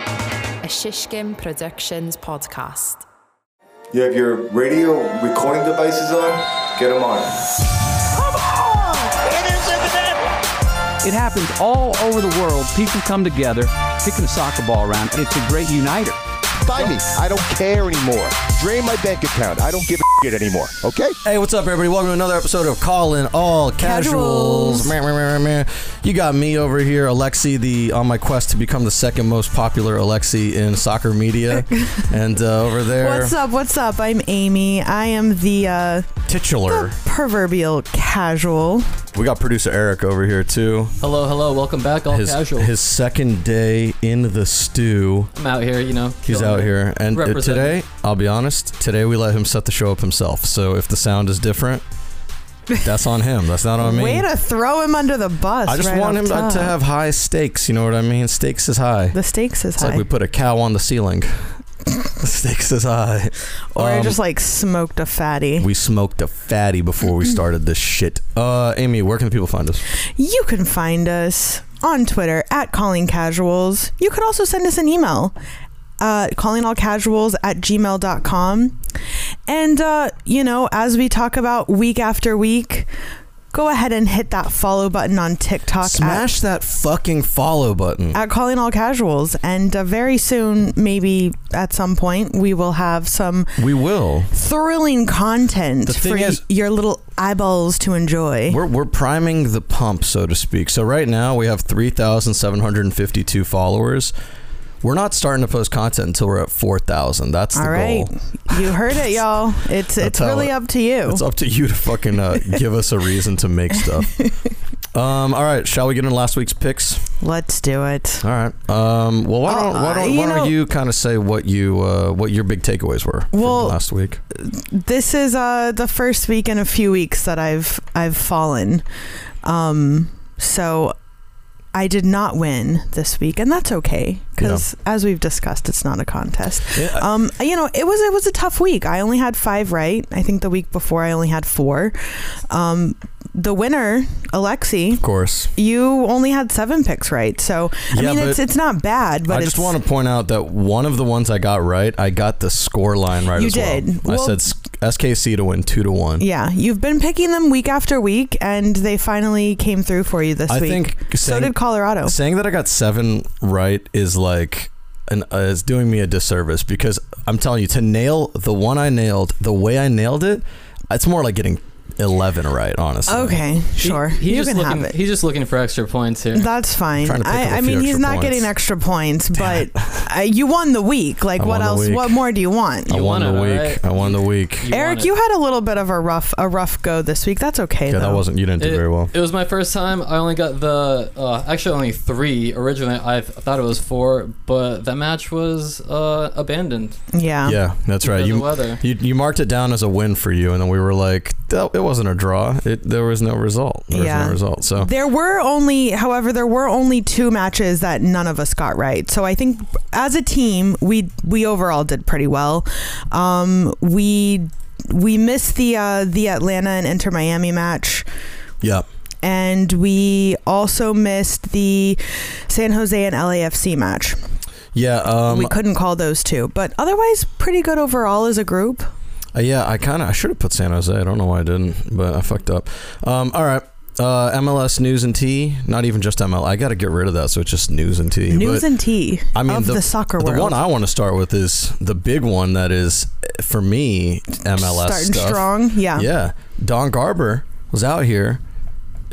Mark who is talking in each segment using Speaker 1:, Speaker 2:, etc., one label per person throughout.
Speaker 1: a Shishkin Productions podcast.
Speaker 2: You have your radio recording devices on? Get them on.
Speaker 3: It happens all over the world. People come together, kicking a soccer ball around, and it's a great uniter.
Speaker 4: Buy me. I don't care anymore. Drain my bank account. I don't give a shit anymore. Okay?
Speaker 5: Hey, what's up, everybody? Welcome to another episode of Calling All Casuals.
Speaker 1: Casuals.
Speaker 5: Man, man, man, man. You got me over here, Alexi, the on my quest to become the second most popular Alexi in soccer media, and uh, over there,
Speaker 6: What's up? What's up? I'm Amy. I am the uh,
Speaker 5: titular.
Speaker 6: proverbial casual.
Speaker 5: We got producer Eric over here too.
Speaker 7: Hello, hello, welcome back, all
Speaker 5: His
Speaker 7: casual.
Speaker 5: his second day in the stew.
Speaker 7: I'm out here, you know.
Speaker 5: He's
Speaker 7: killing
Speaker 5: out
Speaker 7: it.
Speaker 5: here, and uh,
Speaker 7: Representing.
Speaker 5: today, I'll be honest. Today we let him set the show up himself. So if the sound is different, that's on him. That's not on me.
Speaker 6: Way to throw him under the bus.
Speaker 5: I just
Speaker 6: right
Speaker 5: want
Speaker 6: off
Speaker 5: him to,
Speaker 6: top.
Speaker 5: to have high stakes. You know what I mean? Stakes is high.
Speaker 6: the stakes is
Speaker 5: it's
Speaker 6: high,
Speaker 5: like we put a cow on the ceiling. stakes is high.
Speaker 6: or
Speaker 5: um,
Speaker 6: just like smoked a fatty.
Speaker 5: We smoked a fatty before we started this shit. Uh, Amy, where can people find us?
Speaker 6: you can find us on Twitter at calling casuals. You could also send us an email. Uh, callingallcasuals at gmail.com. And, uh, you know, as we talk about week after week, go ahead and hit that follow button on TikTok. at
Speaker 5: Smash that fucking follow button.
Speaker 6: at calling all casuals and uh, very soon maybe at some point we will have some
Speaker 5: We will.
Speaker 6: thrilling content
Speaker 5: The thing
Speaker 6: for y-
Speaker 5: is-
Speaker 6: your little eyeballs to enjoy
Speaker 5: We're, we're priming the pump, so to speak. So right now we have 3,752 followers. We're not starting to post content until we're at 4,000. That's the
Speaker 6: all right
Speaker 5: goal.
Speaker 6: you heard it y'all it's
Speaker 5: That's
Speaker 6: it's
Speaker 5: how
Speaker 6: really
Speaker 5: it-
Speaker 6: up to you
Speaker 5: It's up to you to fucking uh, give us a reason to make stuff. Um, all right, shall we get into last week's picks?
Speaker 6: let's do it
Speaker 5: All right. Um, well, why don't why
Speaker 6: Uh,
Speaker 5: don't,
Speaker 6: you
Speaker 5: why don't
Speaker 6: know-
Speaker 5: you kind of say what you uh, what your big takeaways were
Speaker 6: Well- uh,
Speaker 5: from last week?
Speaker 6: this is uh the first week in a few weeks that i've i've fallen um so I did not win this week, and that's okay because, as we've discussed, it's not a contest. Um, you know, it was it was a tough week. I only had five right. I think the week before I only had four. Um, the winner, Alexi,
Speaker 5: of course.
Speaker 6: you only had seven picks right. So I
Speaker 5: Yeah,
Speaker 6: mean, it's
Speaker 5: but-
Speaker 6: it's not bad, but
Speaker 5: I
Speaker 6: it's,
Speaker 5: just want to point out that one of the ones I got right, I got the score line right
Speaker 6: You
Speaker 5: as
Speaker 6: did.
Speaker 5: well. I
Speaker 6: Well-
Speaker 5: said S- SKC to win two to one.
Speaker 6: yeah, you've been picking them week after week, and they finally came through for you this
Speaker 5: I
Speaker 6: week.
Speaker 5: think
Speaker 6: so
Speaker 5: saying-
Speaker 6: did Colorado.
Speaker 5: Saying that I got seven right is like an uh, is doing me a disservice because I'm telling you to nail the one I nailed the way I nailed it. It's more like getting eleven right, honestly.
Speaker 6: Okay,
Speaker 7: He-
Speaker 6: sure,
Speaker 7: he's
Speaker 6: you
Speaker 7: just
Speaker 6: can
Speaker 7: looking,
Speaker 6: have it.
Speaker 7: He's just looking for extra points here.
Speaker 6: That's fine.
Speaker 5: trying to pick up a
Speaker 6: I, I
Speaker 5: few
Speaker 6: mean, he's
Speaker 5: extra
Speaker 6: not
Speaker 5: points.
Speaker 6: getting extra points, but uh, you won the week. Like,
Speaker 5: I won
Speaker 6: what
Speaker 5: the
Speaker 6: else?
Speaker 5: week.
Speaker 6: What more do you want?
Speaker 5: I
Speaker 7: You
Speaker 5: won
Speaker 7: won
Speaker 5: the
Speaker 7: it,
Speaker 5: week.
Speaker 7: alright?
Speaker 5: I won the week.
Speaker 7: You
Speaker 6: Eric,
Speaker 7: want it.
Speaker 6: you had a little bit of a rough a rough go this week. That's okay
Speaker 5: yeah,
Speaker 6: though.
Speaker 5: that wasn't. You didn't do
Speaker 7: It-
Speaker 5: very well.
Speaker 7: It was my first time. I only got the uh, actually only three originally. I th- thought it was four, but that match was uh, abandoned.
Speaker 6: Yeah.
Speaker 5: yeah, that's right.
Speaker 7: because
Speaker 5: You,
Speaker 7: of weather.
Speaker 5: you you marked it down as a win for you, and then we were like, that, it wasn't a draw. It there was no result. There was
Speaker 6: Yeah.
Speaker 5: no result. So
Speaker 6: There were only, however, there were only two matches that none of us got right. So I think as a team, we we overall did pretty well. Um, we we missed the uh, the Atlanta and Inter Miami match.
Speaker 5: yeah,
Speaker 6: and we also missed the San Jose and LAFC match.
Speaker 5: yeah. Um,
Speaker 6: we couldn't call those two, but otherwise, pretty good overall as a group.
Speaker 5: Uh, yeah, I kind of I should have put San Jose. I don't know why I didn't, but I fucked up. Um, all right. Uh, MLS news and tea. Not even just ML. I got to get rid of that, so it's just news and tea.
Speaker 6: News
Speaker 5: but
Speaker 6: and tea
Speaker 5: I mean,
Speaker 6: of
Speaker 5: the-
Speaker 6: the, soccer
Speaker 5: the
Speaker 6: world.
Speaker 5: one I want to start with is the big one that is eh, for me MLS
Speaker 6: starting
Speaker 5: stuff.
Speaker 6: strong. Yeah.
Speaker 5: Yeah, Don Garber was out here,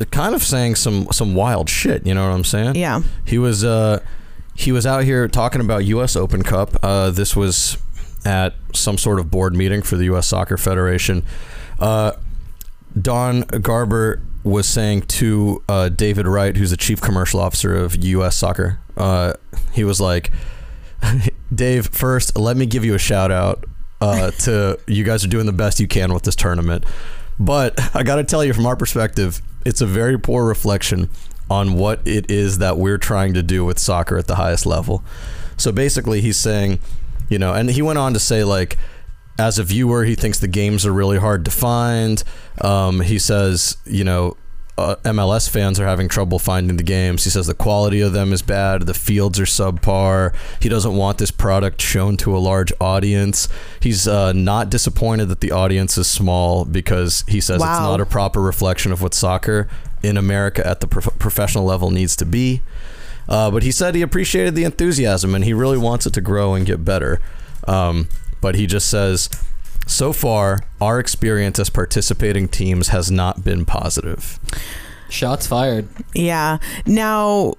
Speaker 5: eh, kind of saying some some wild shit. You know what I'm saying?
Speaker 6: Yeah.
Speaker 5: He was uh he was out here talking about U.S. Open Cup. Uh, this was at some sort of board meeting for the U.S. Soccer Federation. Uh, Don Garber was saying to uh, David Wright, who's the chief commercial officer of U.S. Soccer. Uh, he was like, Dave, first, let me give you a shout out uh, to you guys are doing the best you can with this tournament. But I got to tell you, from our perspective, it's a very poor reflection on what it is that we're trying to do with soccer at the highest level. So basically, he's saying, you know, and he went on to say, like, as a viewer, he thinks the games are really hard to find. Um, he says, you know, uh, MLS fans are having trouble finding the games. He says the quality of them is bad, the fields are subpar. He doesn't want this product shown to a large audience. He's uh, not disappointed that the audience is small because he says it's
Speaker 6: Wow.
Speaker 5: not a proper reflection of what soccer in America at the prof- professional level needs to be. Uh, but he said he appreciated the enthusiasm and he really wants it to grow and get better. Um, but he just says, so far, our experience as participating teams has not been positive.
Speaker 7: Shots fired.
Speaker 6: Yeah. Now,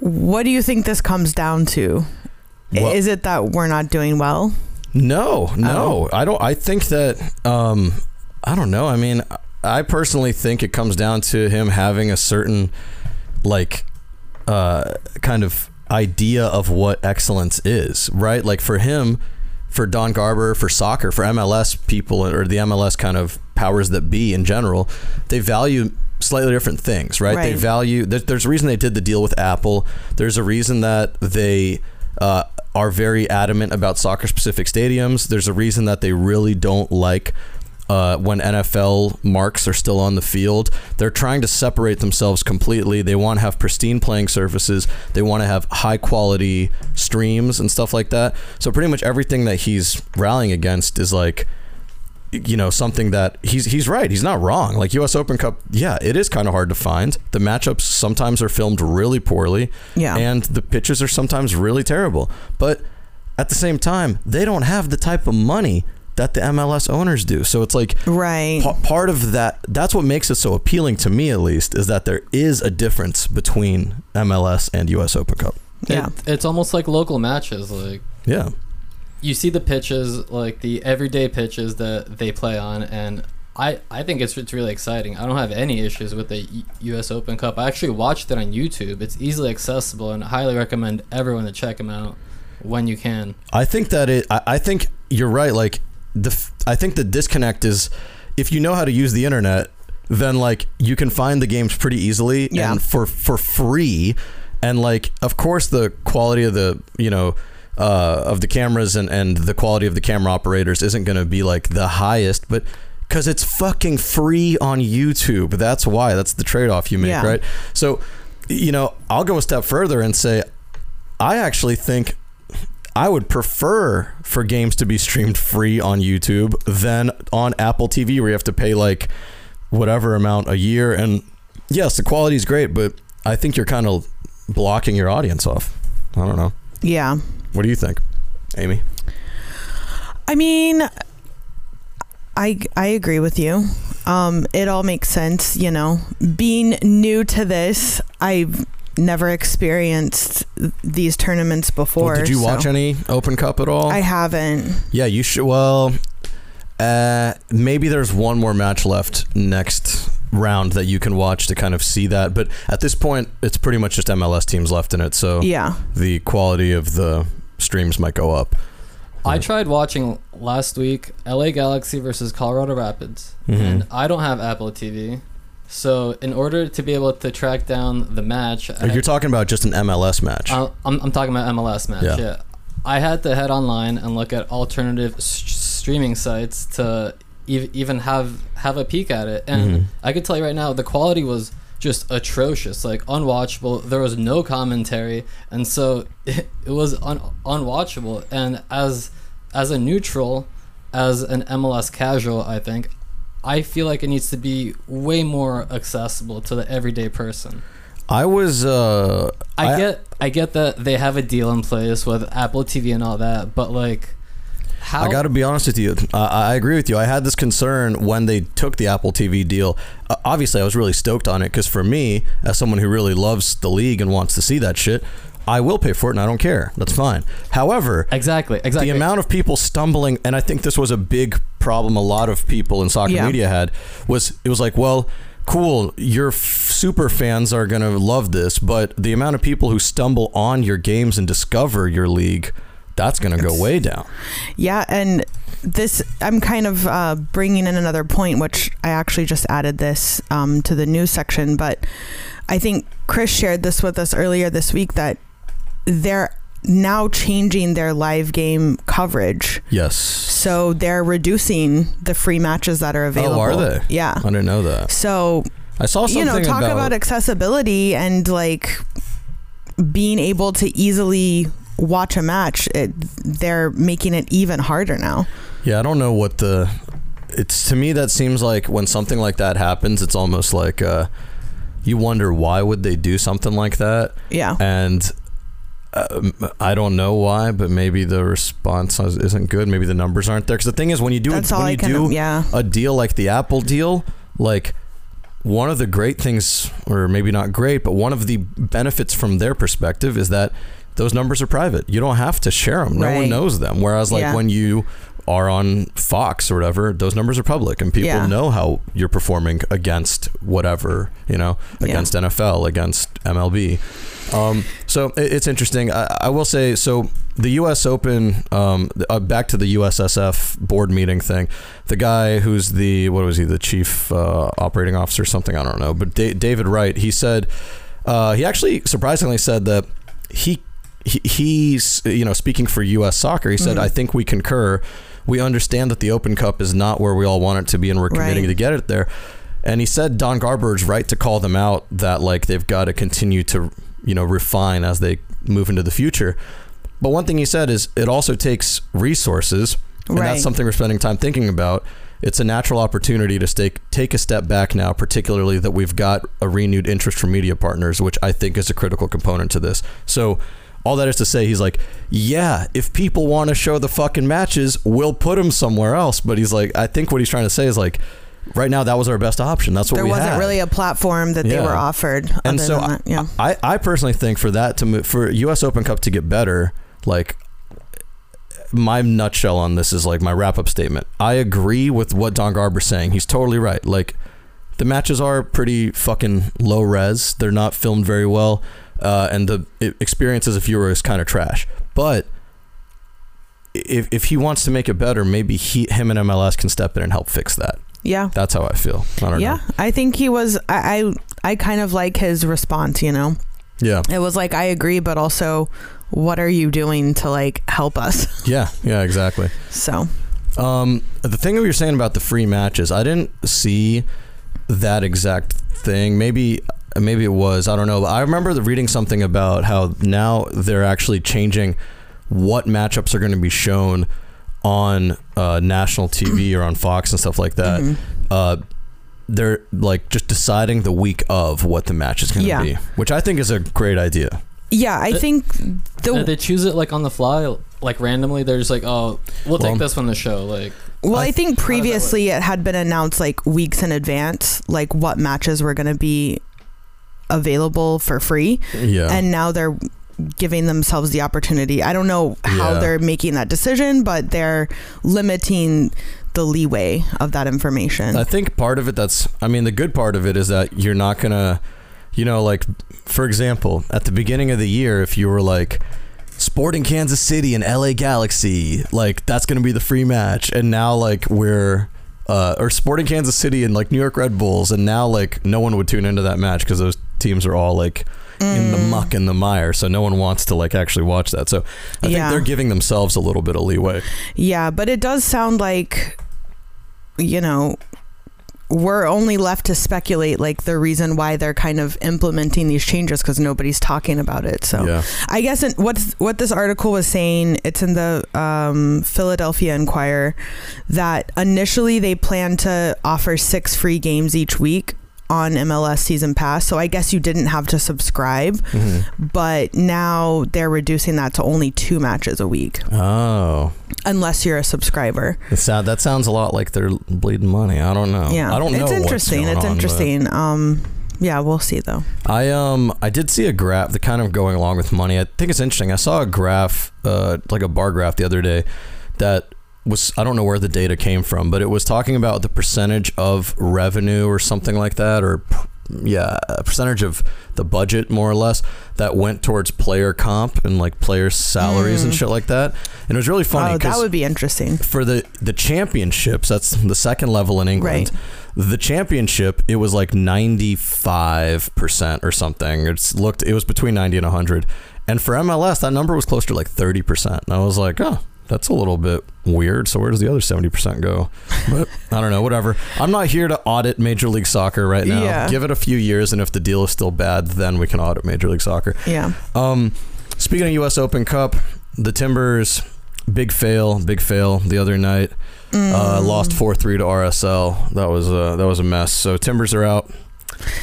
Speaker 6: what do you think this comes down to?
Speaker 5: Well-
Speaker 6: Is it that we're not doing well?
Speaker 5: No, no, I don't. I think that um, I don't know. I mean, I personally think it comes down to him having a certain like uh, kind of idea of what excellence is, right? Like for him, for Don Garber, for soccer, for MLS people, or the MLS kind of powers that be in general, they value slightly different things, right? They
Speaker 6: Right.
Speaker 5: value. There, there's a reason they did the deal with Apple. There's a reason that they. Uh, are very adamant about soccer specific stadiums. There's a reason that they really don't like uh, when NFL marks are still on the field. They're trying to separate themselves completely. They want to have pristine playing surfaces. They want to have high quality streams and stuff like that. So pretty much everything that he's rallying against is like you know something that he's he's right he's not wrong like us open cup yeah it is kind of hard to find the matchups sometimes are filmed really poorly
Speaker 6: Yeah.
Speaker 5: and the pitches are sometimes really terrible but at the same time they don't have the type of money that the mls owners do so it's like
Speaker 6: Right.
Speaker 5: pa- part of that that's what makes it so appealing to me at least is that there is a difference between mls and us open cup
Speaker 6: Yeah.
Speaker 7: It, it's almost like local matches. Like
Speaker 5: yeah
Speaker 7: you see the pitches, like the everyday pitches that they play on, and I, I think it's, it's really exciting. I don't have any issues with the U- U.S. Open Cup. I actually watched it on YouTube. It's easily accessible, and I highly recommend everyone to check them out when you can.
Speaker 5: I think that it. I, I think you're right. Like the. f- I think the disconnect is, if you know how to use the internet, then like you can find the games pretty easily
Speaker 6: Yeah.
Speaker 5: and for for free, and like of course the quality of the you know. Uh, of the cameras and, and the quality of the camera operators isn't going to be like the highest, but because it's fucking free on YouTube. That's why. That's the trade off you make,
Speaker 6: Yeah.
Speaker 5: right? So, you know, I'll go a step further and say I actually think I would prefer for games to be streamed free on YouTube than on Apple TV where you have to pay like whatever amount a year and yes, the quality is great, but I think you're kind of blocking your audience off. I don't know.
Speaker 6: Yeah.
Speaker 5: What do you think? Amy?
Speaker 6: I mean, I I agree with you. Um, it all makes sense, you know. Being new to this, I've never experienced these tournaments before.
Speaker 5: Well, did you
Speaker 6: so-
Speaker 5: watch any Open Cup at all?
Speaker 6: I haven't.
Speaker 5: yeah, you should well uh maybe there's one more match left next round that you can watch to kind of see that, but at this point it's pretty much just MLS teams left in it, so
Speaker 6: Yeah.
Speaker 5: the quality of the streams might go up.
Speaker 7: I tried watching last week LA Galaxy versus Colorado Rapids, and I don't have Apple TV. So, in order to be able to track down the match, I Um,
Speaker 5: Like, You're talking about just an MLS match.
Speaker 7: I- Uh, I'm, I'm talking about MLS match,
Speaker 5: Yeah.
Speaker 7: yeah. I had to head online and look at alternative s- streaming sites to ev- even have have a peek at it. And I could tell you right now, the quality was just atrocious, like unwatchable. There was no commentary, and so it, was un- unwatchable. And as as a neutral, as an MLS casual, I think. I feel like it needs to be way more accessible to the everyday person.
Speaker 5: I was uh
Speaker 7: I get I get that they have a deal in place with Apple TV and all that, but like how
Speaker 5: I got to be honest with you. I, I agree with you. I had this concern when they took the Apple TV deal. Uh, obviously, I was really stoked on it because for me, as someone who really loves the league and wants to see that shit, I will pay for it and I don't care. That's fine. However,
Speaker 7: exactly exactly
Speaker 5: The amount of people stumbling, and I think this was a big problem a lot of people in soccer
Speaker 6: Yeah.
Speaker 5: media had, was it was like, well, cool, your f- super fans are going to love this, but the amount of people who stumble on your games and discover your league, that's going to go way down.
Speaker 6: Yeah, and this I'm kind of uh, bringing in another point, which I actually just added this um, to the news section. But I think Chris shared this with us earlier this week that they're now changing their live game coverage,
Speaker 5: Yes.
Speaker 6: so they're reducing the free matches that are available.
Speaker 5: Oh, are they?
Speaker 6: Yeah.
Speaker 5: I didn't know that.
Speaker 6: So
Speaker 5: I saw something
Speaker 6: you know talk about,
Speaker 5: about
Speaker 6: accessibility and like being able to easily watch a match it, they're making it even harder now
Speaker 5: Yeah, I don't know what the. It's to me that seems like when something like that happens, it's almost like uh, you wonder why would they do something like that,
Speaker 6: yeah
Speaker 5: and um, I don't know why, but maybe the response is- isn't good. Maybe the numbers aren't there. Because the thing is, when you do
Speaker 6: that's all
Speaker 5: when
Speaker 6: i
Speaker 5: you
Speaker 6: can
Speaker 5: do
Speaker 6: yeah
Speaker 5: a deal like the Apple deal, like one of the great things, or maybe not great, but one of the benefits from their perspective is that those numbers are private. You don't have to share them. No one
Speaker 6: Right.
Speaker 5: knows them. Whereas, like
Speaker 6: Yeah.
Speaker 5: when you are on Fox or whatever, those numbers are public, and people
Speaker 6: Yeah.
Speaker 5: know how you're performing against whatever you know,
Speaker 6: Yeah.
Speaker 5: against NFL, against MLB. Um, so it- it's interesting. I, I will say so. The U.S. Open, um, uh, back to the USSF board meeting thing. The guy who's the what was he, the chief uh, operating officer, or something I don't know. But da- David Wright, he said uh, he actually surprisingly said that he. he- He's, you know, speaking for U.S. soccer, he said, I think we concur. We understand that the Open Cup is not where we all want it to be, and we're committing
Speaker 6: Right.
Speaker 5: to get it there. And he said Don Garber's right to call them out that like they've got to continue to you know refine as they move into the future. But one thing he said is it also takes resources, and
Speaker 6: Right.
Speaker 5: that's something we're spending time thinking about. It's a natural opportunity to take take a step back now, particularly that we've got a renewed interest from media partners, which I think is a critical component to this. So. All that is to say, he's like, yeah, if people want to show the fucking matches, we'll put them somewhere else. But he's like, I think what he's trying to say is like, right now, that was our best option. That's what
Speaker 6: there
Speaker 5: we
Speaker 6: wasn't
Speaker 5: had.
Speaker 6: really a platform that they
Speaker 5: Yeah.
Speaker 6: were offered
Speaker 5: and
Speaker 6: other
Speaker 5: so
Speaker 6: than that yeah
Speaker 5: I, I personally think for that to move for U.S. Open Cup to get better, like my nutshell on this is like my wrap up statement. I agree with what Don Garber's saying. He's totally right. Like the matches are pretty fucking low res. They're not filmed very well, uh, and the i- experience as a viewer is kind of trash. But if if he wants to make it better, maybe he him and MLS can step in and help fix that.
Speaker 6: yeah
Speaker 5: That's how I feel. I don't
Speaker 6: yeah
Speaker 5: know.
Speaker 6: i think he was I, I i kind of like his response you know
Speaker 5: Yeah.
Speaker 6: it was like i agree but also what are you doing to like help us
Speaker 5: Yeah. Yeah. Exactly.
Speaker 6: so
Speaker 5: Um, the thing that you were saying about the free matches, I didn't see that exact thing. Maybe, maybe it was. I don't know. But I remember the- reading something about how now they're actually changing what matchups are going to be shown on uh, national TV or on Fox and stuff like that.
Speaker 6: Mm-hmm.
Speaker 5: Uh, they're like just deciding the week of what the match is going to
Speaker 6: Yeah.
Speaker 5: be, which I think is a great idea.
Speaker 6: yeah i
Speaker 7: Uh,
Speaker 6: think
Speaker 7: Uh,
Speaker 6: the
Speaker 7: they choose it like on the fly, like randomly. They're just like, oh, we'll
Speaker 5: Well-
Speaker 7: take this one to show. Like,
Speaker 6: Well,
Speaker 7: uh,
Speaker 5: I-
Speaker 6: I, think previously it had been announced like weeks in advance, like what matches were going to be available for free,
Speaker 5: Yeah.
Speaker 6: and now they're giving themselves the opportunity. I don't know how
Speaker 5: Yeah.
Speaker 6: they're making that decision, but they're limiting the leeway of that information.
Speaker 5: I think part of it that's I mean the good part of it is that you're not gonna you know like for example at the beginning of the year if you were like Sporting Kansas City and LA Galaxy like that's gonna be the free match and now like we're uh, or Sporting Kansas City and like New York Red Bulls and now like no one would tune into that match because those teams are all like in the muck and the mire so no one wants to like actually watch that so I
Speaker 6: Yeah.
Speaker 5: think they're giving themselves a little bit of leeway
Speaker 6: yeah, but it does sound like you know we're only left to speculate like the reason why they're kind of implementing these changes because nobody's talking about it. So
Speaker 5: yeah
Speaker 6: I guess in, what's what this article was saying. It's in the um, Philadelphia Inquirer that initially they planned to offer six free games each week on MLS season pass. So I guess you didn't have to subscribe,
Speaker 5: Mm-hmm.
Speaker 6: but now they're reducing that to only two matches a week,
Speaker 5: oh
Speaker 6: unless you're a subscriber.
Speaker 5: It sound, that sounds a lot like they're bleeding money. I don't know.
Speaker 6: yeah,
Speaker 5: Oh, I don't know.
Speaker 6: It's
Speaker 5: what's
Speaker 6: interesting.
Speaker 5: going
Speaker 6: it's
Speaker 5: on, but
Speaker 6: interesting. Um, yeah, we'll see though.
Speaker 5: I um I did see a graph that kind of going along with money. I think it's interesting. I saw a graph, uh, like a bar graph the other day, that was I don't know where the data came from, but it was talking about the percentage of revenue or something like that, or p- yeah, a percentage of the budget more or less that went towards player comp and like player salaries and shit like that. And it was really funny
Speaker 6: Hmm. oh, that
Speaker 5: 'cause-
Speaker 6: would be interesting.
Speaker 5: for the the championships that's the second level in england the championship it was like 95% or something it's looked it was between 90 and 100 and for mls that number was closer to like 30% and i was like oh that's a little bit weird. So where does the other seventy percent go? But I don't know. Whatever. I'm not here to audit Major League Soccer right now.
Speaker 6: Yeah.
Speaker 5: Give it a few years, and if the deal is still bad, then we can audit Major League Soccer.
Speaker 6: Yeah.
Speaker 5: Um, speaking of U.S. Open Cup, the Timbers, big fail, big fail the other night. Uh,
Speaker 6: Mm.
Speaker 5: lost four three to RSL. That was a, that was a mess. So Timbers are out.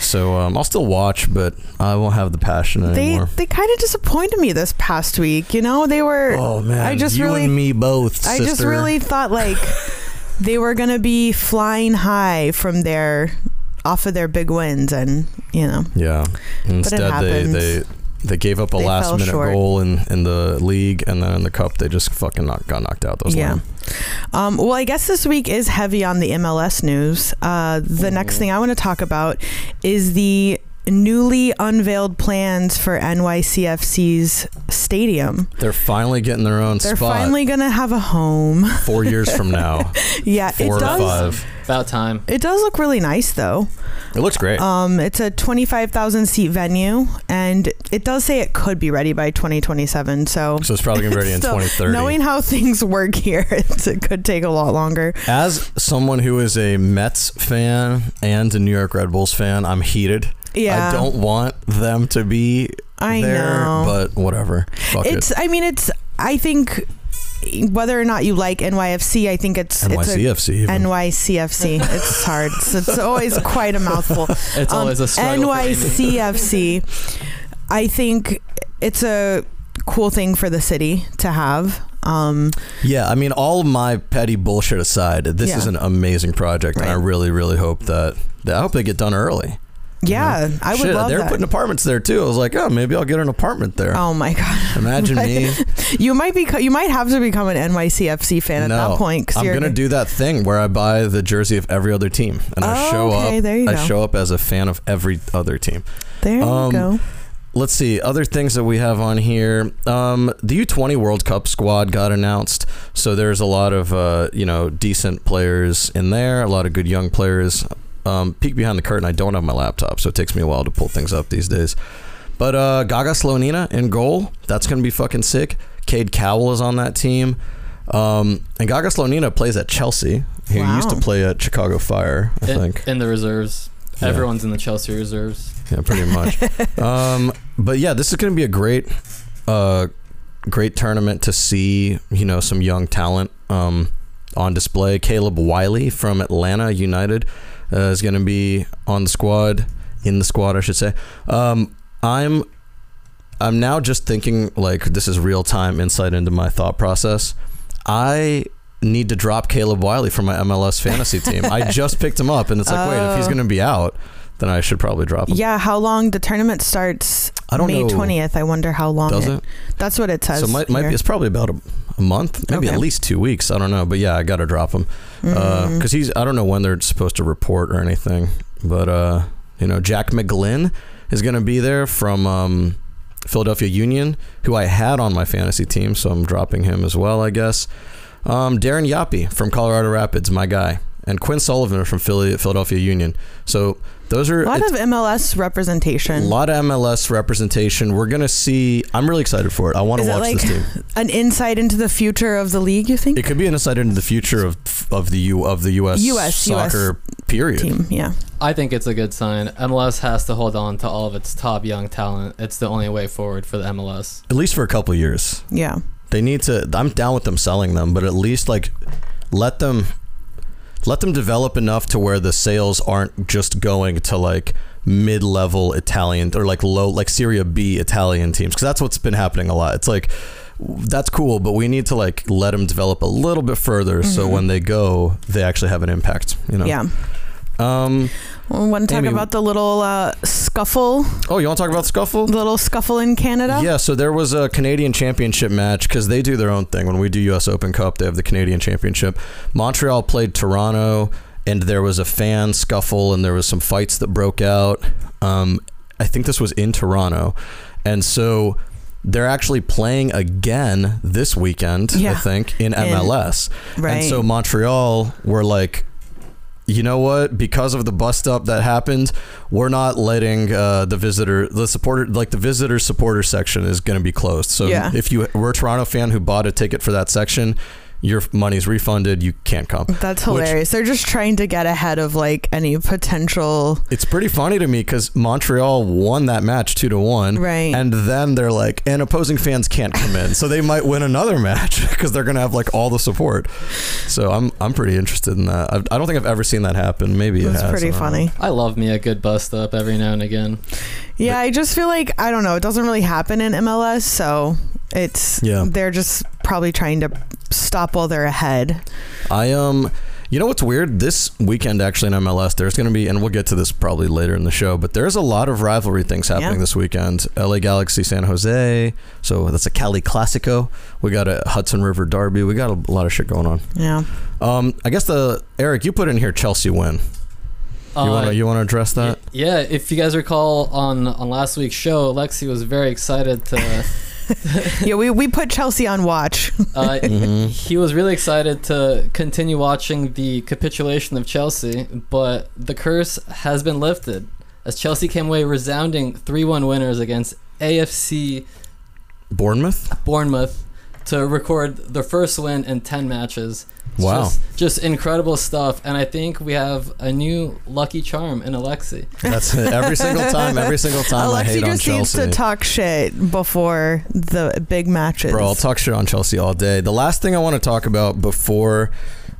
Speaker 5: So um, I'll still watch, but I won't have the passion
Speaker 6: They
Speaker 5: anymore.
Speaker 6: they kind of disappointed me this past week. You know, they were.
Speaker 5: oh man,
Speaker 6: I just
Speaker 5: you
Speaker 6: really
Speaker 5: and me both.
Speaker 6: I just
Speaker 5: sister.
Speaker 6: really thought like they were gonna be flying high from their off of their big wins, and you know,
Speaker 5: yeah. Instead, they,
Speaker 6: happens.
Speaker 5: they they gave up a
Speaker 6: They
Speaker 5: last
Speaker 6: fell
Speaker 5: minute
Speaker 6: short.
Speaker 5: goal in, in the league, and then in the cup they just fucking knocked, got knocked out. Those
Speaker 6: Yeah.
Speaker 5: lame.
Speaker 6: Um, well, I guess this week is heavy on the MLS news. Uh, the
Speaker 5: Oh.
Speaker 6: next thing I want to talk about is the newly unveiled plans for NYCFC's stadium.
Speaker 5: they're finally getting their own
Speaker 6: They're
Speaker 5: spot.
Speaker 6: finally going to have a home.
Speaker 5: four years from now,
Speaker 6: yeah,
Speaker 5: four
Speaker 6: it
Speaker 5: to
Speaker 6: does.
Speaker 5: five.
Speaker 7: About time.
Speaker 6: It does look really nice though.
Speaker 5: It looks great.
Speaker 6: Um, it's a 25,000 seat venue and it does say it could be ready by 2027. So,
Speaker 5: so it's probably gonna be ready in
Speaker 6: still-
Speaker 5: 2030.
Speaker 6: knowing how things work here, it's, it could take a lot longer.
Speaker 5: As someone who is a Mets fan and a New York Red Bulls fan, I'm heated.
Speaker 6: Yeah.
Speaker 5: I don't want them to be
Speaker 6: I
Speaker 5: there,
Speaker 6: know.
Speaker 5: but whatever. Fuck
Speaker 6: it's
Speaker 5: it.
Speaker 6: i mean it's i think whether or not you like nyfc i think it's it's
Speaker 5: NYCFC.
Speaker 6: a
Speaker 5: even.
Speaker 6: NYCFC. It's hard. It's, it's always quite a mouthful. Um,
Speaker 7: It's
Speaker 5: Um,
Speaker 7: always a struggle. for Amy.
Speaker 6: NYCFC. I think it's a cool thing for the city to have. Um,
Speaker 5: yeah, I mean, all my petty bullshit aside, this
Speaker 6: Yeah.
Speaker 5: is an amazing project, and I
Speaker 6: Right.
Speaker 5: really, really hope that. that- I hope they get done early.
Speaker 6: yeah, I would
Speaker 5: Shit,
Speaker 6: love
Speaker 5: they're
Speaker 6: that.
Speaker 5: putting apartments there too. I was like, oh, maybe I'll get an apartment there.
Speaker 6: oh my god,
Speaker 5: Imagine me.
Speaker 6: you might be you might have to become an NYCFC fan at that point. 'cause
Speaker 5: I'm
Speaker 6: you're
Speaker 5: gonna do that thing where I buy the jersey of every other team, and I
Speaker 6: Oh,
Speaker 5: show
Speaker 6: okay,
Speaker 5: up.
Speaker 6: there you
Speaker 5: I
Speaker 6: go.
Speaker 5: show up as a fan of every other team.
Speaker 6: There
Speaker 5: um,
Speaker 6: you go.
Speaker 5: Let's see other things that we have on here. Um, the U20 World Cup squad got announced, so there's a lot of uh, you know decent players in there, a lot of good young players. Um, peek behind the curtain. I don't have my laptop, so it takes me a while to pull things up these days. But uh, Gaga Slonina in goal. That's gonna be fucking sick. Cade Cowell is on that team. Um, and Gaga Slonina plays at Chelsea. He
Speaker 6: Wow.
Speaker 5: used to play at Chicago Fire, I
Speaker 7: in,
Speaker 5: think.
Speaker 7: in the reserves.
Speaker 5: Yeah.
Speaker 7: Everyone's in the Chelsea reserves.
Speaker 5: Yeah, pretty much. um, but yeah, this is going to be a great, uh, great tournament to see. You know, some young talent um, on display. Caleb Wiley from Atlanta United uh, is going to be on the squad, in the squad, I should say. Um, I'm, I'm now just thinking like this is real time insight into my thought process. I need to drop Caleb Wiley from my MLS fantasy team. I just picked him up, and it's like, wait, if he's going to be out. Then I should probably drop him.
Speaker 6: Yeah, how long the tournament starts?
Speaker 5: I don't
Speaker 6: May
Speaker 5: know.
Speaker 6: 20th. I wonder how long
Speaker 5: Does
Speaker 6: it-
Speaker 5: it?
Speaker 6: That's what it says.
Speaker 5: So might, might
Speaker 6: here.
Speaker 5: be, it's probably about a, a month, maybe at
Speaker 6: Okay. Mm.
Speaker 5: least two weeks. I don't know, but yeah, I gotta drop him because he's. I don't know when they're supposed to report or anything, but uh, you know, Jack McGlynn is gonna be there from um, Philadelphia Union, who I had on my fantasy team, so I'm dropping him as well, I guess. Um, Darren Yappi from Colorado Rapids, my guy, and Quinn Sullivan from Philly, Philadelphia Union. So those are
Speaker 6: a lot
Speaker 5: it's-
Speaker 6: of MLS
Speaker 5: a
Speaker 6: representation.
Speaker 5: lot of MLS representation. We're gonna see. I'm really excited for it. I want
Speaker 6: Is
Speaker 5: to
Speaker 6: it
Speaker 5: watch
Speaker 6: like
Speaker 5: this team.
Speaker 6: an insight into the future of the league? You think
Speaker 5: It could be an insight into the future of of the U of the U.S.
Speaker 6: US,
Speaker 5: soccer period.
Speaker 6: team? Yeah,
Speaker 7: I think it's a good sign. MLS has to hold on to all of its top young talent. It's the only way forward for the MLS.
Speaker 5: At least for a couple of years,
Speaker 6: yeah.
Speaker 5: they need to. I'm down with them selling them, but at least like let them let them develop enough to where the sales aren't just going to like mid-level Italian or like low like Syria B Italian teams because that's what's been happening a lot. It's like that's cool, but we need to like let them develop a little bit further so when they go, they actually have an impact. You know.
Speaker 6: Mm-hmm. Yeah.
Speaker 5: Um.
Speaker 6: We want to talk
Speaker 5: Amy-
Speaker 6: about the little uh, scuffle,
Speaker 5: Oh, you want to talk about scuffle?
Speaker 6: little scuffle in Canada.
Speaker 5: Yeah, so there was a Canadian Championship match because they do their own thing. When we do U.S. Open Cup, they have the Canadian Championship. Montreal played Toronto, and there was a fan scuffle, and there was some fights that broke out. Um, I think this was in Toronto, and so they're actually playing again this weekend. I
Speaker 6: Yeah.
Speaker 5: think in MLS,
Speaker 6: right.
Speaker 5: and so Montreal were like you know what? Because of the bust up that happened, we're not letting uh, the visitor, the supporter, like the visitor supporter section is going to be closed. So
Speaker 6: Yeah.
Speaker 5: if you were a Toronto fan who bought a ticket for that section, your money's refunded. You can't come.
Speaker 6: That's
Speaker 5: Which-
Speaker 6: hilarious. They're just trying to get ahead of like any potential.
Speaker 5: It's pretty funny to me because Montreal won that match two to one,
Speaker 6: Right.
Speaker 5: And then they're like, and opposing fans can't come in, so they might win another match because they're gonna have like all the support. So I'm I'm pretty interested in that. I, I don't think I've ever seen that happen. Maybe
Speaker 6: It's
Speaker 5: it has, I
Speaker 6: pretty
Speaker 5: don't know.
Speaker 6: funny.
Speaker 7: I love me a good bust up every now and again.
Speaker 6: Yeah, I just feel like I don't know. It doesn't really happen in MLS, so it's
Speaker 5: Yeah.
Speaker 6: They're just probably trying to stop while they're ahead.
Speaker 5: I um, you know what's weird? This weekend actually in MLS, there's going to be, and we'll get to this probably later in the show, but there's a lot of rivalry things happening
Speaker 6: Yeah.
Speaker 5: this weekend. LA Galaxy, San Jose, so that's a Cali Classico. We got a Hudson River Derby. We got a lot of shit going on.
Speaker 6: Yeah.
Speaker 5: Um, I guess the Eric, you put in here Chelsea win. You want
Speaker 7: Uh,
Speaker 6: Uh,
Speaker 5: to you want to address that?
Speaker 7: Yeah, if you guys recall on on last week's show, Alexi was very excited to.
Speaker 6: yeah, we, we put Chelsea on watch.
Speaker 7: Uh, He was really excited to continue watching the capitulation of Chelsea, but the curse has been lifted as Chelsea came away resounding 3 1 winners against AFC
Speaker 5: Bournemouth.
Speaker 7: Bournemouth to record their first win in 10 matches. It's
Speaker 5: Wow.
Speaker 7: Just, just incredible stuff. And I think we have a new lucky charm in Alexi.
Speaker 5: That's it. every single time. Every single time I
Speaker 6: Alexi
Speaker 5: hate on
Speaker 6: just needs
Speaker 5: Chelsea.
Speaker 6: to talk shit before the big matches.
Speaker 5: Bro, I'll talk shit on Chelsea all day. The last thing I want to talk about before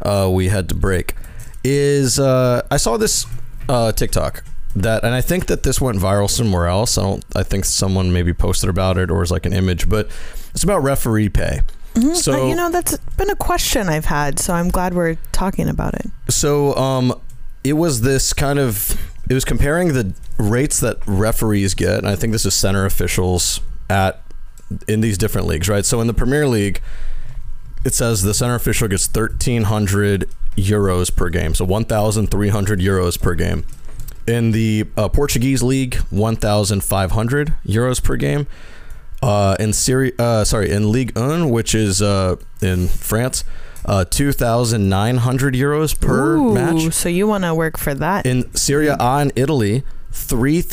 Speaker 5: uh, we had to break is uh, I saw this uh, TikTok that, and I think that this went viral somewhere else. I don't. I think someone maybe posted about it or was like an image, but it's about referee pay.
Speaker 6: Uh,
Speaker 5: So
Speaker 6: you know that's been a question I've had, so I'm glad we're talking about it.
Speaker 5: So, um, it was this kind of it was comparing the rates that referees get, and I think this is center officials at in these different leagues, right? So in the Premier League, it says the center official gets thirteen hundred euros per game, so one thousand three hundred euros per game. In the uh, Portuguese league, one thousand five hundred euros per game. Uh, in Syria, uh, sorry, in Ligue 1, which is uh, in France, uh, two thousand nine hundred euros per
Speaker 6: Ooh,
Speaker 5: match
Speaker 6: So you want to work for that?
Speaker 5: in Syria A and Italy,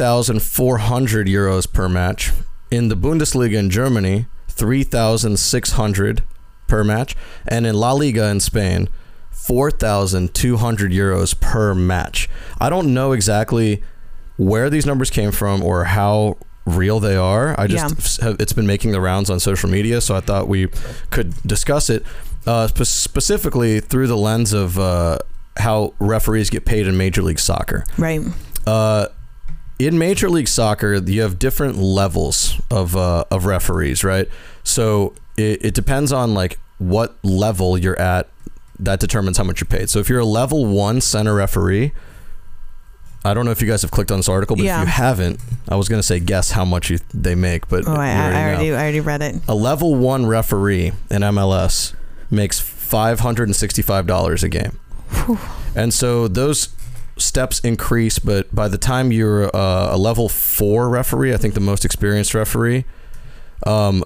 Speaker 5: 3,400 euros per match. In the Bundesliga in Germany, 3,600 per match. And in La Liga in Spain, 4,200 euros per match. I don't know exactly where these numbers came from or how real they are. I just
Speaker 6: Yeah.
Speaker 5: have, it's been making the rounds on social media, so I thought we could discuss it uh, spe- specifically through the lens of uh, how referees get paid in Major League Soccer.
Speaker 6: right.
Speaker 5: Uh, in Major League Soccer, you have different levels of uh, of referees, right? So it, it depends on like what level you're at. That determines how much you're paid. So if you're a level one center referee, I don't know if you guys have clicked on this article, but
Speaker 6: Yeah.
Speaker 5: if you haven't, I was gonna say guess how much you, they make, but
Speaker 6: Oh, I,
Speaker 5: you
Speaker 6: I, I
Speaker 5: know.
Speaker 6: already I already read it.
Speaker 5: A level one referee in MLS makes five hundred and sixty-five dollars a game, and so those steps increase. But by the time you're uh, a level four referee, I think the most experienced referee, um,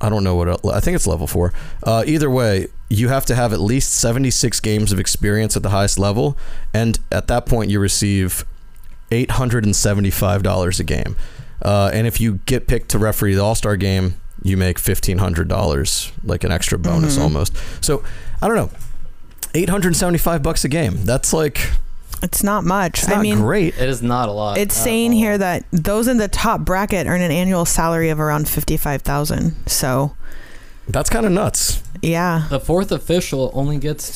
Speaker 5: I don't know what el- I think it's level four. Uh, either way, you have to have at least seventy-six games of experience at the highest level, and at that point, you receive eight hundred and seventy-five dollars a game. Uh, and if you get picked to referee the All Star game, you make fifteen hundred dollars, like an extra bonus
Speaker 6: Mm-hmm.
Speaker 5: almost. So I don't know, eight hundred seventy-five bucks a game. That's like
Speaker 6: It's not much.
Speaker 5: it's not
Speaker 6: I mean,
Speaker 5: great.
Speaker 7: It is not a lot. Uh,
Speaker 6: it's
Speaker 7: at
Speaker 6: saying
Speaker 7: all.
Speaker 6: here that those in the top bracket earn an annual salary of around fifty-five thousand. So
Speaker 5: That's kind of nuts.
Speaker 6: yeah,
Speaker 7: The fourth official only gets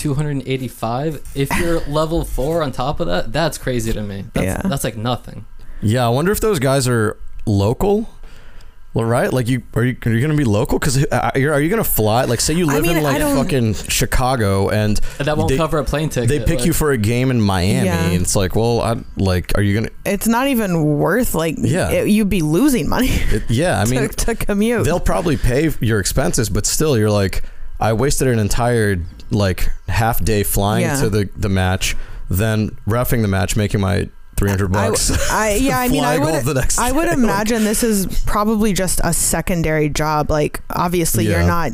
Speaker 7: 285. If you're level four on top of that, that's crazy to me. That's,
Speaker 6: Yeah.
Speaker 7: that's like nothing.
Speaker 5: Yeah, I wonder if those guys are local. Well, right? Like, you are you are you gonna be local? Because are you are you gonna fly? Like, say you
Speaker 6: I
Speaker 5: live
Speaker 6: mean,
Speaker 5: in like
Speaker 6: I don't-
Speaker 5: fucking Chicago, and
Speaker 7: That won't
Speaker 5: they,
Speaker 7: cover a plane ticket.
Speaker 5: They pick
Speaker 7: like-
Speaker 5: you for a game in Miami,
Speaker 6: Yeah.
Speaker 5: and it's like, well, I like, are you gonna?
Speaker 6: it's not even worth like
Speaker 5: Yeah.
Speaker 6: it- you'd be losing money
Speaker 5: It, yeah, I mean,
Speaker 6: to, to commute.
Speaker 5: they'll probably pay your expenses, but still, you're like, I wasted an entire like half day flying
Speaker 6: Yeah.
Speaker 5: to the the match, then refing the match, making my three hundred
Speaker 6: I,
Speaker 5: bucks.
Speaker 6: I yeah, I mean, I
Speaker 5: Fly gold
Speaker 6: would,
Speaker 5: the next
Speaker 6: I would
Speaker 5: day, like-
Speaker 6: imagine this is probably just a secondary job. Like, obviously,
Speaker 5: Yeah.
Speaker 6: you're not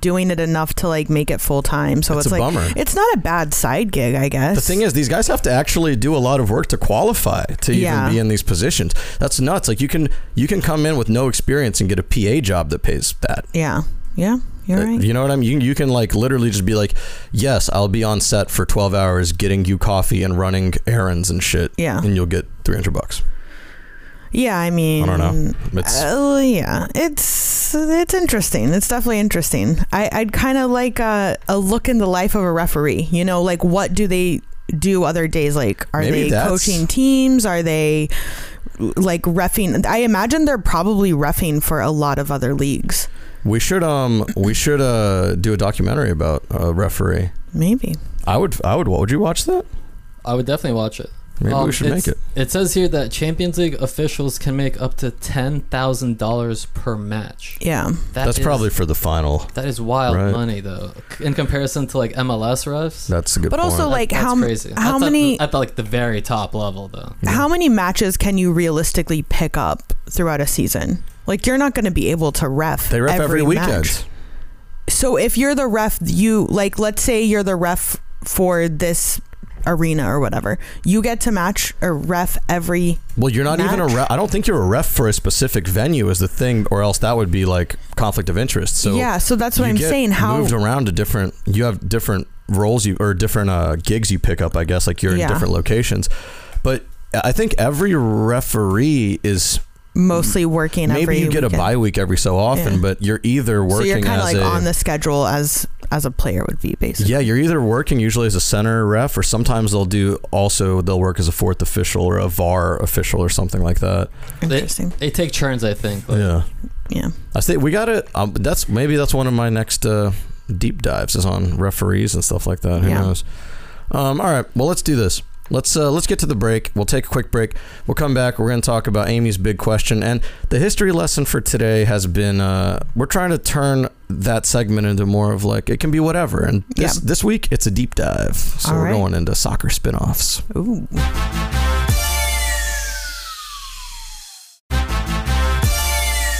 Speaker 6: doing it enough to like make it full time. So
Speaker 5: It's
Speaker 6: it's,
Speaker 5: a
Speaker 6: like
Speaker 5: bummer.
Speaker 6: it's not a bad side gig, I guess.
Speaker 5: The thing is, these guys have to actually do a lot of work to qualify to even
Speaker 6: Yeah.
Speaker 5: be in these positions. That's nuts. Like you can you can come in with no experience and get a PA job that pays that.
Speaker 6: yeah, yeah, you're
Speaker 5: Uh,
Speaker 6: right.
Speaker 5: You know what I mean? You, you can like literally just be like, yes, I'll be on set for 12 hours getting you coffee and running errands and shit.
Speaker 6: Yeah.
Speaker 5: And you'll get 300 bucks.
Speaker 6: Yeah, I mean,
Speaker 5: I don't know. It's,
Speaker 6: Uh, yeah, it's it's interesting. It's definitely interesting. I, I'd kind of like a, a look in the life of a referee. You know, like what do they do other days? Like, are
Speaker 5: Maybe
Speaker 6: they
Speaker 5: that's-
Speaker 6: coaching teams? Are they like refing? I imagine they're probably refing for a lot of other leagues.
Speaker 5: we should, um, we should, uh, do a documentary about a referee.
Speaker 6: Maybe.
Speaker 5: I would, I would, what would you watch that?
Speaker 7: I would definitely watch it.
Speaker 5: Maybe
Speaker 7: Um,
Speaker 5: we should
Speaker 7: it's-
Speaker 5: make it.
Speaker 7: It says here that Champions League officials can make up to ten thousand dollars per match.
Speaker 6: Yeah.
Speaker 7: That
Speaker 5: That's
Speaker 7: is-
Speaker 5: probably for the final.
Speaker 7: that is wild
Speaker 5: Right.
Speaker 7: money though, c- in comparison to like MLS refs.
Speaker 5: That's a good
Speaker 6: But
Speaker 5: point.
Speaker 6: also, like,
Speaker 7: That's
Speaker 6: how m-
Speaker 7: crazy.
Speaker 6: how
Speaker 7: That's at-
Speaker 6: many
Speaker 7: at, like the very top level though.
Speaker 6: how many matches can you realistically pick up throughout a season? Like, you're not going to be able to ref.
Speaker 5: they ref every, weekend.
Speaker 6: match. so if you're the ref you like let's say you're the ref for this arena or whatever you get to match a ref every
Speaker 5: Well, you're not even a
Speaker 6: match.
Speaker 5: ref. I don't think you're a ref for a specific venue is the thing, or else that would be like conflict of interest. So
Speaker 6: yeah so that's what
Speaker 5: you
Speaker 6: i'm
Speaker 5: get
Speaker 6: saying how
Speaker 5: moved around to different. You have different roles you or different uh, gigs you pick up. I guess like you're in
Speaker 6: Yeah.
Speaker 5: different locations, but I think every referee is
Speaker 6: mostly working
Speaker 5: maybe
Speaker 6: every
Speaker 5: you get a
Speaker 6: weekend.
Speaker 5: bye week every so often,
Speaker 6: Yeah.
Speaker 5: but you're either
Speaker 6: so you're
Speaker 5: working
Speaker 6: kind
Speaker 5: as
Speaker 6: of like
Speaker 5: a
Speaker 6: on the schedule as as a player would be basically
Speaker 5: yeah, you're either working usually as a center ref, or sometimes they'll do also they'll work as a fourth official or a VAR official or something like that.
Speaker 6: interesting
Speaker 7: They take turns, I think. Like,
Speaker 5: Yeah.
Speaker 6: yeah
Speaker 5: I think we got to Um, that's maybe that's one of my next uh, deep dives is on referees and stuff like that. Who
Speaker 6: Yeah.
Speaker 5: knows? Um, all right. Well, let's do this. Let's uh, let's get to the break. We'll take a quick break. We'll come back. We're going to talk about Amy's big question and the history lesson for today has been uh, we're trying to turn that segment into more of like it can be whatever. And this
Speaker 6: Yeah.
Speaker 5: this week it's a deep dive, so
Speaker 6: All
Speaker 5: we're
Speaker 6: right.
Speaker 5: going into soccer spin-offs.
Speaker 6: Ooh.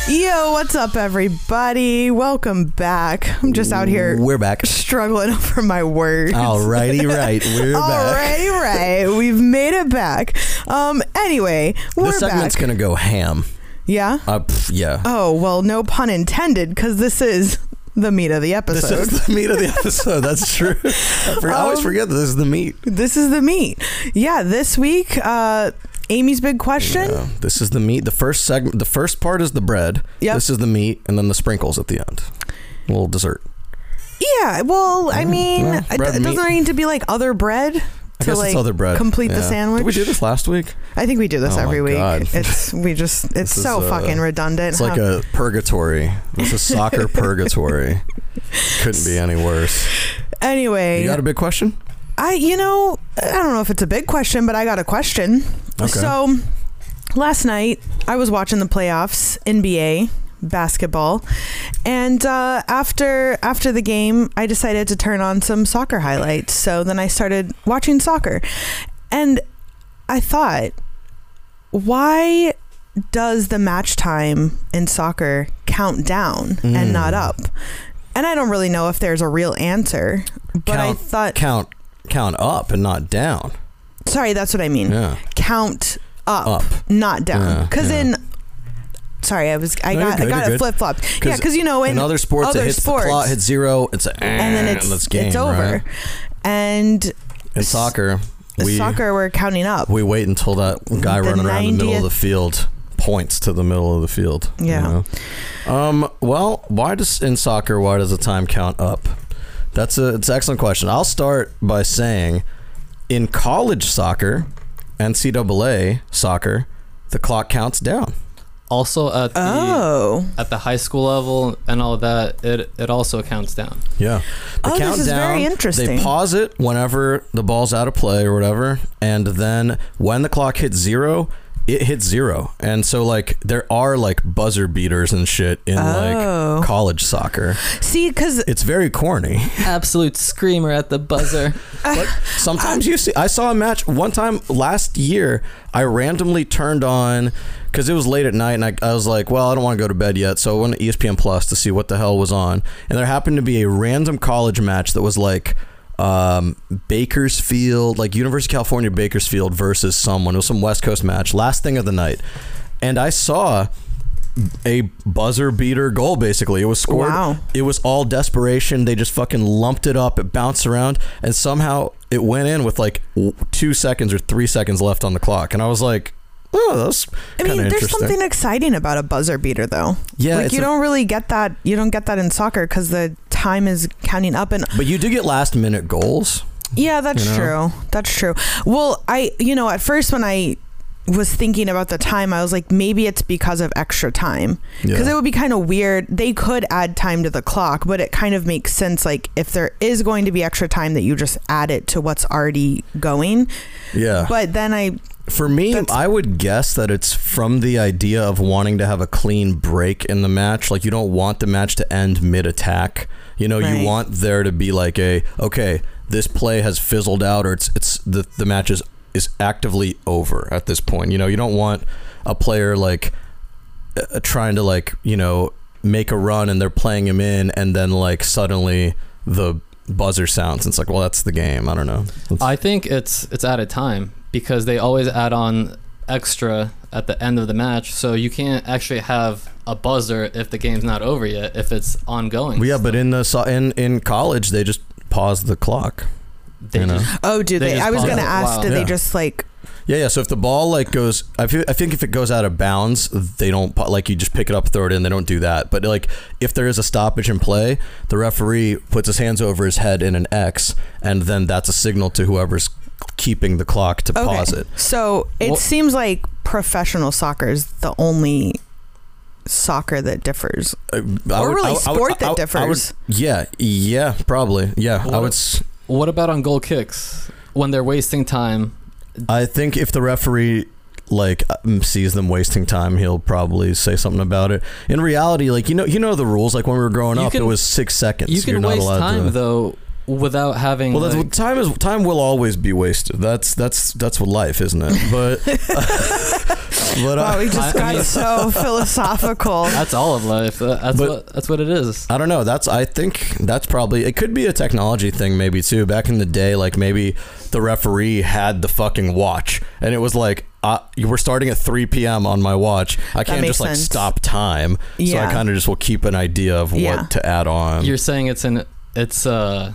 Speaker 6: Yo, what's up, everybody? Welcome back. I'm just out here
Speaker 5: We're back.
Speaker 6: struggling over my words.
Speaker 5: Alrighty, right. We're back.
Speaker 6: Alrighty, right. We've made it back. Um. Anyway, we're
Speaker 5: This segment's
Speaker 6: back.
Speaker 5: going to go ham.
Speaker 6: yeah.
Speaker 5: Uh, pff, yeah.
Speaker 6: Oh well, no pun intended, because this is the meat of the
Speaker 5: This
Speaker 6: episode.
Speaker 5: is the meat of the episode. That's true. I, for- I always
Speaker 6: Um,
Speaker 5: forget that this is the meat.
Speaker 6: this is the meat. Yeah. This week, uh, Amy's big question.
Speaker 5: Yeah, this is the meat. The first segment, the first part is the bread.
Speaker 6: Yep.
Speaker 5: This is the meat, and then the sprinkles at the end. A little dessert.
Speaker 6: Yeah. Well, I mean,
Speaker 5: well,
Speaker 6: it- it,
Speaker 5: bread and
Speaker 6: doesn't
Speaker 5: meat.
Speaker 6: there need to be like other bread
Speaker 5: I
Speaker 6: to
Speaker 5: guess
Speaker 6: like
Speaker 5: it's other bread.
Speaker 6: complete the
Speaker 5: Yeah.
Speaker 6: sandwich?
Speaker 5: Did we do this last week?
Speaker 6: I think we do this
Speaker 5: Oh my
Speaker 6: every week.
Speaker 5: God.
Speaker 6: It's we just it's
Speaker 5: is,
Speaker 6: so
Speaker 5: uh,
Speaker 6: fucking redundant.
Speaker 5: It's like
Speaker 6: How-
Speaker 5: a purgatory. This is soccer purgatory. Couldn't be any worse.
Speaker 6: anyway,
Speaker 5: You got a big question?
Speaker 6: I you know I don't know if it's a big question, but I got a question.
Speaker 5: Okay.
Speaker 6: So last night I was watching the playoffs NBA basketball, and uh, after after the game I decided to turn on some soccer highlights. So then I started watching soccer, and I thought, why does the match time in soccer count down
Speaker 5: Mm.
Speaker 6: and not up? And I don't really know if there's a real answer, but I
Speaker 5: Count-
Speaker 6: thought
Speaker 5: Count count up and not down.
Speaker 6: sorry that's what i mean
Speaker 5: Yeah.
Speaker 6: count up,
Speaker 5: Up.
Speaker 6: not down
Speaker 5: Yeah,
Speaker 6: because
Speaker 5: yeah.
Speaker 6: in sorry i was i
Speaker 5: No, you're
Speaker 6: got
Speaker 5: good,
Speaker 6: i got
Speaker 5: you're
Speaker 6: it
Speaker 5: good.
Speaker 6: flip-flopped yeah because you know in,
Speaker 5: in other sports,
Speaker 6: other
Speaker 5: it hits
Speaker 6: sports
Speaker 5: the plot, hits zero. It's a,
Speaker 6: and then it's
Speaker 5: that's game,
Speaker 6: it's over
Speaker 5: right?
Speaker 6: and
Speaker 5: In soccer, we
Speaker 6: soccer we're counting up
Speaker 5: We wait until that guy
Speaker 6: The
Speaker 5: running around the middle of the
Speaker 6: 90th
Speaker 5: field points to the middle of the field. you
Speaker 6: Yeah.
Speaker 5: know? Um. Well, why does in soccer why does the time count up? That's a it's an excellent question. I'll start by saying, in college soccer, NCAA soccer, the clock counts down.
Speaker 7: Also at the
Speaker 6: oh
Speaker 7: at the high school level and all that, it it also counts down.
Speaker 5: Yeah.
Speaker 6: Oh, this is very interesting.
Speaker 5: They pause it whenever the ball's out of play or whatever, and then when the clock hits zero, it hit zero. And so like there are like buzzer beaters and shit in
Speaker 6: Oh.
Speaker 5: like college soccer.
Speaker 6: See, because
Speaker 5: It's very corny.
Speaker 7: Absolute screamer at the buzzer.
Speaker 5: But sometimes you see. I saw a match one time last year. I randomly turned on because it was late at night, and I, I was like, "Well, I don't want to go to bed yet," so I went to E ESPN Plus to see what the hell was on. And there happened to be a random college match that was like um, Bakersfield, like University of California Bakersfield versus someone. It was some West Coast match, last thing of the night, and I saw a buzzer beater goal basically it was scored
Speaker 6: Wow.
Speaker 5: it was all desperation they just fucking lumped it up it bounced around and somehow it went in with like w- two seconds or three seconds left on the clock and i was like oh that's kind
Speaker 6: I
Speaker 5: of
Speaker 6: mean, there's
Speaker 5: interesting
Speaker 6: something exciting about a buzzer beater, though.
Speaker 5: Yeah,
Speaker 6: like
Speaker 5: it's
Speaker 6: you
Speaker 5: a-
Speaker 6: don't really get that. You don't get that in soccer because the time is counting up, and
Speaker 5: but you do get last minute goals
Speaker 6: Yeah, that's
Speaker 5: You know?
Speaker 6: true. That's true. Well, I you know, at first when I was thinking about the time, I was like maybe it's because of extra time. Cuz
Speaker 5: Yeah.
Speaker 6: it would be kind of weird. They could add time to the clock, but it kind of makes sense like if there is going to be extra time that you just add it to what's already going.
Speaker 5: yeah
Speaker 6: But then I
Speaker 5: For me,
Speaker 6: That's-
Speaker 5: I would guess that it's from the idea of wanting to have a clean break in the match. Like you don't want the match to end mid attack. You know,
Speaker 6: Right.
Speaker 5: you want there to be like a okay, this play has fizzled out, or it's it's the the match is is actively over at this point. You know, you don't want a player like uh, trying to like you know make a run and they're playing him in, and then like suddenly the buzzer sounds. And it's like, well, that's the game. I don't know. That's-
Speaker 7: I think it's it's out of time because they always add on extra at the end of the match, so you can't actually have a buzzer if the game's not over yet, if it's ongoing.
Speaker 5: Well, yeah, but in the so- in in college they just pause the clock.
Speaker 7: They
Speaker 5: you know.
Speaker 7: just-
Speaker 6: oh, do
Speaker 7: They
Speaker 6: they?
Speaker 7: just
Speaker 6: I was
Speaker 7: pause
Speaker 6: going to
Speaker 7: it.
Speaker 6: ask
Speaker 7: Wow.
Speaker 6: did they
Speaker 5: Yeah.
Speaker 6: just like
Speaker 5: Yeah, yeah. So if the ball like goes, I feel, I think if it goes out of bounds, they don't pa- like you just pick it up, throw it in. They don't do that. But like if there is a stoppage in play, the referee puts his hands over his head in an X, and then that's a signal to whoever's keeping the clock to
Speaker 6: okay.
Speaker 5: pause it.
Speaker 6: So, it
Speaker 7: Well-
Speaker 6: seems like professional soccer is the only soccer that differs
Speaker 5: Uh, I
Speaker 6: Or really
Speaker 5: I I
Speaker 6: sport that
Speaker 5: I would-
Speaker 6: differs.
Speaker 5: yeah, yeah, probably. Yeah, I
Speaker 7: What
Speaker 5: would.
Speaker 7: if-
Speaker 5: s-
Speaker 7: what about on goal kicks when they're wasting time?
Speaker 5: I think if the referee like um, sees them wasting time, he'll probably say something about it. In reality, like you know, you know the rules. Like when we were growing
Speaker 7: You
Speaker 5: up, it
Speaker 7: can-
Speaker 5: was six seconds.
Speaker 7: You can
Speaker 5: You're not
Speaker 7: waste
Speaker 5: allowed
Speaker 7: time
Speaker 5: to.
Speaker 7: though without having.
Speaker 5: well, that's,
Speaker 7: like-
Speaker 5: time is time will always be wasted. That's that's that's what life, isn't it? But but uh,
Speaker 6: Wow,
Speaker 5: I,
Speaker 6: we just
Speaker 7: I- I
Speaker 6: got
Speaker 7: mean-
Speaker 6: so philosophical.
Speaker 7: that's all of life. That- That's
Speaker 5: But-
Speaker 7: what that's what it is.
Speaker 5: I don't know. That's I think that's probably it. Could be a technology thing, maybe too. Back in the day, like maybe the referee had the fucking watch, and it was like. Uh, you were starting at 3 p.m. on my watch. I can't
Speaker 6: makes
Speaker 5: just like
Speaker 6: sense.
Speaker 5: stop time. So
Speaker 6: Yeah.
Speaker 5: I kind of just will keep an idea of what
Speaker 6: Yeah.
Speaker 5: to add on.
Speaker 7: You're saying it's an it's a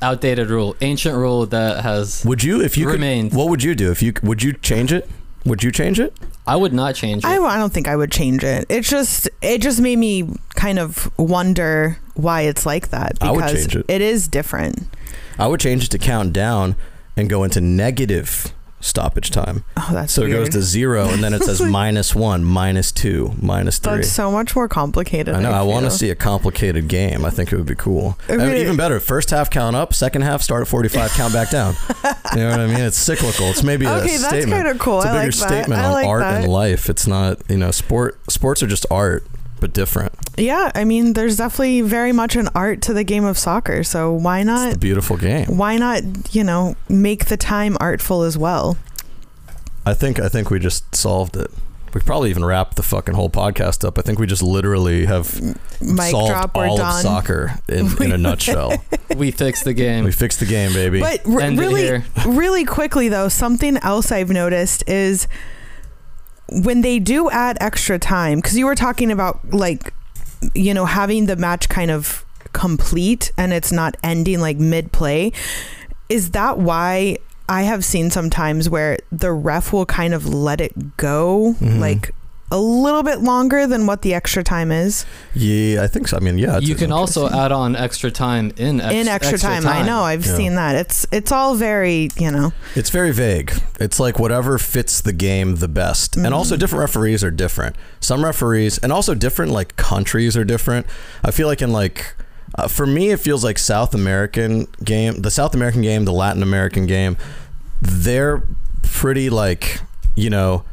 Speaker 7: outdated rule, ancient rule that has.
Speaker 5: would you if you
Speaker 7: Remained.
Speaker 5: could? What would you do if you would you change it? Would you change it?
Speaker 7: I would not change it.
Speaker 6: I, I don't think I would change it. It's just it just made me kind of wonder why it's like that
Speaker 5: I
Speaker 6: because
Speaker 5: would change it.
Speaker 6: it is different.
Speaker 5: I would change it to count down and go into negative stoppage time.
Speaker 6: Oh, that's
Speaker 5: So
Speaker 6: weird.
Speaker 5: it goes to zero, and then it says minus one, minus two, minus three.
Speaker 6: that's so much more complicated.
Speaker 5: I know. I, want to
Speaker 6: feel.
Speaker 5: see a complicated game. I think it would be cool.
Speaker 6: I
Speaker 5: And
Speaker 6: mean-
Speaker 5: Even better, first half count up, second half start at 45, count back down. You know what I mean? It's cyclical. It's maybe a
Speaker 6: Okay, that's
Speaker 5: statement.
Speaker 6: kinda cool.
Speaker 5: It's a
Speaker 6: I
Speaker 5: bigger
Speaker 6: like that.
Speaker 5: statement
Speaker 6: I
Speaker 5: on
Speaker 6: like
Speaker 5: art
Speaker 6: that.
Speaker 5: and life. It's not, you know, sport. Sports are just art, but different.
Speaker 6: Yeah, I mean, there's definitely very much an art to the game of soccer. So why
Speaker 5: It's
Speaker 6: not?
Speaker 5: a beautiful game.
Speaker 6: Why not? You know, make the time artful as well.
Speaker 5: I think. I think we just solved it. We could probably even wrap the fucking whole podcast up. I think we just literally have
Speaker 6: Mic
Speaker 5: solved
Speaker 6: drop. We're
Speaker 5: all of
Speaker 6: done.
Speaker 5: soccer in, in a nutshell.
Speaker 7: we fixed the game.
Speaker 5: we fixed the game, baby.
Speaker 6: But r-
Speaker 7: End it
Speaker 6: really,
Speaker 7: here.
Speaker 6: really quickly though, something else I've noticed is when they do add extra time, because you were talking about like, you know, having the match kind of complete and it's not ending like mid play. Is that why I have seen sometimes where the ref will kind of let it go
Speaker 5: Mhm.
Speaker 6: like a little bit longer than what the extra time is?
Speaker 5: yeah, I think so. I mean, yeah. it's
Speaker 7: you can also
Speaker 6: interesting.
Speaker 7: add on extra time in ex-
Speaker 6: In extra, time. I know, I've
Speaker 5: Yeah.
Speaker 6: seen that. It's it's all very, you know.
Speaker 5: It's very vague. It's like whatever fits the game the best. And also
Speaker 6: Mm-hmm.
Speaker 5: different referees are different. Some referees and also different like countries are different. I feel like in like uh, for me it feels like South American game, the South American game, the Latin American game, they're pretty like, you know,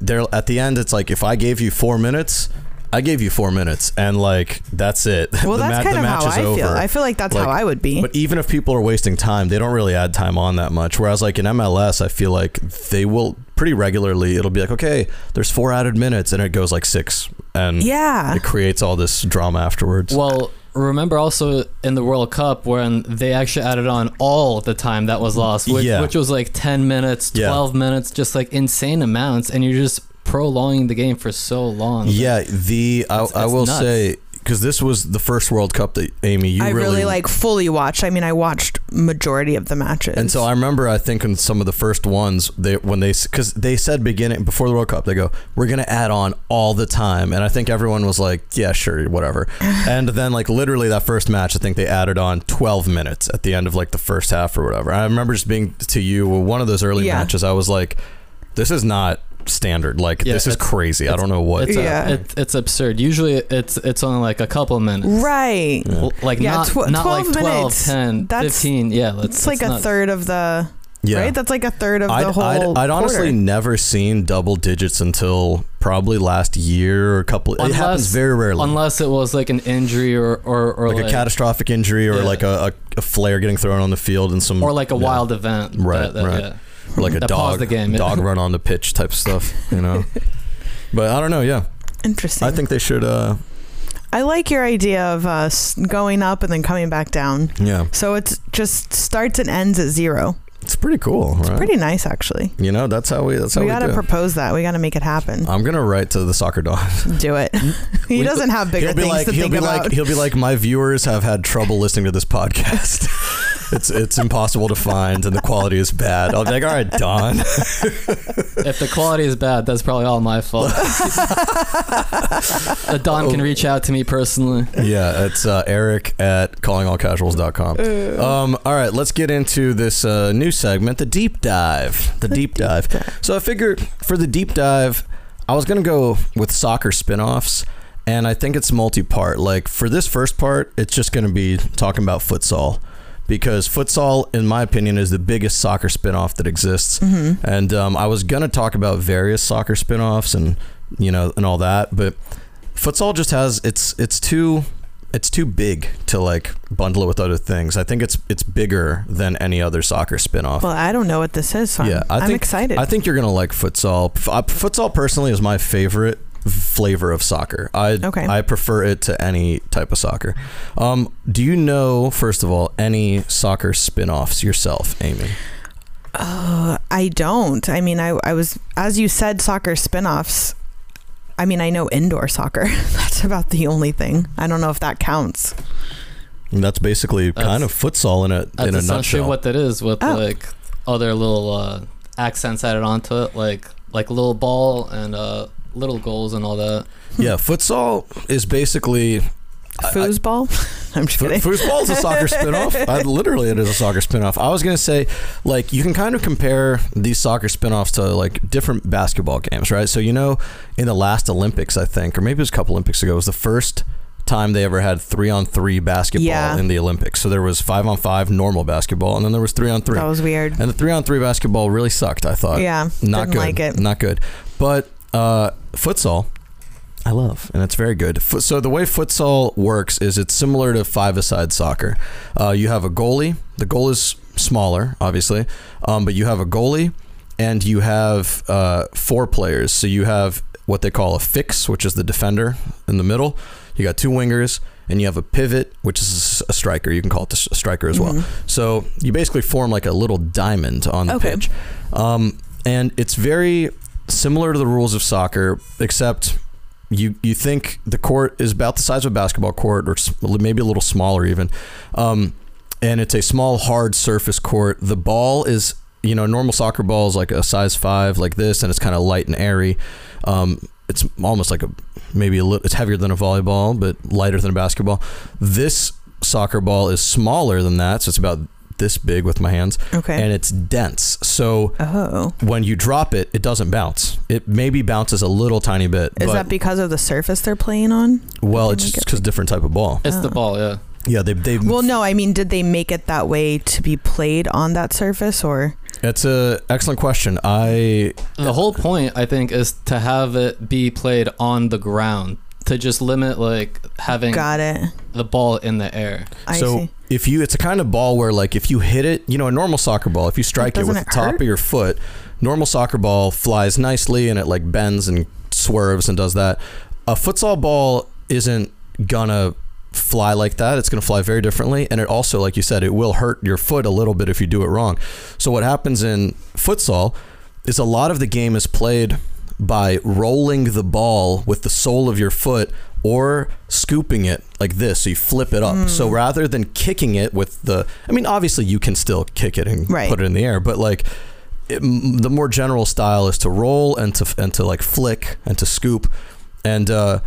Speaker 5: they're at the end. It's like if I gave you four minutes, I gave you four minutes, and like that's it.
Speaker 6: Well,
Speaker 5: The
Speaker 6: that's
Speaker 5: ma-
Speaker 6: kind
Speaker 5: the
Speaker 6: of
Speaker 5: match
Speaker 6: how
Speaker 5: is
Speaker 6: I feel.
Speaker 5: over.
Speaker 6: I feel like that's how I would be.
Speaker 5: But even if people are wasting time, they don't really add time on that much. Whereas like in MLS, I feel like they will pretty regularly. It'll be like okay, there's four added minutes, and it goes like six, and
Speaker 6: yeah.
Speaker 5: it creates all this drama afterwards.
Speaker 7: Well, remember also in the World Cup when they actually added on all the time that was lost, which,
Speaker 5: Yeah.
Speaker 7: which was like 10 minutes,
Speaker 5: Yeah.
Speaker 7: 12 minutes, just like insane amounts. And you're just prolonging the game for so long.
Speaker 5: yeah, the I,
Speaker 7: That's-
Speaker 5: I
Speaker 7: that's
Speaker 5: will
Speaker 7: nuts.
Speaker 5: say because this was the first World Cup that Amy you
Speaker 6: I really, like fully watched. I mean, I watched majority of the matches.
Speaker 5: And so I remember, I think in some of the first ones, they when they because they said beginning before the World Cup, they go, "We're gonna add on all the time," and I think everyone was like, "Yeah, sure, whatever." and then like literally that first match, I think they added on 12 minutes at the end of like the first half or whatever. I remember just being to you well, one of those early
Speaker 6: Yeah.
Speaker 5: matches. I was like, "This is not standard. Like
Speaker 7: Yeah,
Speaker 5: this is
Speaker 7: it's-
Speaker 5: crazy. I don't know what."
Speaker 7: It's,
Speaker 6: Yeah.
Speaker 7: yeah. it's, it's absurd. Usually it's it's only like a couple minutes.
Speaker 6: right.
Speaker 7: L- Like
Speaker 6: Yeah,
Speaker 7: not,
Speaker 6: tw-
Speaker 7: not
Speaker 6: 12
Speaker 7: like 12,
Speaker 6: minutes.
Speaker 7: 10,
Speaker 6: That's-
Speaker 7: 15. Yeah, that's,
Speaker 6: It's like
Speaker 7: that's
Speaker 6: a
Speaker 7: nuts.
Speaker 6: third of the
Speaker 5: yeah.
Speaker 6: right. That's like a third of
Speaker 5: I'd,
Speaker 6: the whole.
Speaker 5: I'd, I'd honestly
Speaker 6: quarter.
Speaker 5: never seen double digits until probably last year or a couple. it happens
Speaker 7: Unless-
Speaker 5: very rarely.
Speaker 7: Unless it was like an injury or, or, or
Speaker 5: like,
Speaker 7: like,
Speaker 5: a catastrophic injury or
Speaker 7: Yeah.
Speaker 5: like a, a, a flare getting thrown on the field and some
Speaker 7: or like a
Speaker 5: yeah,
Speaker 7: wild event.
Speaker 5: Right,
Speaker 7: that- that-
Speaker 5: right.
Speaker 7: yeah.
Speaker 5: or like a
Speaker 7: that
Speaker 5: dog
Speaker 7: paused the game.
Speaker 5: dog run on the pitch type stuff you know but I don't know yeah
Speaker 6: Interesting.
Speaker 5: I think they should uh
Speaker 6: I like your idea of us going up and then coming back down.
Speaker 5: yeah
Speaker 6: So it's just starts and ends at zero.
Speaker 5: it's pretty cool
Speaker 6: It's
Speaker 5: right?
Speaker 6: pretty nice, actually.
Speaker 5: you know that's how we that's how
Speaker 6: we
Speaker 5: we,
Speaker 6: got to
Speaker 5: do it.
Speaker 6: propose that. We got to make it happen.
Speaker 5: I'm gonna write to the soccer dog
Speaker 6: Do it. he
Speaker 5: We-
Speaker 6: doesn't have bigger
Speaker 5: he'll be
Speaker 6: things
Speaker 5: like
Speaker 6: to
Speaker 5: he'll
Speaker 6: think
Speaker 5: be
Speaker 6: about.
Speaker 5: like he'll be like my viewers have had trouble listening to this podcast it's it's impossible to find and the quality is bad I'll be like all right Don
Speaker 7: if the quality is bad, that's probably all my fault. Uh, Don
Speaker 5: Oh.
Speaker 7: can reach out to me personally.
Speaker 5: yeah, it's uh, Eric at callingallcasuals.com. Um, all right, let's get into this uh, new segment, the deep dive. The, deep, dive. So I figure for the deep dive, I was going to go with soccer spin-offs, and I think it's multi-part. Like for this first part, it's just going to be talking about futsal. Because futsal, in my opinion, is the biggest soccer spin-off that exists, and um, I was gonna talk about various soccer spin-offs and you know and all that, but futsal just has it's it's too it's too big to like bundle it with other things. I think it's it's bigger than any other soccer spinoff.
Speaker 6: well, I don't know what this is. So I'm-
Speaker 5: yeah, I
Speaker 6: I'm,
Speaker 5: think,
Speaker 6: excited.
Speaker 5: I think you're gonna like futsal. F- I- Futsal personally is my favorite flavor of soccer. I
Speaker 6: Okay.
Speaker 5: I prefer it to any type of soccer. Um, do you know first of all any soccer spin-offs yourself, Amy?
Speaker 6: Uh, I don't. I mean, I, I was, as you said, soccer spin-offs. I mean, I know indoor soccer. That's about the only thing. I don't know if that counts.
Speaker 5: And that's basically
Speaker 7: That's-
Speaker 5: kind of futsal in a
Speaker 7: That's
Speaker 5: in a
Speaker 7: essentially
Speaker 5: nutshell.
Speaker 7: what that is with
Speaker 6: Oh.
Speaker 7: like other little uh, accents added onto it, like like little ball and uh, little goals and all that.
Speaker 5: yeah, futsal is basically
Speaker 6: Foosball? I, am just
Speaker 5: Fo-
Speaker 6: kidding.
Speaker 5: Foosball is a soccer spinoff. I, literally, it is a soccer spinoff. I was going to say, like, you can kind of compare these soccer spinoffs to, like, different basketball games, right? So, you know, in the last Olympics, I think, or maybe it was a couple Olympics ago, it was the first time they ever had three on three basketball
Speaker 6: Yeah.
Speaker 5: in the Olympics. So there was five on five normal basketball, and then there was three on three.
Speaker 6: That was weird.
Speaker 5: And the three on three basketball really sucked. I thought.
Speaker 6: Yeah,
Speaker 5: Not
Speaker 6: didn't
Speaker 5: good.
Speaker 6: like it.
Speaker 5: Not good. But uh, futsal, I love, and it's very good. Fu- So the way futsal works is it's similar to five-a-side soccer. Uh, you have a goalie. The goal is smaller, obviously, um, but you have a goalie, and you have uh, four players. So you have what they call a fix, which is the defender in the middle. You got two wingers, and you have a pivot, which is a striker. You can call it the s- a striker as well. So you basically form like a little diamond on the
Speaker 6: Okay.
Speaker 5: pitch, um, and it's very similar to the rules of soccer, except you you think the court is about the size of a basketball court, or s- maybe a little smaller even, um, and it's a small hard surface court. The ball is you know normal soccer ball is like a size five like this, and it's kind of light and airy. Um, it's almost like a maybe a little it's heavier than a volleyball, but lighter than a basketball. This soccer ball is smaller than that, so it's about this big with my hands,
Speaker 6: Okay.
Speaker 5: and it's dense. So
Speaker 6: oh.
Speaker 5: when you drop it, it doesn't bounce. It maybe bounces a little tiny bit.
Speaker 6: Is
Speaker 5: but,
Speaker 6: that because of the surface they're playing on?
Speaker 5: well,
Speaker 6: they
Speaker 5: it's
Speaker 6: make
Speaker 5: just
Speaker 6: it-
Speaker 5: because different type of ball.
Speaker 7: It's the
Speaker 6: Oh.
Speaker 7: ball, yeah.
Speaker 5: Yeah, they they
Speaker 6: Well, no, I mean, did they make it that way to be played on that surface or?
Speaker 5: That's a excellent question. I
Speaker 7: The whole point, I think, is to have it be played on the ground to just limit like having
Speaker 6: Got it.
Speaker 7: the ball in the air.
Speaker 6: I
Speaker 5: so
Speaker 6: see.
Speaker 5: if you it's a kind of ball where like if you hit it, you know, a normal soccer ball, if you strike it with
Speaker 6: doesn't
Speaker 5: the
Speaker 6: it
Speaker 5: top
Speaker 6: hurt?
Speaker 5: of your foot, normal soccer ball flies nicely and it like bends and swerves and does that. A futsal ball isn't gonna fly like that. It's gonna fly very differently and it also like you said it will hurt your foot a little bit if you do it wrong. So what happens in futsal is a lot of the game is played by rolling the ball with the sole of your foot or scooping it like this. So you flip it up. So rather than kicking it with the, I mean, obviously you can still kick it and
Speaker 6: Right.
Speaker 5: put it in the air, but like it, m- the more general style is to roll and to and to like flick and to scoop, and uh,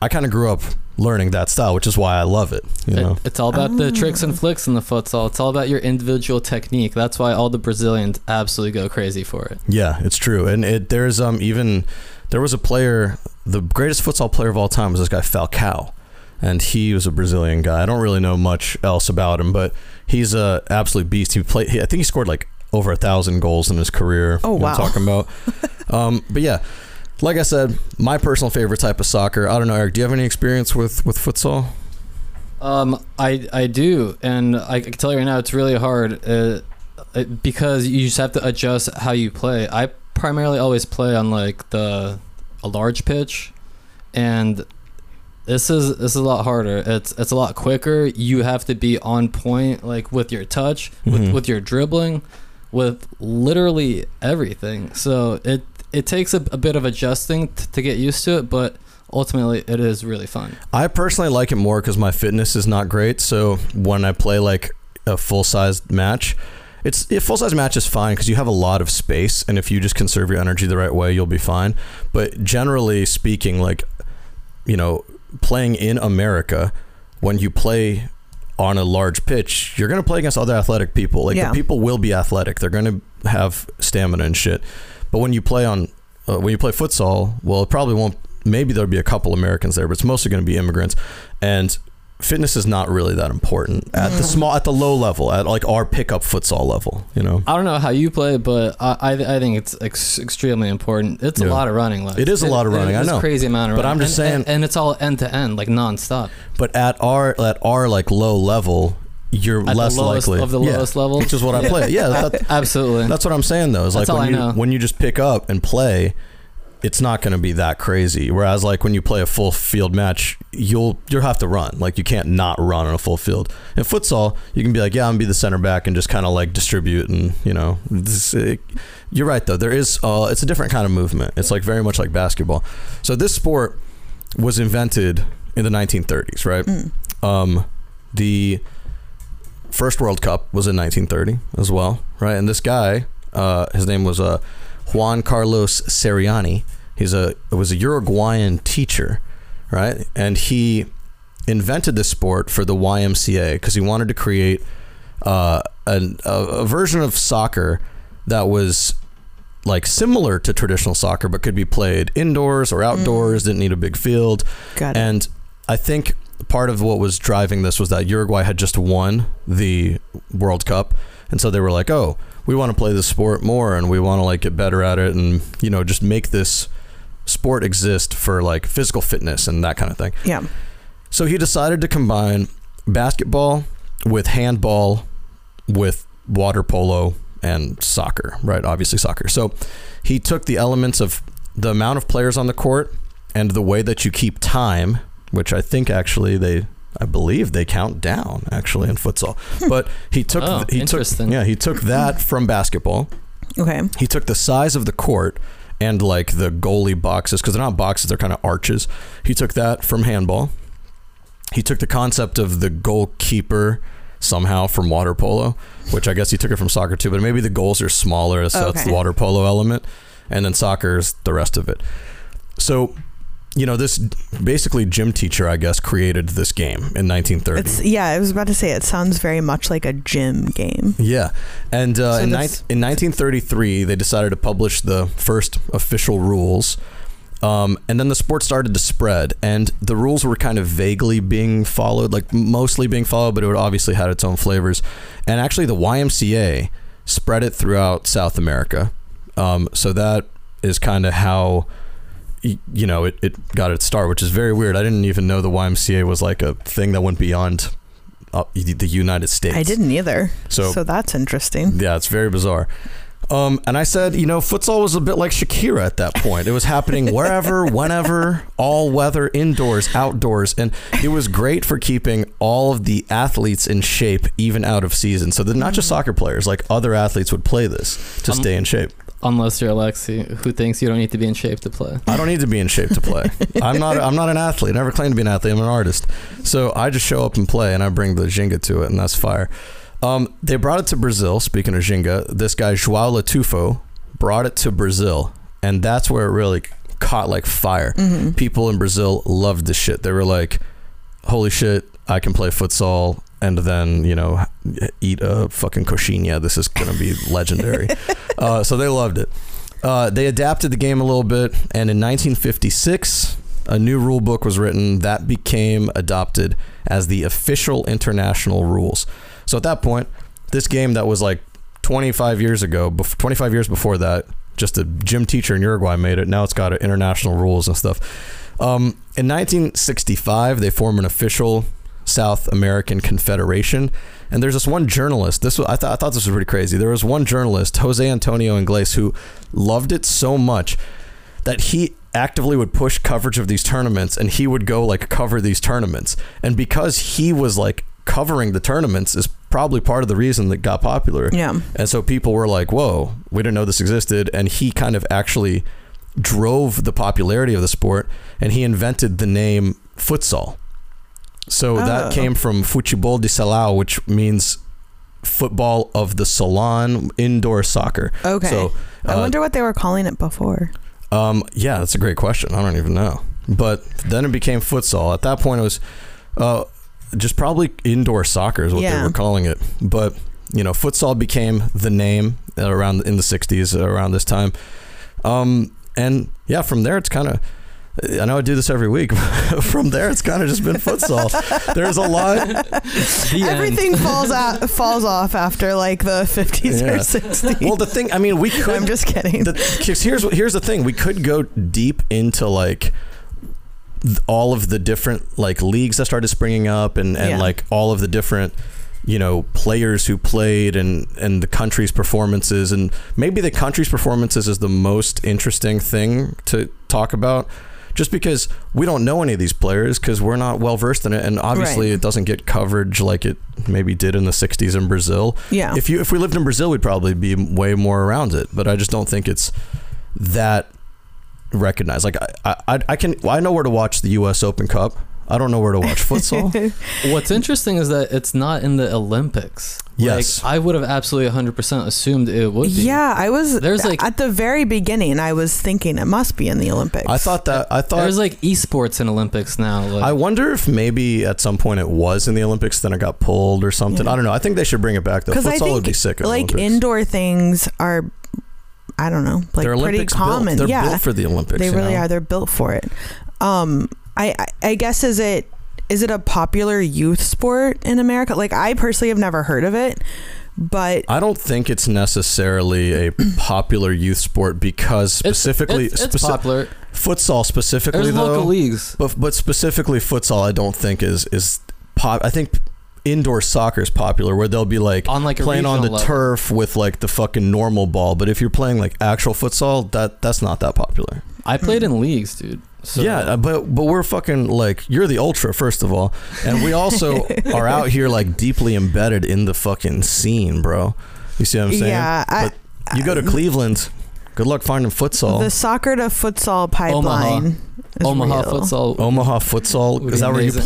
Speaker 5: I kind of grew up learning that style, which is why I love it. You
Speaker 7: It-
Speaker 5: know,
Speaker 7: it's all about the tricks and flicks in the futsal. It's all about your individual technique. That's why all the Brazilians absolutely go crazy for it.
Speaker 5: Yeah, it's true. And it there's um even there was a player, the greatest futsal player of all time was this guy Falcao, and he was a Brazilian guy. I don't really know much else about him, but he's a absolute beast. He played. He, I think he scored like over a thousand goals in his career.
Speaker 6: Oh,
Speaker 5: you know what I'm
Speaker 6: wow.
Speaker 5: talking about. um, but yeah. Like I said, my personal favorite type of soccer. I don't know, Eric. Do you have any experience with with futsal?
Speaker 7: Um, I I do, and I, can tell you right now, it's really hard, uh, it- because you just have to adjust how you play. I primarily always play on like the a large pitch, and this is this is a lot harder. It's it's a lot quicker. You have to be on point, like with your touch, with,
Speaker 5: Mhm.
Speaker 7: with your dribbling, with literally everything. So it it takes a, a bit of adjusting t- to get used to it, but ultimately it is really fun.
Speaker 5: I personally like it more because my fitness is not great. So when I play like a full sized match, it's a full size match is fine because you have a lot of space, and if you just conserve your energy the right way, you'll be fine. But generally speaking, like you know, playing in America, when you play on a large pitch, you're going to play against other athletic people. Like
Speaker 6: Yeah.
Speaker 5: the people will be athletic; they're going to have stamina and shit. But when you play on uh, when you play futsal, well, it probably won't. Maybe there'll be a couple Americans there, but it's mostly going to be immigrants, and fitness is not really that important at the small, at the low level, at like our pickup futsal level. You know,
Speaker 7: I don't know how you play, but I I, I think it's ex- extremely important. It's
Speaker 5: Yeah.
Speaker 7: a lot of running. Like
Speaker 5: It is a lot of running, I
Speaker 7: It's
Speaker 5: know.
Speaker 7: a crazy amount of
Speaker 5: But
Speaker 7: running.
Speaker 5: I'm just
Speaker 7: And- and-
Speaker 5: saying-
Speaker 7: and it's all end to end, like nonstop.
Speaker 5: but at our at our like low level, you're
Speaker 7: At the
Speaker 5: less
Speaker 7: lowest
Speaker 5: likely
Speaker 7: of the
Speaker 5: Yeah.
Speaker 7: lowest level?
Speaker 5: which is what I play. Yeah, that-
Speaker 7: Absolutely.
Speaker 5: That's what I'm saying though. Is like
Speaker 7: That's all
Speaker 5: when
Speaker 7: I
Speaker 5: you
Speaker 7: know.
Speaker 5: when you just pick up and play, it's not going to be that crazy. Whereas like when you play a full field match, you'll you'll have to run. Like you can't not run on a full field. In futsal, you can be like, yeah, I'm gonna be the center back and just kind of like distribute and you know. This, it- you're right though. There is uh, it's a different kind of movement. It's like very much like basketball. So this sport was invented in the 1930s, right? Um, the first World Cup was in 1930 as well, right? And this guy, uh, his name was uh, Juan Carlos Seriani. He's a was a Uruguayan teacher, right? And he invented this sport for the YMCA because he wanted to create uh, an, a, a version of soccer that was like similar to traditional soccer, but could be played indoors or outdoors. Didn't need a big field.
Speaker 6: Mm. Got it.
Speaker 5: And I think part of what was driving this was that Uruguay had just won the World Cup, and so they were like, "Oh, we want to play this sport more, and we want to like get better at it, and you know, just make this sport exist for like physical fitness and that kind of thing."
Speaker 6: Yeah.
Speaker 5: So he decided to combine basketball with handball with water polo and soccer, right? Obviously soccer. So he took the elements of the amount of players on the court and the way that you keep time, which I think actually they I believe they count down actually in futsal. But he took
Speaker 7: Oh,
Speaker 5: he
Speaker 7: interesting.
Speaker 5: took yeah, he took that from basketball
Speaker 6: Okay.
Speaker 5: he took the size of the court and like the goalie boxes because they're not boxes they're kind of arches he took that from handball he took the concept of the goalkeeper somehow from water polo which i guess he took it from soccer too but maybe the goals are smaller so that's the
Speaker 6: Okay.
Speaker 5: water polo element and then soccer is the rest of it so you know this basically gym teacher i guess created this game in 1930
Speaker 6: It's yeah. I was about to say it sounds very much like a gym game.
Speaker 5: yeah, and uh,
Speaker 6: So
Speaker 5: in, ni- in
Speaker 6: that's-
Speaker 5: 1933, they decided to publish the first official rules, um, and then the sport started to spread. And the rules were kind of vaguely being followed, like mostly being followed, but it would obviously had its own flavors. And actually, the YMCA spread it throughout South America. Um, so that is kind of how y- you know it, it got its start, which is very weird. I didn't even know the YMCA was like a thing that went beyond uh, the United States.
Speaker 6: I didn't either.
Speaker 5: So-
Speaker 6: So, that's interesting.
Speaker 5: Yeah, it's very bizarre. Um, and I said, you know, futsal was a bit like Shakira at that point. It was happening wherever, whenever, all weather, indoors, outdoors. And it was great for keeping all of the athletes in shape, even out of season. So, the, not just soccer players, like other athletes would play this to
Speaker 7: Um,
Speaker 5: stay in shape.
Speaker 7: Unless you're Alexi, who thinks you don't need to be in shape to play.
Speaker 5: I don't need to be in shape to play. I'm not. I'm not an athlete. I never claimed to be an athlete. I'm an artist. So I just show up and play, and I bring the Jenga to it, and that's fire. Um, they brought it to Brazil. Speaking of Jenga, this guy Joao Latufo brought it to Brazil, and that's where it really caught like fire. People in Brazil loved this shit. They were like, "Holy shit, I can play futsal." And then you know, eat a fucking coxinha. This is gonna be legendary. uh, so they loved it. Uh, they adapted the game a little bit, and in 1956, a new rule book was written that became adopted as the official international rules. So at that point, this game that was like 25 years ago, bef- 25 years before that, just a gym teacher in Uruguay made it. Now it's got international rules and stuff. Um, in 1965, they form an official South American Confederation. And there's this one journalist. This was, I thought I thought this was pretty crazy. There was one journalist, Jose Antonio Inglés, who loved it so much that he actively would push coverage of these tournaments and he would go like cover these tournaments. And because he was like covering the tournaments is probably part of the reason that got popular.
Speaker 6: Yeah.
Speaker 5: And so people were like, whoa, we didn't know this existed. And he kind of actually drove the popularity of the sport and he invented the name futsal. So that
Speaker 6: Oh.
Speaker 5: came from futebol de salão, which means football of the salon, indoor soccer.
Speaker 6: Okay.
Speaker 5: So
Speaker 6: I
Speaker 5: uh,
Speaker 6: wonder what they were calling it before.
Speaker 5: um, yeah, that's a great question. I don't even know. But then it became futsal. At that point, it was uh, just probably indoor soccer is what they
Speaker 6: Yeah.
Speaker 5: were calling it. But you know, futsal became the name around in the '60s, around this time. Um, and yeah, from there it's kind of. I know I do this every week. But from there, it's kind of just been futsal. There's a lot.
Speaker 7: The end.
Speaker 6: Everything falls out falls off after like the 50s
Speaker 5: Yeah.
Speaker 6: or 60s.
Speaker 5: Well, the thing. I mean, we could.
Speaker 6: I'm just kidding.
Speaker 5: the, 'cause here's what- here's the thing. We could go deep into like th- all of the different like leagues that started springing up, and and
Speaker 6: Yeah.
Speaker 5: like all of the different you know players who played and and the country's performances and maybe the country's performances is the most interesting thing to talk about just because we don't know any of these players because we're not well versed in it and obviously
Speaker 6: Right.
Speaker 5: it doesn't get coverage like it maybe did in the 60s in brazil
Speaker 6: Yeah.
Speaker 5: if you if we lived in Brazil, we'd probably be way more around it. But I just don't think it's that recognized. Like I I, I can I know where to watch the U.S. Open Cup. I don't know where to watch futsal.
Speaker 7: What's interesting is that it's not in the Olympics.
Speaker 5: Yes.
Speaker 7: Like, I would have absolutely 100% assumed it would be.
Speaker 6: yeah, I was
Speaker 7: There's, like-
Speaker 6: at the very beginning I was thinking it must be in the Olympics.
Speaker 5: I thought that I thought
Speaker 7: There's like esports in Olympics now. Like,
Speaker 5: I wonder if maybe at some point it was in the Olympics, then it got pulled or something. I don't know. I think they should bring it back though.
Speaker 6: because I
Speaker 5: Futsal
Speaker 6: think
Speaker 5: would be sick. at
Speaker 6: like
Speaker 5: Olympics.
Speaker 6: indoor things are I don't know, like
Speaker 5: They're
Speaker 6: pretty
Speaker 5: Olympics
Speaker 6: common.
Speaker 5: Built. They're
Speaker 6: yeah.
Speaker 5: built for the Olympics.
Speaker 6: they
Speaker 5: you
Speaker 6: really
Speaker 5: know?
Speaker 6: are they're built for it um I, I i guess is it is it a popular youth sport in america like i personally have never heard of it but
Speaker 5: I don't think it's necessarily a popular youth sport because
Speaker 7: It's-
Speaker 5: specifically
Speaker 7: it's, it's
Speaker 5: speci-
Speaker 7: popular.
Speaker 5: futsal specifically
Speaker 7: There's
Speaker 5: though
Speaker 7: local leagues.
Speaker 5: But but specifically futsal, I don't think is is pop. I think indoor soccer is popular where they'll be like
Speaker 7: On, like, a
Speaker 5: playing on the
Speaker 7: regional level.
Speaker 5: turf with like the fucking normal ball. But if you're playing like actual futsal, that that's not that popular.
Speaker 7: I played in leagues, dude. So
Speaker 5: Yeah, uh, but but we're fucking like you're the ultra first of all, and we also are out here like deeply embedded in the fucking scene, bro. You see what I'm saying?
Speaker 6: yeah I,
Speaker 5: But you go to Cleveland. Good luck finding futsal.
Speaker 6: the soccer to futsal pipeline is
Speaker 7: Omaha
Speaker 6: real.
Speaker 7: futsal.
Speaker 5: Omaha futsal.
Speaker 7: Would
Speaker 5: Is
Speaker 7: be
Speaker 5: that where you
Speaker 7: amazing.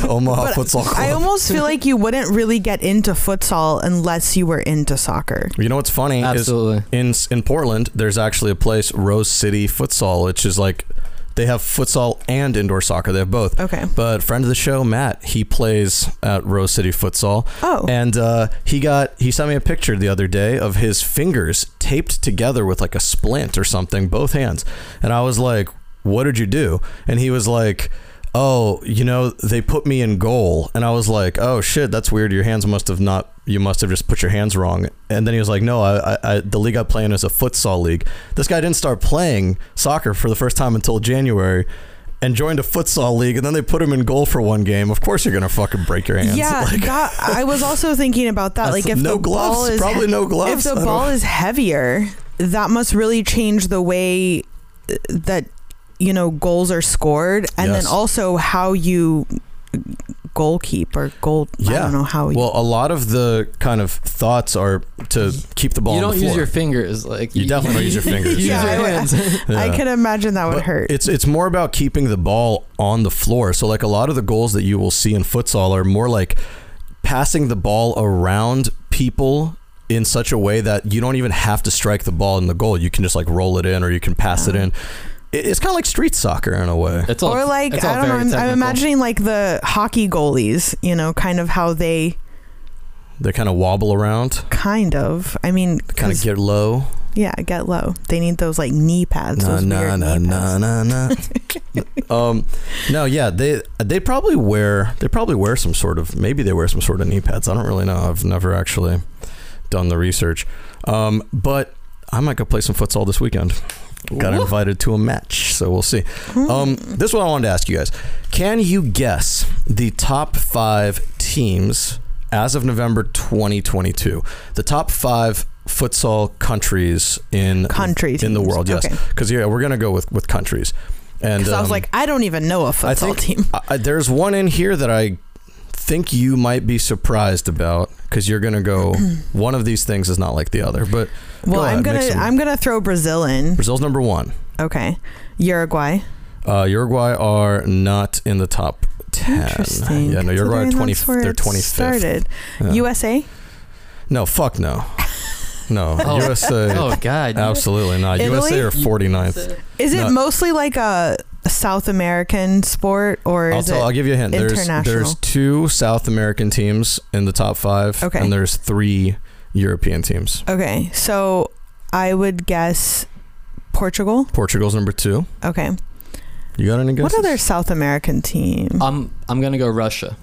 Speaker 5: played? Omaha
Speaker 6: But
Speaker 5: futsal club.
Speaker 6: I almost feel like you wouldn't really get into futsal unless you were into soccer.
Speaker 5: You know what's funny
Speaker 7: Absolutely.
Speaker 5: is in in Portland there's actually a place Rose City Futsal, which is like they have futsal and indoor soccer. They have both.
Speaker 6: Okay.
Speaker 5: But friend of the show Matt, he plays at Rose City Futsal.
Speaker 6: Oh.
Speaker 5: And uh, he got he sent me a picture the other day of his fingers taped together with like a splint or something, both hands. And I was like, "What did you do?" And he was like. "Oh, you know, they put me in goal," and I was like, "Oh shit, that's weird. Your hands must have not. You must have just put your hands wrong." And then he was like, "No, I, I, I the league I play in is a futsal league. This guy didn't start playing soccer for the first time until January." And joined a futsal league, and then they put him in goal for one game. Of course, you're gonna fucking break your hands.
Speaker 6: Yeah,
Speaker 5: Like-
Speaker 6: that, I was also thinking about that.
Speaker 5: That's-
Speaker 6: Like if
Speaker 5: no
Speaker 6: the ball
Speaker 5: gloves,
Speaker 6: is
Speaker 5: probably no gloves,
Speaker 6: If
Speaker 5: I
Speaker 6: the
Speaker 5: don't-
Speaker 6: ball is heavier, that must really change the way uh, that you know goals are scored, and
Speaker 5: Yes.
Speaker 6: then also how you goalkeep or goal. I don't know how.
Speaker 5: Well, a lot of the kind of thoughts are to keep the ball.
Speaker 7: you
Speaker 5: on
Speaker 7: don't
Speaker 5: the
Speaker 7: use
Speaker 5: floor.
Speaker 7: your fingers. Like
Speaker 5: You definitely don't use your fingers.
Speaker 7: use
Speaker 6: yeah,
Speaker 7: your
Speaker 6: I, would-
Speaker 7: hands.
Speaker 6: I
Speaker 5: Yeah.
Speaker 6: can imagine that would
Speaker 5: But
Speaker 6: hurt.
Speaker 5: It's it's more about keeping the ball on the floor. So like a lot of the goals that you will see in futsal are more like passing the ball around people in such a way that you don't even have to strike the ball in the goal. You can just like roll it in or you can pass
Speaker 6: Oh.
Speaker 5: it in. It- It's kind of like street soccer in a way.
Speaker 7: It's all,
Speaker 6: or like
Speaker 7: it's all
Speaker 6: I don't know. I'm,
Speaker 7: very
Speaker 6: I'm
Speaker 7: technical.
Speaker 6: imagining like the hockey goalies. You know, kind of how they
Speaker 5: They kind of wobble around,
Speaker 6: kind of. I mean,
Speaker 5: kind
Speaker 6: 'cause-
Speaker 5: of get low.
Speaker 6: yeah, get low. They need those like knee pads.
Speaker 5: No,
Speaker 6: those
Speaker 5: no,
Speaker 6: weird
Speaker 5: no,
Speaker 6: knee pads.
Speaker 5: no, no, no. Um, no, yeah, they they probably wear they probably wear some sort of maybe they wear some sort of knee pads. I don't really know. I've never actually done the research. Um, but I might go play some futsal this weekend. Got invited to a match, so we'll see.
Speaker 6: Hmm.
Speaker 5: Um, this is what I wanted to ask you guys: Can you guess the top five teams as of November 2022? The top five futsal countries in
Speaker 6: Country
Speaker 5: in the
Speaker 6: teams.
Speaker 5: world. Yes,
Speaker 6: Okay.
Speaker 5: because yeah, we're gonna go with with countries. And
Speaker 6: Because I was
Speaker 5: um,
Speaker 6: like, I don't even know a
Speaker 5: I
Speaker 6: futsal
Speaker 5: think
Speaker 6: team.
Speaker 5: I, I- there's one in here that I think you might be surprised about because you're gonna go. one of these things is not like the other, but go
Speaker 6: Well, I'm
Speaker 5: ahead, make
Speaker 6: gonna
Speaker 5: some-
Speaker 6: I'm gonna throw Brazil in.
Speaker 5: Brazil's number one.
Speaker 6: Okay, Uruguay.
Speaker 5: Uh, Uruguay are not in the top ten.
Speaker 6: Interesting.
Speaker 5: Yeah, no, Uruguay are
Speaker 6: considering
Speaker 5: twenty.
Speaker 6: that's where
Speaker 5: They're
Speaker 6: it
Speaker 5: twenty fifth.
Speaker 6: Started.
Speaker 5: Yeah.
Speaker 6: USA.
Speaker 5: No, fuck no, no.
Speaker 7: Oh.
Speaker 5: USA,
Speaker 7: Oh God!
Speaker 5: absolutely not.
Speaker 6: Italy?
Speaker 5: USA are 49th.
Speaker 6: Is it
Speaker 5: No.
Speaker 6: mostly like a South American sport or
Speaker 5: I'll,
Speaker 6: is
Speaker 5: tell, I'll
Speaker 6: it?
Speaker 5: give you a hint. There's there's
Speaker 6: international?
Speaker 5: two South American teams in the top five,
Speaker 6: Okay.
Speaker 5: and there's three European teams.
Speaker 6: okay, so I would guess Portugal.
Speaker 5: Portugal's number two.
Speaker 6: Okay,
Speaker 5: You got any guesses?
Speaker 6: what other South American team?
Speaker 5: Uh,
Speaker 7: I'm I'm gonna go Russia.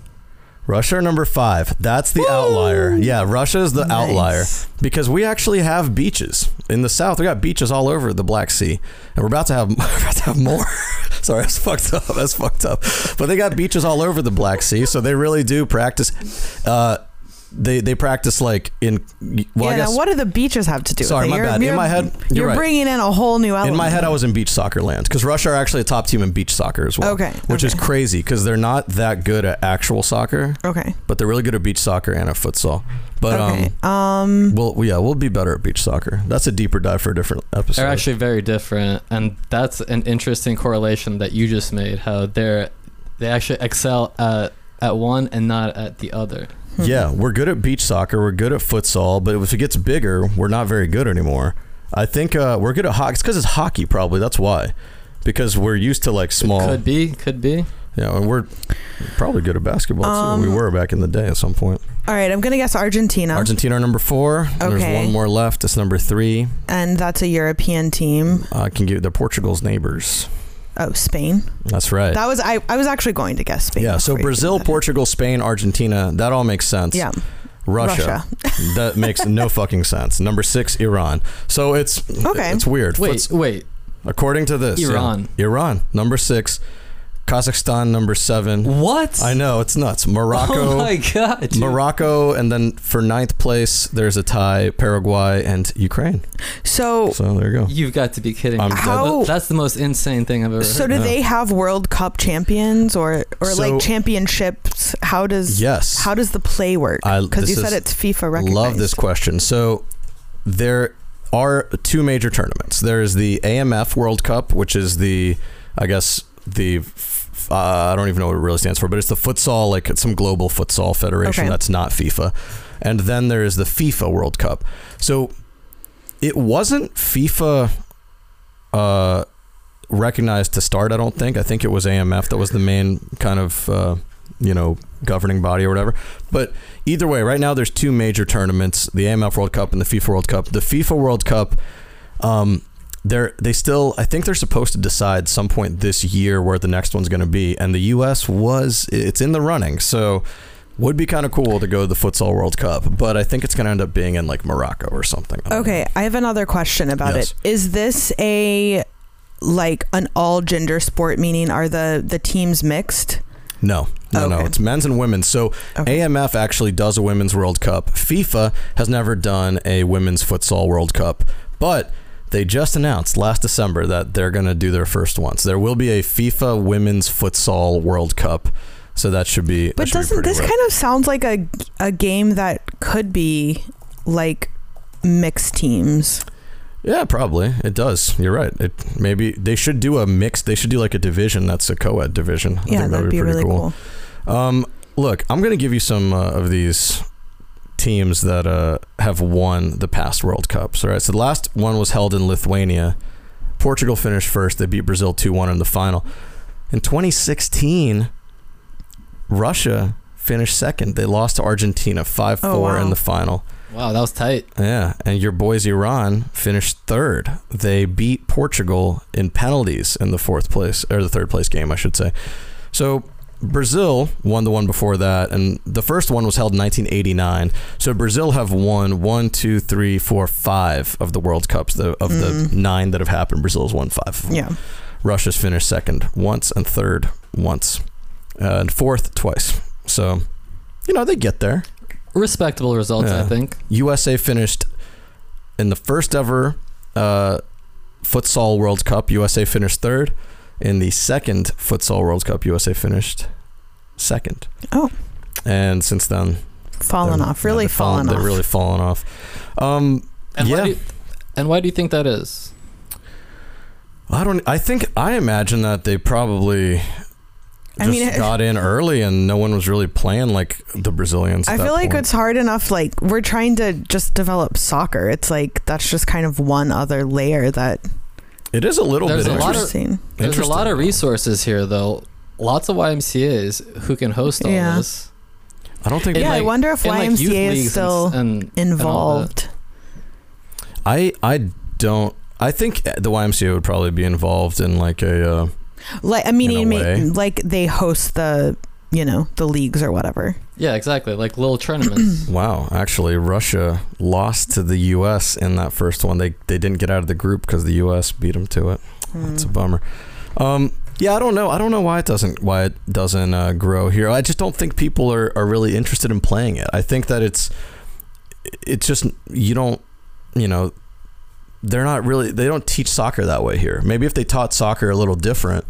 Speaker 5: Russia are number five. That's the
Speaker 6: Woo!
Speaker 5: outlier. Yeah, Russia is the
Speaker 6: Nice.
Speaker 5: outlier because we actually have beaches in the south. We got beaches all over the Black Sea, and we're about to have we're about to have more. Sorry, that's fucked up. That's fucked up. But they got beaches all over the Black Sea, so they really do practice. Uh, they they practice like in well, I
Speaker 6: yeah,
Speaker 5: guess
Speaker 6: now what do the beaches have to do?
Speaker 5: Sorry,
Speaker 6: with
Speaker 5: my
Speaker 6: it? You're,
Speaker 5: bad. In
Speaker 6: you're-
Speaker 5: my head, you're
Speaker 6: you're
Speaker 5: right.
Speaker 6: bringing in a whole new element.
Speaker 5: In my head, I was in beach soccer land because Russia are actually a top team in beach soccer as well.
Speaker 6: Okay,
Speaker 5: Which is
Speaker 6: okay.
Speaker 5: crazy because they're not that good at actual soccer,
Speaker 6: okay.
Speaker 5: but they're really good at beach soccer and at futsal. But
Speaker 6: Okay.
Speaker 5: um,
Speaker 6: Um,
Speaker 5: we'll yeah, we'll be better at beach soccer. That's a deeper dive for a different episode.
Speaker 7: They're actually very different, and that's an interesting correlation that you just made. How they're they actually excel at at one and not at the other.
Speaker 6: Hmm.
Speaker 5: yeah, we're good at beach soccer. We're good at futsal, but if it gets bigger, we're not very good anymore. I think uh, we're good at hockey. It's because it's hockey, probably. That's why. Because we're used to like small,
Speaker 7: Could be, could be.
Speaker 5: yeah, and we're probably good at basketball too.
Speaker 6: Um,
Speaker 5: We were back in the day at some point.
Speaker 6: All right, I'm gonna guess Argentina,
Speaker 5: Argentina are number four. There's
Speaker 6: Okay.
Speaker 5: one more left. It's number three.
Speaker 6: and that's a European team.
Speaker 5: I can give they're Portugal's neighbors.
Speaker 6: Oh, Spain.
Speaker 5: That's right.
Speaker 6: That was I. I was actually going to guess Spain.
Speaker 5: yeah. So
Speaker 6: before you
Speaker 5: Brazil,
Speaker 6: said that.
Speaker 5: Portugal, Spain, Argentina. That all makes sense.
Speaker 6: Yeah.
Speaker 5: Russia. that makes no fucking sense. Number six, Iran. So it's
Speaker 6: Okay.
Speaker 5: It's weird.
Speaker 7: Wait,
Speaker 5: Foots-
Speaker 7: wait.
Speaker 5: according to this, yeah.
Speaker 7: Iran.
Speaker 5: Iran. Number six. Kazakhstan. Number seven.
Speaker 7: What?
Speaker 5: I know it's nuts. Morocco.
Speaker 7: Oh my God! dude.
Speaker 5: Morocco, and then for ninth place, there's a tie: Paraguay and Ukraine.
Speaker 7: Oh.
Speaker 6: So
Speaker 5: So there you go.
Speaker 7: You've got to be kidding me.
Speaker 5: I'm
Speaker 6: How-
Speaker 7: That's the most insane thing
Speaker 5: uh,
Speaker 7: I've ever
Speaker 6: so
Speaker 7: heard.
Speaker 6: do they have World Cup champions or or
Speaker 5: So-
Speaker 6: like championships? How does
Speaker 5: Yes.
Speaker 6: How does the play work?
Speaker 5: I-
Speaker 6: Because
Speaker 5: this
Speaker 6: you
Speaker 5: is-
Speaker 6: said it's FIFA recognized.
Speaker 5: Love this question. So there are two major tournaments. There is the AMF World Cup, which is the, I guess the, f- uh, I don't even know what it really stands for, but it's the futsal, like it's some global futsal federation
Speaker 6: Okay.
Speaker 5: that's not FIFA. And then there is the FIFA World Cup. So it wasn't FIFA. Uh, recognized to start. I don't think. I think it was AMF that was the main kind of uh, you know governing body or whatever. But either way, right now there's two major tournaments: the AMF World Cup and the FIFA World Cup. The FIFA World Cup. Um, they're they still I think they're supposed to decide some point this year where the next one's going to be, and the U.S. was it's in the running, so would be kind of cool to go to the futsal World Cup, but I think it's going to end up being in like Morocco or something. I don't
Speaker 6: Okay, I have another question about
Speaker 5: Yes.
Speaker 6: it. Is this a like an all gender sport? Meaning, are the the teams mixed?
Speaker 5: No, no, no.
Speaker 6: Okay.
Speaker 5: It's men's and women's. So
Speaker 6: Okay.
Speaker 5: AMF actually does a women's World Cup. FIFA has never done a women's futsal World Cup, but they just announced last December that they're going to do their first one. So there will be a FIFA women's futsal World Cup. So that should be. that
Speaker 6: But
Speaker 5: should be
Speaker 6: doesn't
Speaker 5: pretty
Speaker 6: this
Speaker 5: lit.
Speaker 6: kind of sounds like a a game that could be like mixed teams?
Speaker 5: Yeah, probably it does. You're right. It maybe they should do a mix. They should do like a division that's a co-ed division. I
Speaker 6: yeah,
Speaker 5: think
Speaker 6: that'd be, really cool.
Speaker 5: Um, look, I'm going to give you some uh, of these teams that uh, have won the past World Cups. All right, so the last one was held in Lithuania. Portugal finished first. They beat Brazil 2 1 in the final. In 2016, Russia finished second. They lost to Argentina 5 4
Speaker 6: Oh, wow.
Speaker 5: in the final.
Speaker 7: Wow, that was tight.
Speaker 5: Yeah, and your boys Iran finished third. They beat Portugal in penalties in the fourth place or the third place game, I should say. So Brazil won the one before that, and the first one was held in 1989. So Brazil have won one, two, three, four, five of the World Cups. The, of the nine that have happened, Brazil has won five. of them.
Speaker 6: Yeah.
Speaker 5: Russia's finished second once and third once, uh, and fourth twice. So, you know they get there.
Speaker 7: Respectable results,
Speaker 5: Yeah.
Speaker 7: I think.
Speaker 5: USA finished in the first ever uh, futsal World Cup. USA finished third. In the second futsal World Cup, USA finished second.
Speaker 6: Oh.
Speaker 5: And since then,
Speaker 6: Fallen
Speaker 5: they're-
Speaker 6: off, really
Speaker 5: they're
Speaker 6: fallen, off.
Speaker 5: They're really fallen off. Um,
Speaker 7: And
Speaker 5: Yeah.
Speaker 7: why do you, and why do you think that is?
Speaker 5: I don't. I think I imagine that they probably
Speaker 6: I
Speaker 5: just
Speaker 6: mean, it-
Speaker 5: got in early, and no one was really playing like the Brazilians. at
Speaker 6: I
Speaker 5: that
Speaker 6: feel like
Speaker 5: point.
Speaker 6: it's hard enough. Like we're trying to just develop soccer. It's like that's just kind of one other layer that
Speaker 5: it is a little
Speaker 7: There's
Speaker 5: bit
Speaker 7: a lot of-
Speaker 6: interesting.
Speaker 7: There's a lot of
Speaker 5: interesting.
Speaker 7: resources here, though. Lots of YMCA's who can host all
Speaker 6: Yeah.
Speaker 7: this.
Speaker 5: I don't think
Speaker 7: in,
Speaker 6: yeah, I
Speaker 7: like-
Speaker 6: wonder if
Speaker 7: in, like, youth
Speaker 6: YMCA
Speaker 7: leagues and
Speaker 6: is
Speaker 7: s-
Speaker 6: still
Speaker 7: and, and all that.
Speaker 6: involved.
Speaker 5: I I don't. I think the YMCA would probably be involved in like a. Uh,
Speaker 6: Like I mean,
Speaker 5: In a
Speaker 6: you may-
Speaker 5: way.
Speaker 6: like they host the you know the leagues or whatever.
Speaker 7: Yeah, exactly. Like little tournaments.
Speaker 5: wow, actually, Russia lost to the U.S. in that first one. They they didn't get out of the group because the U.S. beat them to it.
Speaker 7: Hmm.
Speaker 5: That's a bummer. Um, yeah, I don't know. I don't know why it doesn't why it doesn't uh, grow here. I just don't think people are, are really interested in playing it. I think that it's it's just you don't you know they're not really they don't teach soccer that way here. Maybe if they taught soccer a little different,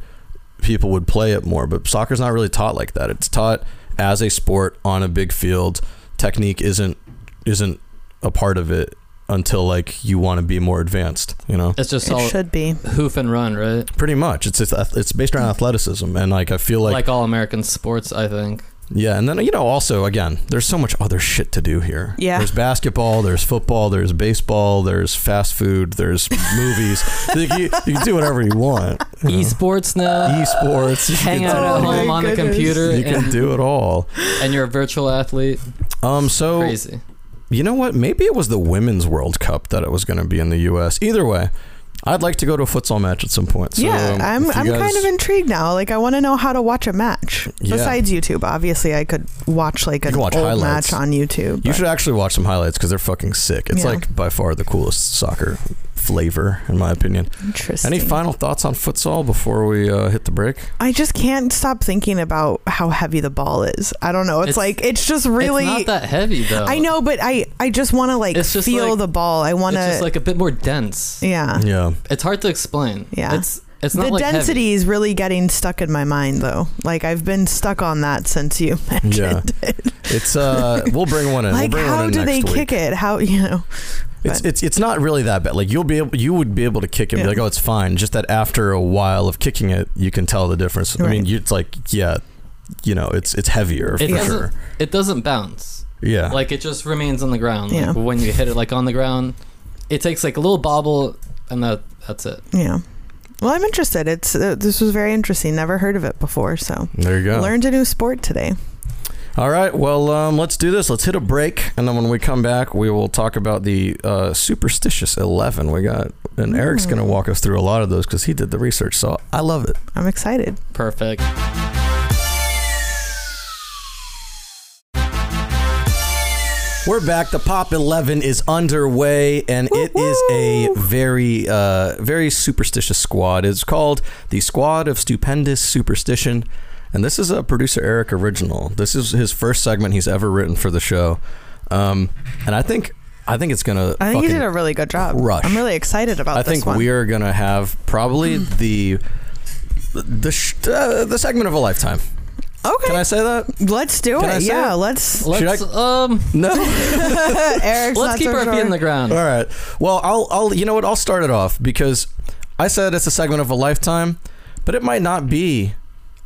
Speaker 5: people would play it more. But soccer's not really taught like that. It's taught as a sport on a big field. Technique isn't isn't a part of it until like you want to be more advanced. You know.
Speaker 7: it's just
Speaker 6: it
Speaker 7: all
Speaker 6: should be.
Speaker 7: hoof and run, right?
Speaker 5: Pretty much, it's it's it's based around athleticism, and like I feel like,
Speaker 7: Like, all American sports, I think.
Speaker 5: yeah, and then you know also again, there's so much other shit to do here.
Speaker 6: Yeah.
Speaker 5: there's basketball, there's football, there's baseball, there's fast food, there's movies. Like, you, you can do whatever you want. you know.
Speaker 7: Esports now.
Speaker 5: Esports, you
Speaker 7: Hang
Speaker 5: can
Speaker 7: out
Speaker 5: do-
Speaker 7: at
Speaker 6: Oh my
Speaker 7: home on a
Speaker 6: goodness.
Speaker 7: computer
Speaker 5: You can
Speaker 7: and,
Speaker 5: do it all.
Speaker 7: and you're a virtual athlete.
Speaker 5: Um,
Speaker 6: Oh,
Speaker 5: so
Speaker 7: Crazy.
Speaker 5: you know what? Maybe it was the women's World Cup that it was going to be in the U.S. Either way, I'd like to go to a futsal match at some point. So,
Speaker 6: yeah,
Speaker 5: um,
Speaker 6: I'm
Speaker 5: if you
Speaker 6: I'm
Speaker 5: guys-
Speaker 6: kind of intrigued now. Like I want to know how to watch a match.
Speaker 5: Yeah.
Speaker 6: Besides YouTube, obviously I could watch like an
Speaker 5: can watch
Speaker 6: old
Speaker 5: highlights.
Speaker 6: match on YouTube.
Speaker 5: You
Speaker 6: but-
Speaker 5: should actually watch some highlights because they're fucking sick. It's
Speaker 6: Yeah.
Speaker 5: like by far the coolest soccer flavor, in my opinion.
Speaker 6: Interesting.
Speaker 5: Any final thoughts on futsal before we uh, hit the break?
Speaker 6: I just can't stop thinking about how heavy the ball is. I don't know. It's,
Speaker 7: It's-
Speaker 6: like it's just really.
Speaker 7: It's not that heavy though.
Speaker 6: I know, but I I just want to like
Speaker 7: It's just
Speaker 6: feel
Speaker 7: like-
Speaker 6: the ball. I want
Speaker 7: It's
Speaker 6: to.
Speaker 7: just like a bit more dense.
Speaker 6: yeah.
Speaker 5: Yeah.
Speaker 7: It's hard to explain.
Speaker 6: Yeah.
Speaker 7: It's it's not
Speaker 6: the
Speaker 7: like heavy.
Speaker 6: density is really getting stuck in my mind, though. Like I've been stuck on that since you mentioned
Speaker 5: Yeah.
Speaker 6: it.
Speaker 5: It's uh we'll bring one in.
Speaker 6: like,
Speaker 5: we'll bring
Speaker 6: how
Speaker 5: one in
Speaker 6: do
Speaker 5: next
Speaker 6: they
Speaker 5: week.
Speaker 6: kick it? How you know?
Speaker 5: It's
Speaker 6: But-
Speaker 5: it's it's not really that bad. Like you'll be able you would be able to kick it and
Speaker 6: Yeah.
Speaker 5: be like, oh it's fine. Just that after a while of kicking it, you can tell the difference. I mean
Speaker 6: Right.
Speaker 5: you- it's like, yeah, you know, it's it's heavier
Speaker 7: It
Speaker 5: for
Speaker 7: doesn't
Speaker 5: sure.
Speaker 7: it doesn't bounce.
Speaker 5: Yeah.
Speaker 7: Like it just remains on the ground.
Speaker 6: Yeah.
Speaker 7: Like when you hit it like on the ground, it takes like a little bobble and that that's it.
Speaker 6: Yeah. Well, I'm interested. It's uh, this was very interesting. Never heard of it before, so
Speaker 5: there you go.
Speaker 6: learned a new sport today.
Speaker 5: All right. Well, um, let's do this. Let's hit a break, and then when we come back, we will talk about the uh, superstitious eleven we got. And Eric's going to walk us through a lot of those because he did the research. So I love it.
Speaker 6: I'm excited.
Speaker 7: Perfect.
Speaker 5: We're back. The Pop Eleven is underway, and it
Speaker 6: Woo-woo.
Speaker 5: is a very, uh, very superstitious squad. It's called the Squad of Stupendous Superstition, and this is a producer Eric original. This is his first segment he's ever written for the show, um, and I think, I think it's gonna.
Speaker 6: I think you
Speaker 5: fucking-
Speaker 6: did a really good job.
Speaker 5: crush.
Speaker 6: I'm really excited about
Speaker 5: I
Speaker 6: this
Speaker 5: think
Speaker 6: one. Mm.
Speaker 5: we are gonna have probably the the sh- uh, the segment of a lifetime.
Speaker 6: okay.
Speaker 5: Can I say that?
Speaker 6: let's do
Speaker 5: Can
Speaker 6: it.
Speaker 5: I say
Speaker 6: yeah,
Speaker 5: it?
Speaker 6: let's.
Speaker 5: Should
Speaker 7: Let's um
Speaker 5: No.
Speaker 6: Eric's
Speaker 7: let's
Speaker 6: not
Speaker 7: keep
Speaker 6: so
Speaker 7: our
Speaker 6: sure.
Speaker 7: feet in the ground.
Speaker 5: All right. Well, I'll, I'll, you know what? I'll start it off because I said it's a segment of a lifetime, but it might not be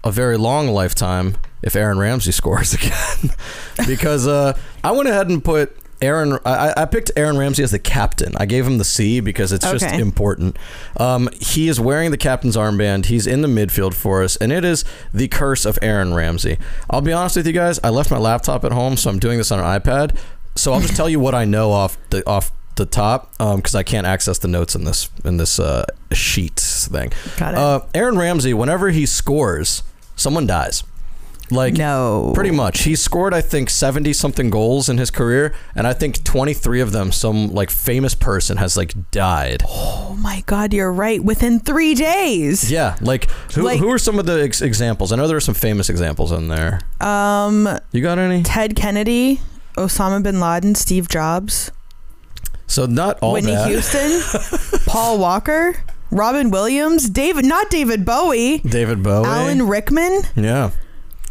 Speaker 5: a very long lifetime if Aaron Ramsey scores again. because uh, I went ahead and put Aaron, I, I picked Aaron Ramsey as the captain. I gave him the C because it's just
Speaker 6: Okay.
Speaker 5: important. Um, he is wearing the captain's armband. He's in the midfield for us, and it is the curse of Aaron Ramsey. I'll be honest with you guys. I left my laptop at home, so I'm doing this on an iPad. So I'll just tell you what I know off the off the top because I can't access the notes in this in this uh, sheet thing.
Speaker 6: Got it.
Speaker 5: Uh, Aaron Ramsey, whenever he scores, someone dies. Like
Speaker 6: No.
Speaker 5: pretty much. He scored, I think, seventy something goals in his career, and I think twenty three of them, some like famous person has like died.
Speaker 6: Oh my God, you're right. Within three days.
Speaker 5: Yeah, like who,
Speaker 6: Like-
Speaker 5: who are some of the ex- examples? I know there are some famous examples in there.
Speaker 6: Um,
Speaker 5: You got any?
Speaker 6: Ted Kennedy, Osama bin Laden, Steve Jobs,
Speaker 5: So not all
Speaker 6: Whitney
Speaker 5: that.
Speaker 6: Houston, Paul Walker, Robin Williams, David, not David Bowie,
Speaker 5: David Bowie.
Speaker 6: Alan Rickman.
Speaker 5: yeah.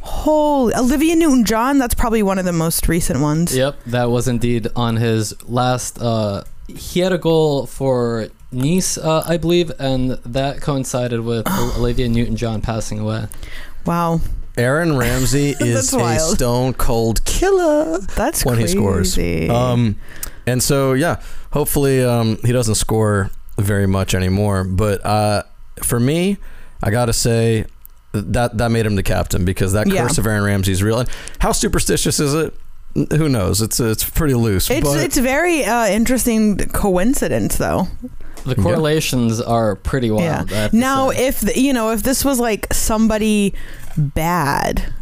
Speaker 6: Holy Olivia Newton John. That's probably one of the most recent ones.
Speaker 7: Yep, that was indeed on his last. Uh, he had a goal for Nice, uh, I believe, and that coincided with Olivia Newton-John passing away.
Speaker 6: Wow,
Speaker 5: Aaron Ramsey is
Speaker 6: That's
Speaker 5: a
Speaker 6: wild.
Speaker 5: stone cold killer
Speaker 6: that's
Speaker 5: when
Speaker 6: crazy.
Speaker 5: he scores. Um, and so yeah, hopefully um, he doesn't score very much anymore. But uh, for me, I gotta say that that made him the captain because that
Speaker 6: Yeah.
Speaker 5: curse of Aaron Ramsey is real. And how superstitious is it? N- Who knows? It's it's pretty loose.
Speaker 6: it's
Speaker 5: but
Speaker 6: it's very uh, interesting coincidence though.
Speaker 7: The correlations are pretty wild. I have to
Speaker 6: Now,
Speaker 7: say.
Speaker 6: if the, you know, if this was like somebody bad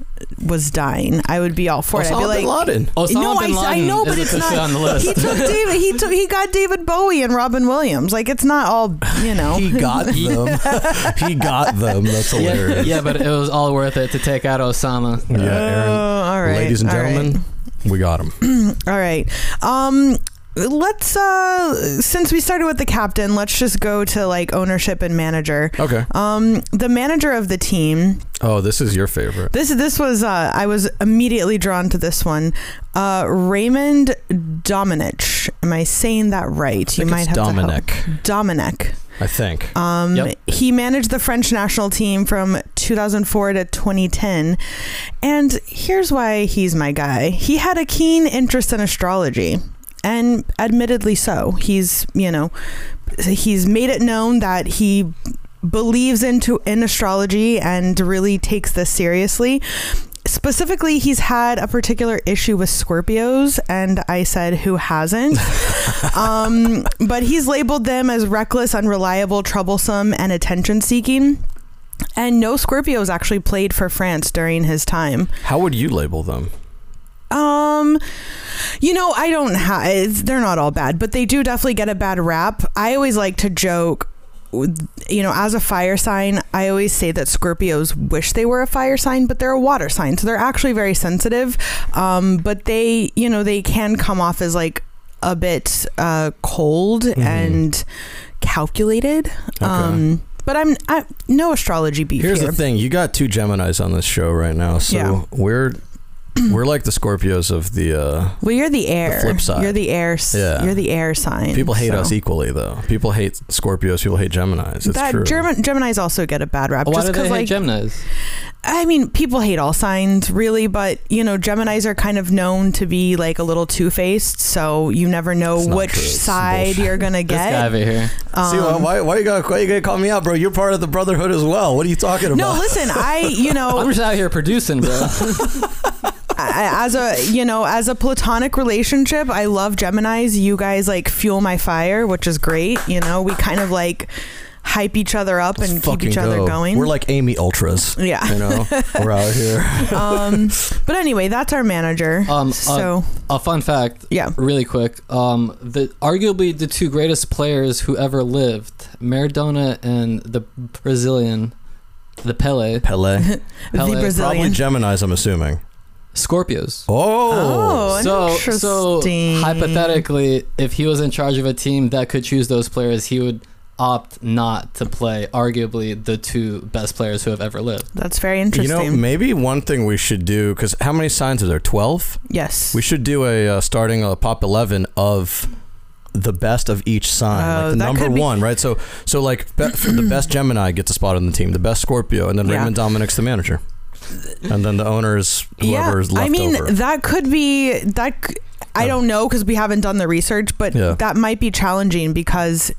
Speaker 6: was dying, I would be all for it. I'd be
Speaker 5: Osama bin
Speaker 6: like.
Speaker 5: Laden.
Speaker 7: Osama
Speaker 6: no, I,
Speaker 7: bin
Speaker 6: I
Speaker 7: Laden
Speaker 6: know, but
Speaker 7: Oh,
Speaker 6: it's
Speaker 7: is
Speaker 6: not.
Speaker 7: officially on the list.
Speaker 6: He took David. He took. He got David Bowie and Robin Williams. Like it's not all. You know.
Speaker 5: He got them. he got them. That's
Speaker 7: yeah,
Speaker 5: hilarious.
Speaker 7: yeah, but it was all worth it to take out Osama.
Speaker 5: Yeah, Aaron.
Speaker 6: Oh, all right,
Speaker 5: ladies and
Speaker 6: all right.
Speaker 5: gentlemen, we got him.
Speaker 6: All right. Um let's uh since we started with the captain, let's just go to like ownership and manager.
Speaker 5: Okay.
Speaker 6: Um the manager of the team.
Speaker 5: Oh, this is your favorite.
Speaker 6: This this was uh I was immediately drawn to this one. Uh Raymond Dominich. Am I saying that right? You
Speaker 5: think
Speaker 6: might
Speaker 5: it's
Speaker 6: have
Speaker 5: Dominic.
Speaker 6: to help. Dominic.
Speaker 5: I think.
Speaker 6: Um,
Speaker 7: Yep.
Speaker 6: He managed the French national team from 2004 to 2010. And here's why he's my guy he had a keen interest in astrology. And admittedly so. He's, you know, he's made it known that he believes into in astrology and really takes this seriously. Specifically, he's had a particular issue with Scorpios, and I said, who hasn't? um, but he's labeled them as reckless, unreliable, troublesome, and attention seeking. And no Scorpios actually played for France during his time.
Speaker 5: How would you label them?
Speaker 6: Um, you know, I don't have. They're not all bad, but they do definitely get a bad rap. I always like to joke. with- You know, as a fire sign, I always say that Scorpios wish they were a fire sign, but they're a water sign, so they're actually very sensitive. Um, but they, you know, they can come off as like a bit uh, cold
Speaker 5: Mm-hmm.
Speaker 6: and calculated. Um, but I'm I, no astrology beef
Speaker 5: Here's
Speaker 6: here.
Speaker 5: the thing: you got two Gemini's on this show right now, so
Speaker 6: Yeah.
Speaker 5: we're we're like the Scorpios of the. Uh,
Speaker 6: well, you're the air.
Speaker 5: flip side.
Speaker 6: You're the air. s-
Speaker 5: Yeah.
Speaker 6: You're the air sign.
Speaker 5: people hate
Speaker 6: so.
Speaker 5: us equally, though. People hate Scorpios. People hate Gemini's. It's
Speaker 6: that
Speaker 5: true.
Speaker 6: German, Gemini's also get a bad rap.
Speaker 7: Why
Speaker 6: just
Speaker 7: do they
Speaker 6: 'cause,
Speaker 7: hate
Speaker 6: like,
Speaker 7: Gemini's?
Speaker 6: I mean, people hate all signs, really, but you know, Gemini's are kind of known to be like a little two faced, so you never know
Speaker 5: It's not
Speaker 6: which
Speaker 5: true. It's
Speaker 6: side
Speaker 5: bullshit.
Speaker 6: you're gonna
Speaker 7: This guy
Speaker 6: get. Um,
Speaker 7: over here.
Speaker 5: See, why, why, why you gotta why you gotta call me out, bro? You're part of the Brotherhood as well. What are you talking about?
Speaker 6: Oh. No, listen, I you
Speaker 7: I'm
Speaker 6: know
Speaker 7: just out here producing, bro.
Speaker 6: I, as a you know as a platonic relationship i love gemini's you guys like fuel my fire which is great you know we kind of like hype each other up and keep
Speaker 5: Fucking
Speaker 6: each other
Speaker 5: go.
Speaker 6: going
Speaker 5: We're like Amy Ultras.
Speaker 6: Yeah.
Speaker 5: You know, we're out here.
Speaker 6: um but anyway that's our manager
Speaker 7: Um, uh,
Speaker 6: so
Speaker 7: a fun fact,
Speaker 6: Yeah.
Speaker 7: really quick. Um, the arguably the two greatest players who ever lived, Maradona and the Brazilian, the Pele,
Speaker 5: Pele.
Speaker 6: the
Speaker 7: Pele-
Speaker 5: Probably
Speaker 6: brazilian
Speaker 5: Gemini's, I'm assuming.
Speaker 7: Scorpios.
Speaker 5: Oh.
Speaker 6: Oh.
Speaker 7: So, so
Speaker 6: Interesting.
Speaker 7: hypothetically, if he was in charge of a team that could choose those players, he would opt not to play arguably the two best players who have ever lived.
Speaker 6: that's very
Speaker 5: You know,
Speaker 6: interesting
Speaker 5: maybe one thing we should do, because how many signs are there? 12?
Speaker 6: yes
Speaker 5: We should do a uh, starting a pop 11 of the best of each sign,
Speaker 6: Oh,
Speaker 5: like the
Speaker 6: that
Speaker 5: number
Speaker 6: could be-
Speaker 5: one, right? So, so like be- the best Gemini gets a spot on the team, the best Scorpio, and then
Speaker 6: Yeah.
Speaker 5: Raymond Dominic's the manager, and then the owner is whoever's
Speaker 6: yeah,
Speaker 5: left
Speaker 6: I mean,
Speaker 5: over.
Speaker 6: that could be that. c- I
Speaker 5: Yeah.
Speaker 6: don't know because we haven't done the research, but
Speaker 5: Yeah.
Speaker 6: that might be challenging because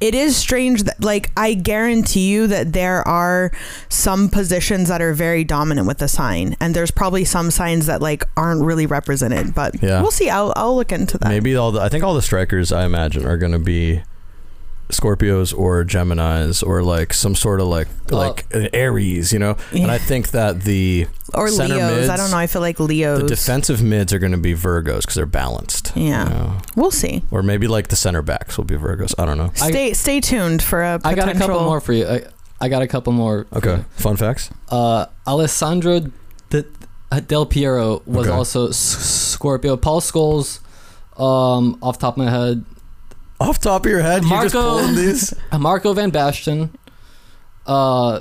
Speaker 6: it is strange that, like, I guarantee you that there are some positions that are very dominant with the sign, and there's probably some signs that like aren't really represented. But
Speaker 5: Yeah.
Speaker 6: we'll see. I'll I'll look into that.
Speaker 5: Maybe all the I think all the strikers I imagine are going to be Scorpios or Gemini's or like some sort of like
Speaker 7: Uh,
Speaker 5: like an Aries, you know. And I think that the
Speaker 6: Or
Speaker 5: center
Speaker 6: Leos. I
Speaker 5: mids,
Speaker 6: don't know. I feel like
Speaker 5: the
Speaker 6: Leos.
Speaker 5: defensive mids are going to be Virgos because they're balanced.
Speaker 6: Yeah.
Speaker 5: know?
Speaker 6: we'll see.
Speaker 5: Or maybe like the center backs will be Virgos. I don't know.
Speaker 7: I-
Speaker 6: Stay stay tuned for a
Speaker 7: I
Speaker 6: potential.
Speaker 7: got a couple more for you. I, I got a couple more. for
Speaker 5: Okay.
Speaker 7: you.
Speaker 5: Fun facts.
Speaker 7: Uh, Alessandro De- Del Piero was
Speaker 5: Okay.
Speaker 7: also S- Scorpio. Paul Scholes, um, off the top of my head,
Speaker 5: Off top of your head, you just
Speaker 7: Marco-
Speaker 5: pulled these.
Speaker 7: Marco Van Basten, uh,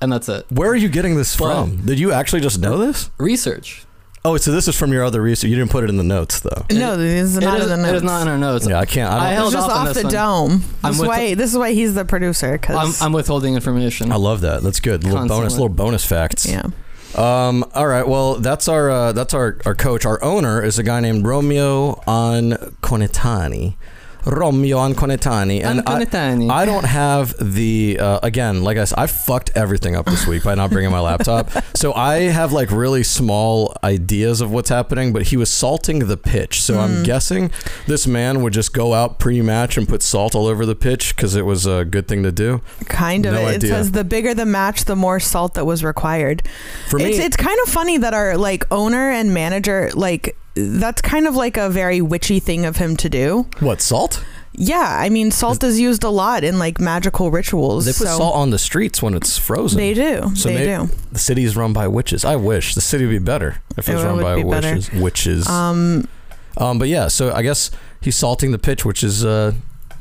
Speaker 7: and that's it.
Speaker 5: Where are you getting this
Speaker 7: Well-
Speaker 5: from? Did you actually just know this?
Speaker 7: Research.
Speaker 5: Oh, so this is from your other research. You didn't put it in the notes though.
Speaker 6: No, this is
Speaker 7: It
Speaker 6: not
Speaker 7: is,
Speaker 6: in the
Speaker 7: it is
Speaker 6: notes.
Speaker 7: not in our notes.
Speaker 5: Yeah, I can't. I,
Speaker 7: I
Speaker 5: don't,
Speaker 7: held
Speaker 6: It's just
Speaker 7: off on
Speaker 6: off
Speaker 7: this
Speaker 6: the
Speaker 7: one.
Speaker 6: dome.
Speaker 7: I'm
Speaker 6: This is
Speaker 7: with-
Speaker 6: why this is why he's the producer.
Speaker 7: I'm,
Speaker 6: Cause
Speaker 7: I'm withholding information.
Speaker 5: I love that. That's good. Little bonus.
Speaker 7: Constantly.
Speaker 5: Little bonus facts.
Speaker 6: yeah.
Speaker 5: Um, all right. Well, that's our uh, that's our, our coach. Our owner is a guy named Romeo Anconetani. Romeo Anconetani. And
Speaker 7: Anconetani.
Speaker 5: I, I don't have the uh, again. Like I said, I fucked everything up this week by not bringing my laptop. So I have like really small ideas of what's happening. But he was salting the pitch. So
Speaker 6: Mm.
Speaker 5: I'm guessing this man would just go out pre-match and put salt all over the pitch because it was a good thing to do.
Speaker 6: Kind of.
Speaker 5: No
Speaker 6: it
Speaker 5: idea.
Speaker 6: says the bigger the match, the more salt that was required.
Speaker 5: For me,
Speaker 6: it's it's kind of funny that our like owner and manager like that's kind of like a very witchy thing of him to do.
Speaker 5: what salt?
Speaker 6: Yeah, I mean salt is used a lot in like magical rituals.
Speaker 5: They put
Speaker 6: so
Speaker 5: salt on the streets when it's frozen.
Speaker 6: They do.
Speaker 5: So
Speaker 6: they
Speaker 5: may-
Speaker 6: do.
Speaker 5: The city is run by witches. I wish the city would be better if it was
Speaker 6: It
Speaker 5: run
Speaker 6: would
Speaker 5: by
Speaker 6: be better.
Speaker 5: witches. Witches. Um,
Speaker 6: Um
Speaker 5: but yeah, so I guess he's salting the pitch, which is uh,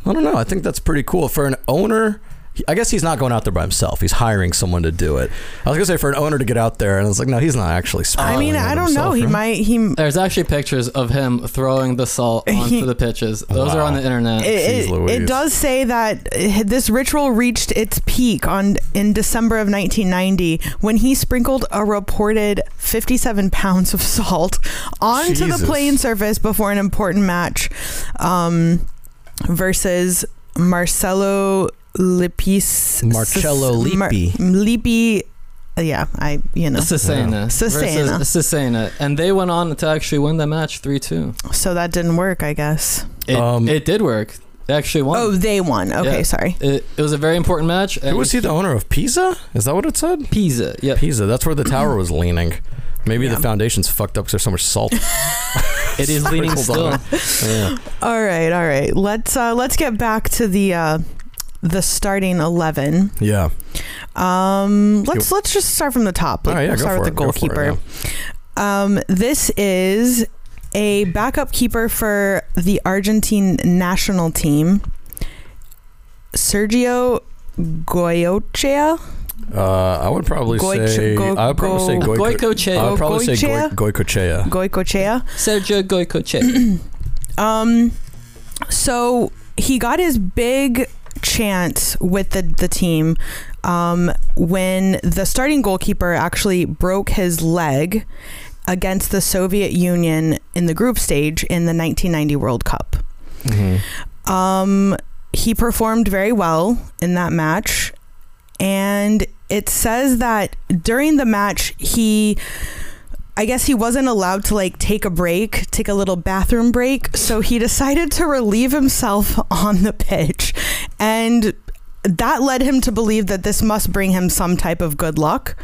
Speaker 5: I don't know. I think that's pretty cool for an owner. he- I guess he's not going out there by himself. He's hiring someone to do it. I was gonna say for an owner to get out there, and I was like, no, he's not actually.
Speaker 6: I mean,
Speaker 5: sprinkling it
Speaker 6: I don't know.
Speaker 5: himself,
Speaker 6: He
Speaker 5: right?
Speaker 6: might he
Speaker 7: There's actually pictures of him throwing the salt onto the pitches. Those are on
Speaker 5: Wow.
Speaker 7: the internet.
Speaker 6: it,
Speaker 5: Jeez
Speaker 6: it,
Speaker 5: Louise.
Speaker 6: it does say that uh, this ritual reached its peak on in December of 1990 when he sprinkled a reported 57 pounds of salt onto
Speaker 5: Jesus.
Speaker 6: the playing surface before an important match um, versus Marcelo Lipis.
Speaker 5: Marcello Lippi.
Speaker 6: mm, Lippi. Yeah, I you know.
Speaker 7: Cesena.
Speaker 6: Cesena.
Speaker 7: versus Cesena. And they went on to actually win the match 3 2.
Speaker 6: So that didn't work, I guess.
Speaker 7: It,
Speaker 5: Um,
Speaker 7: it did work. They actually won.
Speaker 6: Oh, they won. Okay,
Speaker 7: Yeah.
Speaker 6: sorry.
Speaker 7: It, it was a very important match.
Speaker 5: Who was he the owner of Pisa? Is that what it said?
Speaker 7: Pisa. Yeah.
Speaker 5: Pisa. That's where the tower was leaning. Maybe
Speaker 6: Yeah.
Speaker 5: the foundation's fucked up because there's so much salt.
Speaker 7: It is leaning
Speaker 5: sprinkled on
Speaker 7: still.
Speaker 5: it. Yeah.
Speaker 6: All right, all right. Let's uh, let's get back to the uh, the starting eleven.
Speaker 5: Yeah.
Speaker 6: Um, let's let's just start from the top.
Speaker 5: All right, yeah, go
Speaker 6: start
Speaker 5: for
Speaker 6: with
Speaker 5: it.
Speaker 6: the
Speaker 5: Go for it,
Speaker 6: goalkeeper. Um, this is a backup keeper for the Argentine national team, Sergio Goycochea.
Speaker 5: Uh, I would probably
Speaker 6: Goic-
Speaker 5: say
Speaker 6: go-
Speaker 5: I would probably say
Speaker 7: go-
Speaker 5: Goico-
Speaker 7: Goicoechea.
Speaker 5: I would probably say Goi-
Speaker 6: Goicoechea?
Speaker 5: Goicoechea.
Speaker 6: Goycochea.
Speaker 7: Sergio Goycoche.
Speaker 6: Um, so he got his big chance with the the team um, when the starting goalkeeper actually broke his leg against the Soviet Union in the group stage in the 1990 World Cup. Um, he performed very well in that match, and it says that during the match he I guess he wasn't allowed to like take a break, take a little bathroom break, so he decided to relieve himself on the pitch. And that led him to believe that this must bring him some type of good luck.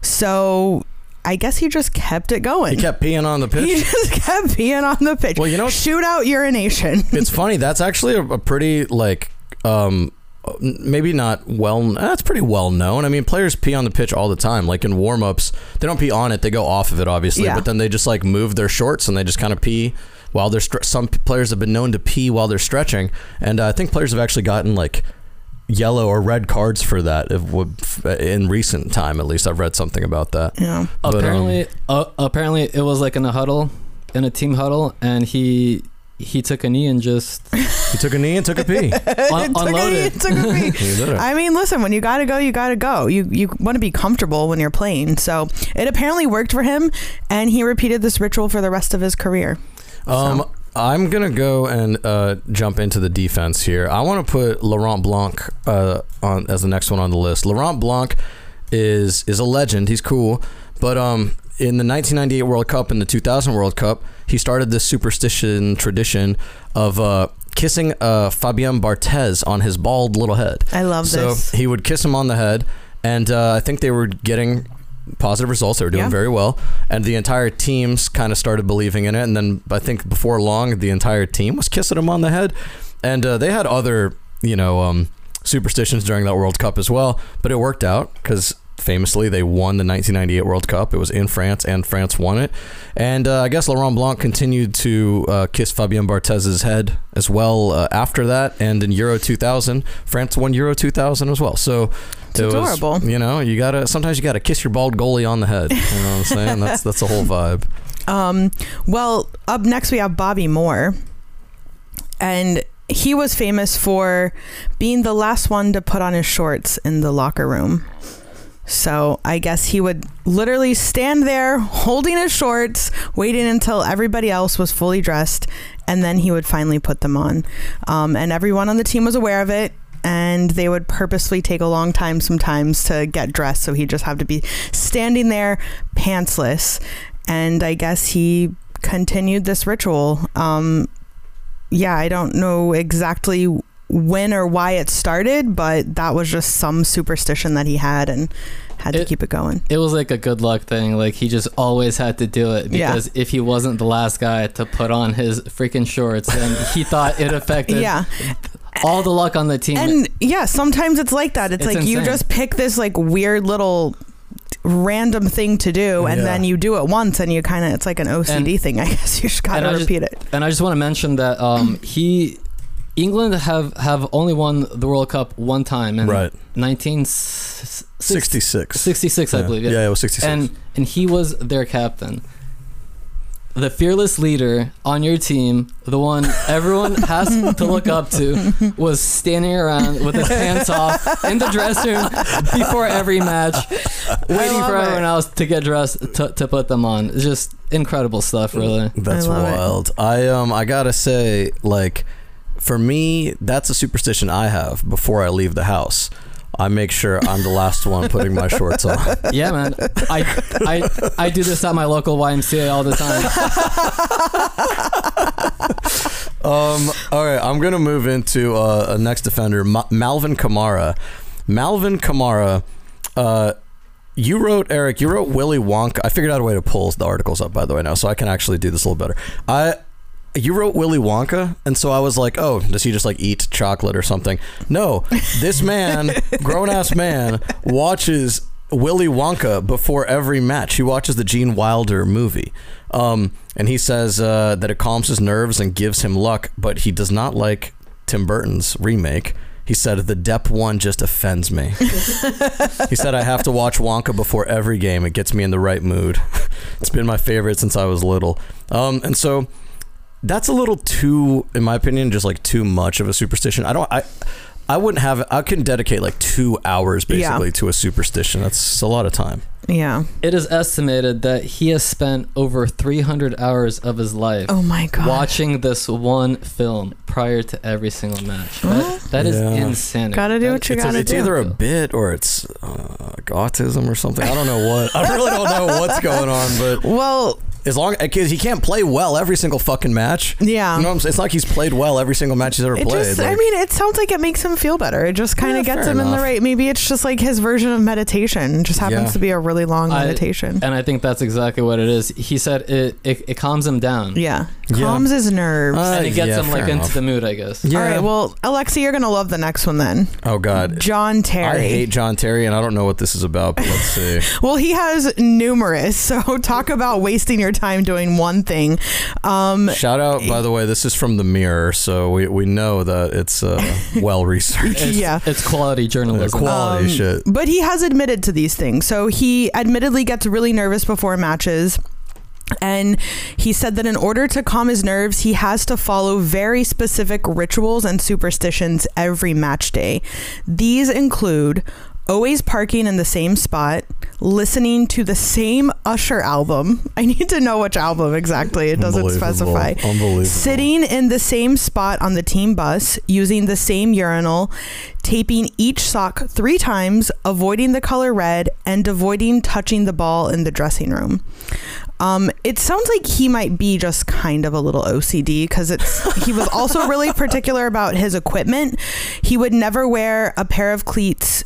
Speaker 6: So I guess he just kept it going.
Speaker 5: He kept peeing on the
Speaker 6: He
Speaker 5: pitch.
Speaker 6: just kept peeing on the pitch.
Speaker 5: Well, you know-
Speaker 6: shootout urination.
Speaker 5: it's funny. That's actually a, a pretty like um uh, maybe not well. That's pretty well known. I mean, players pee on the pitch all the time. Like in warm ups, they don't pee on it. They go off of it, obviously.
Speaker 6: Yeah.
Speaker 5: But then they just like move their shorts and they just kind of pee while they're. Stre- Some players have been known to pee while they're stretching, and uh, I think players have actually gotten like yellow or red cards for that if, if- in recent time at least i've read something about that
Speaker 6: Yeah.
Speaker 5: But, um,
Speaker 7: apparently, uh, apparently it was like in a huddle, in a team huddle, and he he took a knee and just
Speaker 5: he took a knee and took a pee
Speaker 7: un-
Speaker 6: It took a-
Speaker 7: unloaded.
Speaker 6: it took a beat.
Speaker 5: He did it.
Speaker 6: I mean, listen, when you gotta go, you gotta go. You you want to be comfortable when you're playing. So it apparently worked for him, and he repeated this ritual for the rest of his career.
Speaker 5: Um, I'm gonna go and uh, jump into the defense here. I want to put Laurent Blanc uh, on as the next one on the list. Laurent Blanc is is a legend. He's cool, but um, in the 1998 World Cup and the 2000 World Cup, he started this superstition tradition of uh, kissing uh, Fabien Barthez on his bald little head.
Speaker 6: I love
Speaker 5: so
Speaker 6: this.
Speaker 5: he would kiss him on the head, and uh, I think they were getting positive results. They were doing
Speaker 6: Yeah.
Speaker 5: very well, and the entire teams kind of started believing in it. And then I think before long, the entire team was kissing him on the head, and uh, they had other you know um, superstitions during that World Cup as well. But it worked out because famously they won the 1998 World Cup. It was in France, and France won it. And uh, I guess Laurent Blanc continued to uh, kiss Fabien Barthez's head as well uh, after that. And in Euro 2000, France won Euro 2000 as well. So it's
Speaker 6: adorable.
Speaker 5: you know, you gotta sometimes you gotta kiss your bald goalie on the head. You know what I'm saying? That's that's the whole vibe.
Speaker 6: Um, well, up next we have Bobby Moore, and he was famous for being the last one to put on his shorts in the locker room. So I guess he would literally stand there holding his shorts, waiting until everybody else was fully dressed, and then he would finally put them on. Um, and everyone on the team was aware of it. And they would purposely take a long time sometimes to get dressed. So he'd just have to be standing there, pantsless and I guess he continued this ritual. Um, yeah, I don't know exactly when or why it started, but that was just some superstition that he had and had to
Speaker 7: It-
Speaker 6: keep it going.
Speaker 7: It was like a good luck thing. Like he just always had to do it
Speaker 6: Yeah.
Speaker 7: because if he wasn't the last guy to put on his freaking shorts, then he thought it affected
Speaker 6: Yeah.
Speaker 7: all the luck on the team.
Speaker 6: And yeah, sometimes it's like that. It's,
Speaker 7: It's
Speaker 6: like you
Speaker 7: insane.
Speaker 6: just pick this like weird little random thing to do and
Speaker 5: Yeah.
Speaker 6: then you do it once and you kind of it's like an OCD
Speaker 7: And-
Speaker 6: thing I guess you just got
Speaker 7: and
Speaker 6: to
Speaker 7: I just-
Speaker 6: repeat it.
Speaker 7: And I just want to mention that um, he, England have have only won the World Cup one time in
Speaker 5: Right.
Speaker 7: 1966,
Speaker 5: 66.
Speaker 7: I believe.
Speaker 5: Yeah, it was 66.
Speaker 7: and and he was their captain. The fearless leader on your team, the one everyone has to look up to, was standing around with his pants off in the dressing room before every match, waiting
Speaker 6: love
Speaker 7: for
Speaker 6: it.
Speaker 7: everyone else to get dressed to, to put them on. It's just incredible stuff, really.
Speaker 5: That's
Speaker 6: I love it.
Speaker 5: wild. I um I gotta say, like, for me, that's a superstition I have before I leave the house. I make sure I'm the last one putting my shorts on.
Speaker 7: Yeah, man. I, I I do this at my local YMCA all the time.
Speaker 5: Um, all right, I'm gonna move into uh, a next defender, Ma- Malvin Kamara. Malvin Kamara, uh, you wrote Eric. You wrote Willy Wonka. I figured out a way to pull the articles up, by the way, now, so I can actually do this a little better. I. You wrote Willy Wonka, and so I was like, "Oh, does he just like eat chocolate or something?" No, this man, grown ass man, watches Willy Wonka before every match. He watches the Gene Wilder movie. Um, and he says uh, that it calms his nerves and gives him luck, but he does not like Tim Burton's remake. He said, The Depp one just offends me. he said, I have to watch Wonka before every game. It gets me in the right mood. it's been my favorite since I was little. Um, and so that's a little too, in my opinion, just like too much of a superstition. I don't, I. I wouldn't have. I couldn't dedicate like two hours
Speaker 6: Yeah.
Speaker 5: basically to a superstition. That's a lot of time.
Speaker 6: Yeah.
Speaker 7: It is estimated that he has spent over 300 hours of his life
Speaker 6: Oh my god.
Speaker 7: watching this one film prior to every single match. That, that is
Speaker 5: Yeah.
Speaker 7: insanity.
Speaker 6: Gotta do what you
Speaker 5: It's,
Speaker 6: gotta
Speaker 5: it's
Speaker 6: do.
Speaker 5: either a bit or it's uh, like autism or something. I don't know what. I really don't know what's going on, but
Speaker 6: Well,
Speaker 5: as long because he can't play well every single fucking match.
Speaker 6: Yeah.
Speaker 5: you know what I'm saying. It's not like he's played well every single match he's ever
Speaker 6: it
Speaker 5: played.
Speaker 6: just, I
Speaker 5: like-
Speaker 6: mean, it sounds like it makes him feel better. It just kind
Speaker 5: Yeah,
Speaker 6: of gets
Speaker 5: fair
Speaker 6: him in
Speaker 5: enough.
Speaker 6: the right. Maybe it's just like his version of meditation. It just happens
Speaker 5: Yeah.
Speaker 6: to be a really long
Speaker 7: I-
Speaker 6: meditation.
Speaker 7: and I think that's exactly what it is. He said it it, it calms him down.
Speaker 6: yeah.
Speaker 5: Yeah.
Speaker 6: Calms his nerves.
Speaker 5: Uh,
Speaker 7: and it gets
Speaker 5: yeah,
Speaker 7: him like
Speaker 5: fair enough.
Speaker 7: into the mood, I guess.
Speaker 5: yeah.
Speaker 6: All right. Well, Alexi, you're going to love the next one then.
Speaker 5: oh god,
Speaker 6: John Terry.
Speaker 5: I hate John Terry, and I don't know what this is about. But let's see.
Speaker 6: Well, he has numerous. So talk about wasting your time doing one thing. Um,
Speaker 5: Shout out, by the way, this is from the Mirror, so we, we know that it's uh, well researched,
Speaker 7: It's,
Speaker 6: Yeah.
Speaker 7: it's quality
Speaker 5: Uh,
Speaker 7: journalism.
Speaker 5: quality
Speaker 6: Um,
Speaker 5: shit.
Speaker 6: But he has admitted to these things. So he admittedly gets really nervous before matches. And he said that in order to calm his nerves, he has to follow very specific rituals and superstitions every match day. These include always parking in the same spot, listening to the same Usher album. I need to know which album exactly. It doesn't
Speaker 5: Unbelievable.
Speaker 6: specify.
Speaker 5: Unbelievable.
Speaker 6: Sitting in the same spot on the team bus, using the same urinal, taping each sock three times, avoiding the color red, and avoiding touching the ball in the dressing room. Um, it sounds like he might be just kind of a little OCD because it's he was also really particular about his equipment. He would never wear a pair of cleats.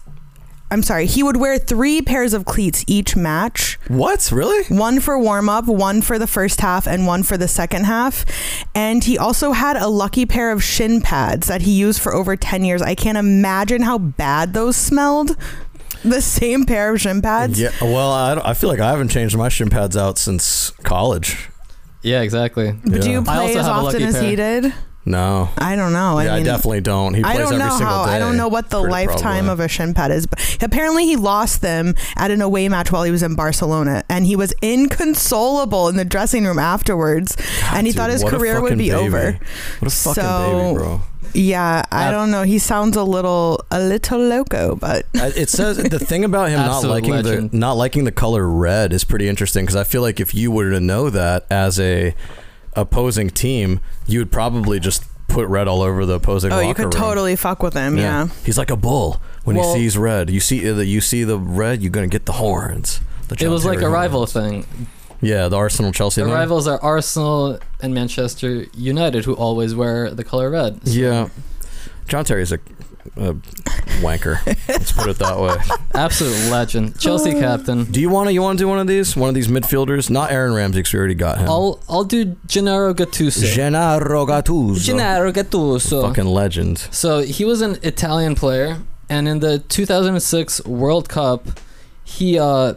Speaker 6: I'm sorry, he would wear three pairs of cleats each match
Speaker 5: What? Really?
Speaker 6: one for warm up, one for the first half, and one for the second half. And he also had a lucky pair of shin pads that he used for over 10 years. I can't imagine how bad those smelled. The same pair of shin pads.
Speaker 5: Yeah. Well, I, don't- I feel like I haven't changed my shin pads out since college.
Speaker 7: Yeah, exactly.
Speaker 6: Do
Speaker 5: Yeah.
Speaker 6: you
Speaker 7: I
Speaker 6: play
Speaker 7: also
Speaker 6: as
Speaker 7: have a
Speaker 6: often
Speaker 7: lucky
Speaker 6: as he
Speaker 7: pair.
Speaker 6: did?
Speaker 5: No.
Speaker 6: I don't know.
Speaker 5: yeah,
Speaker 6: I,
Speaker 5: I
Speaker 6: mean,
Speaker 5: definitely don't. He
Speaker 6: I
Speaker 5: plays
Speaker 6: don't
Speaker 5: every
Speaker 6: know
Speaker 5: single
Speaker 6: how.
Speaker 5: day.
Speaker 6: I don't know what the
Speaker 5: pretty
Speaker 6: lifetime
Speaker 5: probably.
Speaker 6: of a shin pad is, but apparently he lost them at an away match while he was in Barcelona, and he was inconsolable in the dressing room afterwards, and he
Speaker 5: Dude,
Speaker 6: thought his
Speaker 5: what a
Speaker 6: career would
Speaker 5: fucking
Speaker 6: be
Speaker 5: baby.
Speaker 6: over.
Speaker 5: What a fucking
Speaker 6: So-
Speaker 5: baby, bro.
Speaker 6: Yeah, I
Speaker 7: Ab-
Speaker 6: don't know. He sounds a little a little loco, but
Speaker 5: Uh, It says the thing about him not
Speaker 7: Absolute
Speaker 5: liking
Speaker 7: legend.
Speaker 5: the not liking the color red is pretty interesting because I feel like if you were to know that as a opposing team, you would probably just put red all over the opposing.
Speaker 6: oh, you
Speaker 5: locker
Speaker 6: could
Speaker 5: room.
Speaker 6: totally fuck with him. Yeah.
Speaker 5: he's like a bull when
Speaker 7: Well-
Speaker 5: he sees red. You see the you see the red, you're gonna get the horns. The
Speaker 7: It
Speaker 5: John
Speaker 7: was like
Speaker 5: Terry
Speaker 7: a rival
Speaker 5: horns.
Speaker 7: thing.
Speaker 5: Yeah, the Arsenal Chelsea.
Speaker 7: The
Speaker 5: thing.
Speaker 7: rivals are Arsenal and Manchester United, who always wear the color red.
Speaker 5: Yeah, John Terry's a, a wanker. Let's put it that way.
Speaker 7: Absolute legend. Chelsea captain.
Speaker 5: Do you want to? You want to do one of these? One of these midfielders? Not Aaron Ramsey, 'cause we already got him.
Speaker 7: I'll I'll do Gennaro Gattuso.
Speaker 5: Gennaro Gattuso.
Speaker 7: Gennaro Gattuso.
Speaker 5: Fucking legend.
Speaker 7: So he was an Italian player, and in the 2006 World Cup, he uh,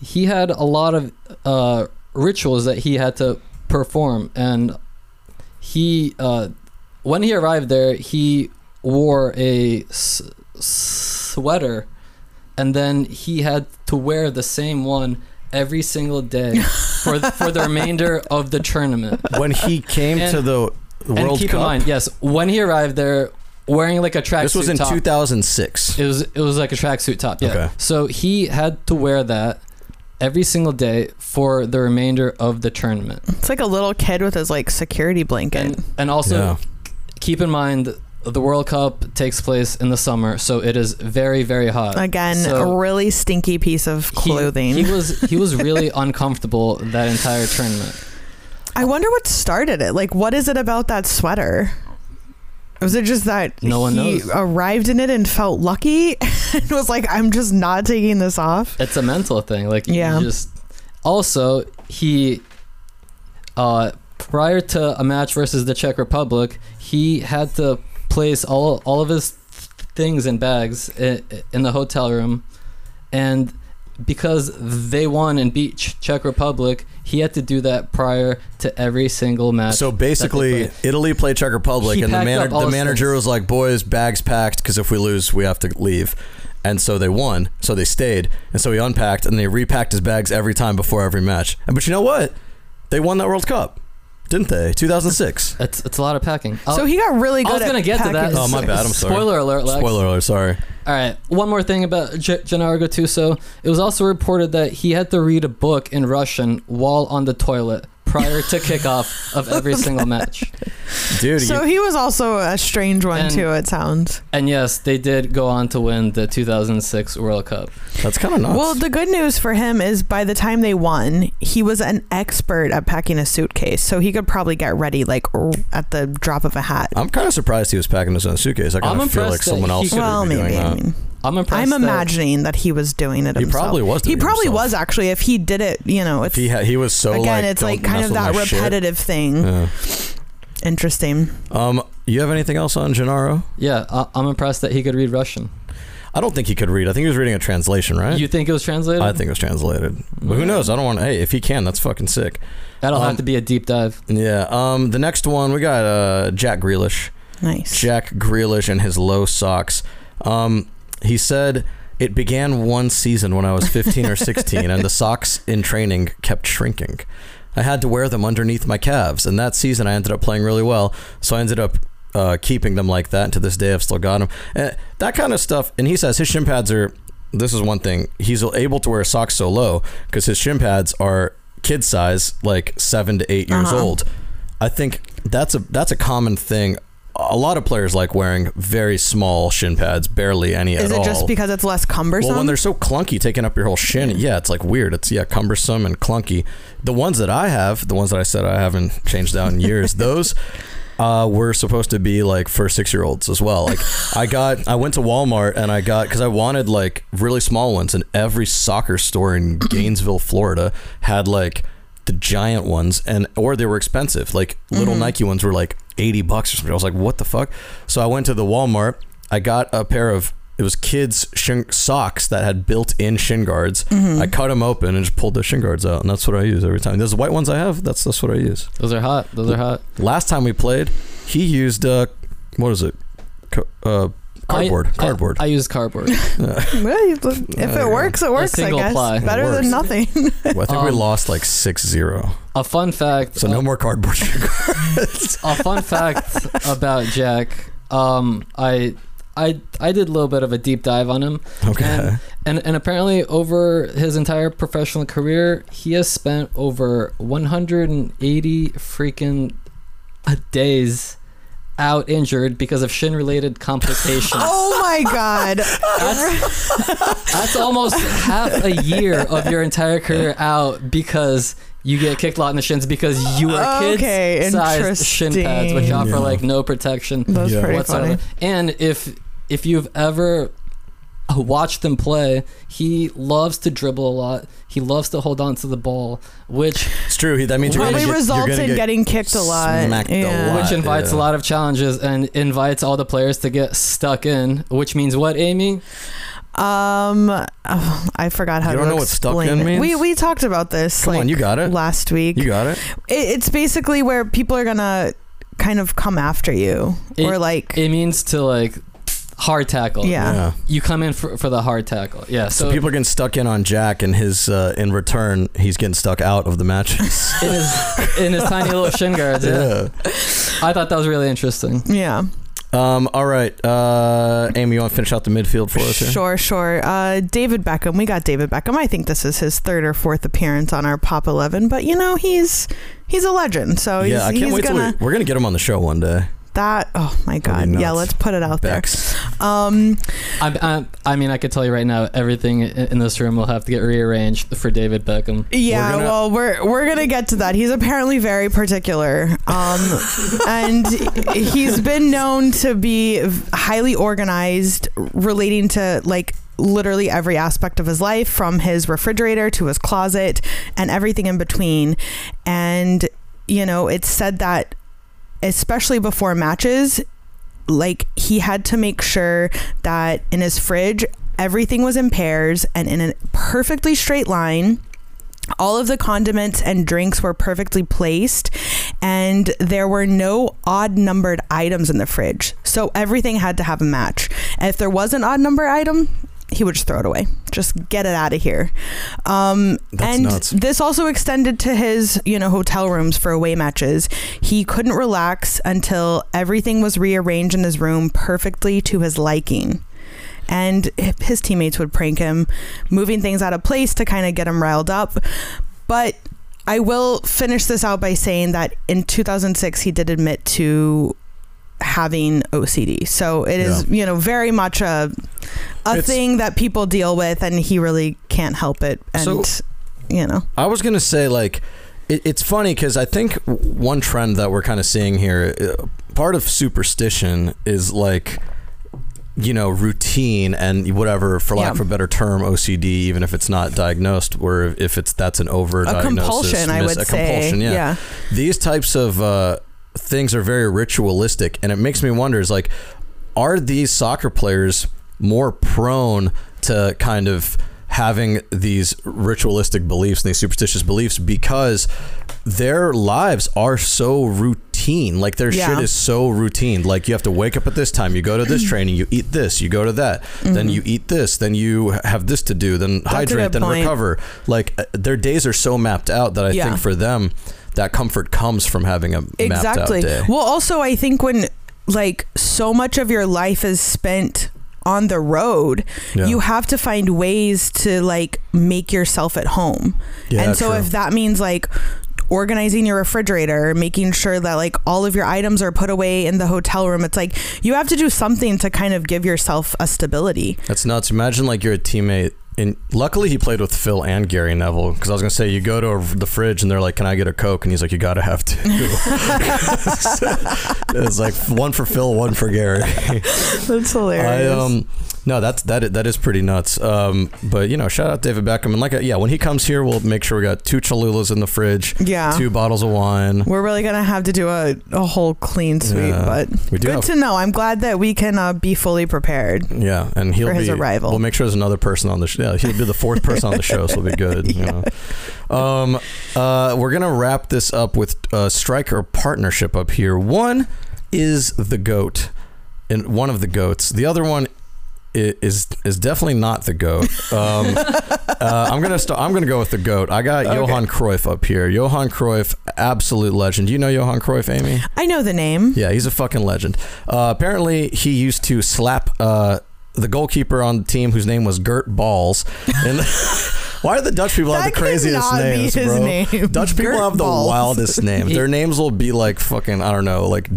Speaker 7: he had a lot of uh, rituals that he had to perform, and he uh, when he arrived there, he wore a s- sweater, and then he had to wear the same one every single day for for the remainder of the tournament.
Speaker 5: When he came
Speaker 7: And-
Speaker 5: to the
Speaker 7: and
Speaker 5: World
Speaker 7: keep
Speaker 5: Cup,
Speaker 7: in mind, yes, when he arrived there, wearing like a tracksuit.
Speaker 5: this was in
Speaker 7: top.
Speaker 5: 2006.
Speaker 7: It was it was like a tracksuit top. Yeah.
Speaker 5: Okay.
Speaker 7: So he had to wear that every single day for the remainder of the tournament.
Speaker 6: It's like a little kid with his like security blanket.
Speaker 7: And and also
Speaker 5: Yeah.
Speaker 7: keep in mind the World Cup takes place in the summer, so it is very very hot.
Speaker 6: Again,
Speaker 7: So
Speaker 6: a really stinky piece of
Speaker 7: he-
Speaker 6: clothing.
Speaker 7: He, was he was really uncomfortable that entire tournament.
Speaker 6: I wonder what started it. Like, what is it about that sweater? Was it just that
Speaker 7: No one
Speaker 6: he
Speaker 7: knows.
Speaker 6: arrived in it and felt lucky and was like, I'm just not taking this off?
Speaker 7: It's a mental thing. Like you
Speaker 6: Yeah.
Speaker 7: just also he uh prior to a match versus the Czech Republic, he had to place all all of his things in bags in, in the hotel room, and because they won and beat Ch- Czech Republic, he had to do that prior to every single match.
Speaker 5: So
Speaker 7: that they
Speaker 5: basically,
Speaker 7: played.
Speaker 5: Italy played Czech Republic,
Speaker 7: He
Speaker 5: and the,
Speaker 7: packed
Speaker 5: mana-
Speaker 7: up all
Speaker 5: the
Speaker 7: his
Speaker 5: manager
Speaker 7: things.
Speaker 5: was like, "Boys, bags packed, because if we lose, we have to leave." And so they won. So they stayed, and so he unpacked, and they repacked his bags every time before every match. And but you know what? They won that World Cup, didn't they? 2006.
Speaker 7: it's it's a lot of packing.
Speaker 6: so he got really good
Speaker 7: I was
Speaker 6: at
Speaker 7: gonna get to that.
Speaker 6: packing
Speaker 5: Oh, my bad. I'm sorry.
Speaker 7: Spoiler alert. Lex.
Speaker 5: Spoiler alert. Sorry.
Speaker 7: All right. One more thing about G- Gennaro Gattuso. It was also reported that he had to read a book in Russian while on the toilet prior to kickoff of every single match.
Speaker 5: dude.
Speaker 6: So
Speaker 5: you-
Speaker 6: he was also a strange one
Speaker 7: And-
Speaker 6: too. It sounds.
Speaker 7: And yes, they did go on to win the 2006 World Cup.
Speaker 5: that's kind of nuts.
Speaker 6: Well, the good news for him is by the time they won, he was an expert at packing a suitcase, so he could probably get ready like r- at the drop of a hat.
Speaker 5: I'm kind of surprised he was packing his own suitcase. I kind of feel
Speaker 7: impressed
Speaker 5: like
Speaker 7: that
Speaker 5: someone
Speaker 7: he
Speaker 5: else
Speaker 7: could-
Speaker 5: would
Speaker 6: Well,
Speaker 5: be doing
Speaker 6: maybe. I
Speaker 5: that.
Speaker 6: mean,
Speaker 7: I'm impressed.
Speaker 6: I'm
Speaker 7: that-
Speaker 6: imagining that he was doing it.
Speaker 5: He
Speaker 6: Himself.
Speaker 5: probably was doing
Speaker 6: he
Speaker 5: it
Speaker 6: probably
Speaker 5: himself.
Speaker 6: was actually. If he did it, you know, if
Speaker 5: If he ha- he was so
Speaker 6: again,
Speaker 5: like
Speaker 6: it's like
Speaker 5: "Don't
Speaker 6: kind of
Speaker 5: mess
Speaker 6: that
Speaker 5: with my shit."
Speaker 6: repetitive thing.
Speaker 5: Yeah.
Speaker 6: Interesting.
Speaker 5: Um, you have anything else on Gennaro?
Speaker 7: Yeah, I- I'm impressed that he could read Russian.
Speaker 5: I don't think he could read. I think he was reading a translation, right?
Speaker 7: You think it was translated?
Speaker 5: I think it was translated. But who knows? I don't want. Hey, if he can, that's fucking sick.
Speaker 7: That'll
Speaker 5: um,
Speaker 7: have to be a deep dive.
Speaker 5: Yeah. Um, the next one we got uh Jack Grealish.
Speaker 6: Nice.
Speaker 5: Jack Grealish and his low socks. Um, he said it began one season when I was 15 or 16, and the socks in training kept shrinking. I had to wear them underneath my calves, and that season I ended up playing really well. So I ended up uh, keeping them like that, and to this day I've still got them. And that kind of stuff. And he says his shin pads are. This is one thing he's able to wear socks so low because his shin pads are kid size, like seven to eight years old. I think that's a that's a common thing. A lot of players like wearing very small shin pads, barely any
Speaker 6: Is
Speaker 5: at
Speaker 6: it
Speaker 5: all.
Speaker 6: just because it's less cumbersome?
Speaker 5: Well, when they're so clunky, taking up your whole shin, yeah, it's like weird. It's yeah, cumbersome and clunky. The ones that I have, the ones that I said I haven't changed out in years, those uh, were supposed to be like for six year olds as well. Like I got, I went to Walmart and I got because I wanted like really small ones, and every soccer store in Gainesville, Florida, had like the giant ones and or they were expensive like little
Speaker 7: Mm-hmm.
Speaker 5: nike ones were like 80 bucks or something i was like what the fuck so i went to the walmart i got a pair of it was kids shin- socks that had built-in shin guards
Speaker 7: Mm-hmm.
Speaker 5: i cut them open and just pulled the shin guards out and that's what i use every time those white ones i have that's that's what i use
Speaker 7: Those are hot. Those are hot.
Speaker 5: last time we played he used uh what is it Co- uh cardboard
Speaker 7: I- I-
Speaker 5: cardboard
Speaker 7: I, use cardboard.
Speaker 6: Well, you- if
Speaker 5: yeah.
Speaker 6: it works, it works. I
Speaker 7: single
Speaker 6: guess
Speaker 7: ply.
Speaker 6: better
Speaker 5: It works.
Speaker 6: than nothing.
Speaker 5: i, think we
Speaker 7: um,
Speaker 5: lost like six zero
Speaker 7: a fun fact.
Speaker 5: so no
Speaker 7: uh,
Speaker 5: more cardboard shin guards
Speaker 7: a fun fact about Jack. Um, I, I, I did a little bit of a deep dive on him.
Speaker 5: okay
Speaker 7: And, and and apparently over his entire professional career, he has spent over 180 freaking days out injured because of shin related complications.
Speaker 6: oh my god!
Speaker 7: That's, that's almost half a year of your entire career out because you get kicked a lot in the shins because you are kids
Speaker 6: Okay,
Speaker 7: sized shin pads, which
Speaker 6: interesting.
Speaker 7: offer
Speaker 5: Yeah.
Speaker 7: like no protection
Speaker 6: That's
Speaker 5: Yeah.
Speaker 6: pretty
Speaker 7: whatsoever.
Speaker 6: funny.
Speaker 7: And if if you've ever uh, watched him play, he loves to dribble a lot. He loves to hold on to the ball, which
Speaker 5: it's true he, that means you're
Speaker 6: Probably
Speaker 5: gonna get,
Speaker 6: results
Speaker 5: you're gonna
Speaker 6: in
Speaker 5: get
Speaker 6: getting kicked a lot.
Speaker 5: smacked a
Speaker 6: Yeah.
Speaker 5: lot.
Speaker 7: which invites
Speaker 5: yeah.
Speaker 7: a lot of challenges and invites all the players to get stuck in. Which means what, Amy?
Speaker 6: Um, oh, I forgot how
Speaker 5: You
Speaker 6: to
Speaker 5: don't know what stuck
Speaker 6: explain
Speaker 5: in
Speaker 6: it.
Speaker 5: means?
Speaker 6: We we talked about this.
Speaker 5: Come
Speaker 6: like,
Speaker 5: on, you got it.
Speaker 6: last week.
Speaker 5: you got it
Speaker 6: It- it's basically where people are gonna kind of come after you,
Speaker 7: It-
Speaker 6: or like
Speaker 7: It means to like hard tackle.
Speaker 6: yeah.
Speaker 5: yeah.
Speaker 7: You come in for, for the hard tackle. Yeah.
Speaker 5: So,
Speaker 7: So,
Speaker 5: people are getting stuck in on Jack, and his uh, in return, he's getting stuck out of the matches.
Speaker 7: in his in his tiny little shin guards. Yeah. I thought that was really interesting.
Speaker 6: Yeah,
Speaker 5: Um. All right. Uh. Amy, you want to finish out the midfield for us here?
Speaker 6: sure, sure. Uh, David Beckham, we got David Beckham. I think this is his third or fourth appearance on our Pop Eleven, but you know he's he's a legend. So Oh, he's,
Speaker 5: yeah, I can't
Speaker 6: he's
Speaker 5: wait till
Speaker 6: gonna
Speaker 5: we, we're gonna get him on the show one day.
Speaker 6: that. Oh my
Speaker 5: That'd
Speaker 6: god,
Speaker 5: be
Speaker 6: yeah.
Speaker 5: nuts.
Speaker 6: Let's put it out
Speaker 5: Bex.
Speaker 6: there. Um,
Speaker 7: I, I, I mean, I could tell you right now, everything in, in this room will have to get rearranged for David Beckham.
Speaker 6: Yeah,
Speaker 5: We're gonna-
Speaker 6: well, we're we're gonna get to that. He's apparently very particular, um, and he's been known to be highly organized, relating to like literally every aspect of his life, from his refrigerator to his closet and everything in between. And you know, it's said that especially before matches, like he had to make sure that in his fridge everything was in pairs and in a perfectly straight line. All of the condiments and drinks were perfectly placed, and there were no odd numbered items in the fridge. So everything had to have a match. If there was an odd number item, he would just throw it away. Just get it out of here. Um,
Speaker 5: That's
Speaker 6: and
Speaker 5: nuts.
Speaker 6: this also extended to his, you know, hotel rooms for away matches. He couldn't relax until everything was rearranged in his room perfectly to his liking and his teammates would prank him, moving things out of place to kind of get him riled up. But I will finish this out by saying that in 2006 he did admit to having OCD. So it is, you know, very much a a
Speaker 5: It's-
Speaker 6: thing that people deal with and he really can't help it and
Speaker 5: So-
Speaker 6: you know.
Speaker 5: I was gonna say like, it, it's funny because I think w- one trend that we're kind of seeing here, uh, part of superstition is like, you know, routine and whatever, for lack
Speaker 6: Yeah.
Speaker 5: of a better term, OCD, even if it's not diagnosed, where if it's that's an over
Speaker 6: A compulsion, I would
Speaker 5: a
Speaker 6: say.
Speaker 5: compulsion, yeah.
Speaker 6: Yeah.
Speaker 5: These types of uh, things are very ritualistic, and it makes me wonder: is like, are these soccer players more prone to kind of having these ritualistic beliefs and these superstitious beliefs because their lives are so routine? Like their
Speaker 6: Yeah.
Speaker 5: shit is so routine. Like you have to wake up at this time, you go to this training, you eat this, you go to that, then you eat this, then you have this to do, then
Speaker 6: Mm-hmm. a
Speaker 5: hydrate,
Speaker 6: good
Speaker 5: then
Speaker 6: point.
Speaker 5: recover. Like uh, their days are so mapped out that I
Speaker 6: Yeah.
Speaker 5: think for them, that comfort comes from having a mapped out
Speaker 6: exactly.
Speaker 5: day.
Speaker 6: Well, also I think when like so much of your life is spent on the road,
Speaker 5: Yeah.
Speaker 6: you have to find ways to like make yourself at home.
Speaker 5: Yeah,
Speaker 6: and so
Speaker 5: true.
Speaker 6: if that means like organizing your refrigerator, making sure that like all of your items are put away in the hotel room, it's like you have to do something to kind of give yourself a stability.
Speaker 5: That's nuts. Imagine like you're a teammate. And luckily, he played with Phil and Gary Neville because I was gonna say you go to a- the fridge and they're like, "Can I get a Coke?" And he's like, "You gotta have two." it's like one for Phil, one for Gary.
Speaker 6: That's
Speaker 5: I
Speaker 6: hilarious.
Speaker 5: um no, that's that i- that is pretty nuts. Um, but you know, shout out David Beckham and like uh, yeah, when he comes here, we'll make sure we got two Cholulas in the fridge,
Speaker 6: Yeah.
Speaker 5: two bottles of wine.
Speaker 6: We're really gonna have to do a, a whole clean sweep,
Speaker 5: Yeah.
Speaker 6: but
Speaker 5: We do
Speaker 6: good
Speaker 5: have-
Speaker 6: to know. I'm glad that we can uh, be fully prepared.
Speaker 5: Yeah, and he'll
Speaker 6: For his
Speaker 5: be.
Speaker 6: arrival.
Speaker 5: We'll make sure there's another person on the show. Yeah, he'll be the fourth person on the show, so it'll be good. You know. Um, uh, we're gonna wrap this up with uh, striker partnership up here. One is the goat, and one of the goats. The other one i- is is definitely not the goat. Um, uh, I'm gonna st- I'm gonna go with the goat. I got Johan Cruyff up here. Johan Cruyff, absolute legend. You know Johan Cruyff, Amy?
Speaker 6: I know the name.
Speaker 5: Yeah, he's a fucking legend. Uh, apparently, he used to slap uh, the goalkeeper on the team, whose name was Gert Balls. And why do the Dutch people have
Speaker 6: That
Speaker 5: the craziest
Speaker 6: cannot be
Speaker 5: names,
Speaker 6: his
Speaker 5: bro?
Speaker 6: name.
Speaker 5: Dutch people
Speaker 6: Gert
Speaker 5: have the
Speaker 6: Balls.
Speaker 5: wildest names. Their names will be like fucking I don't know, like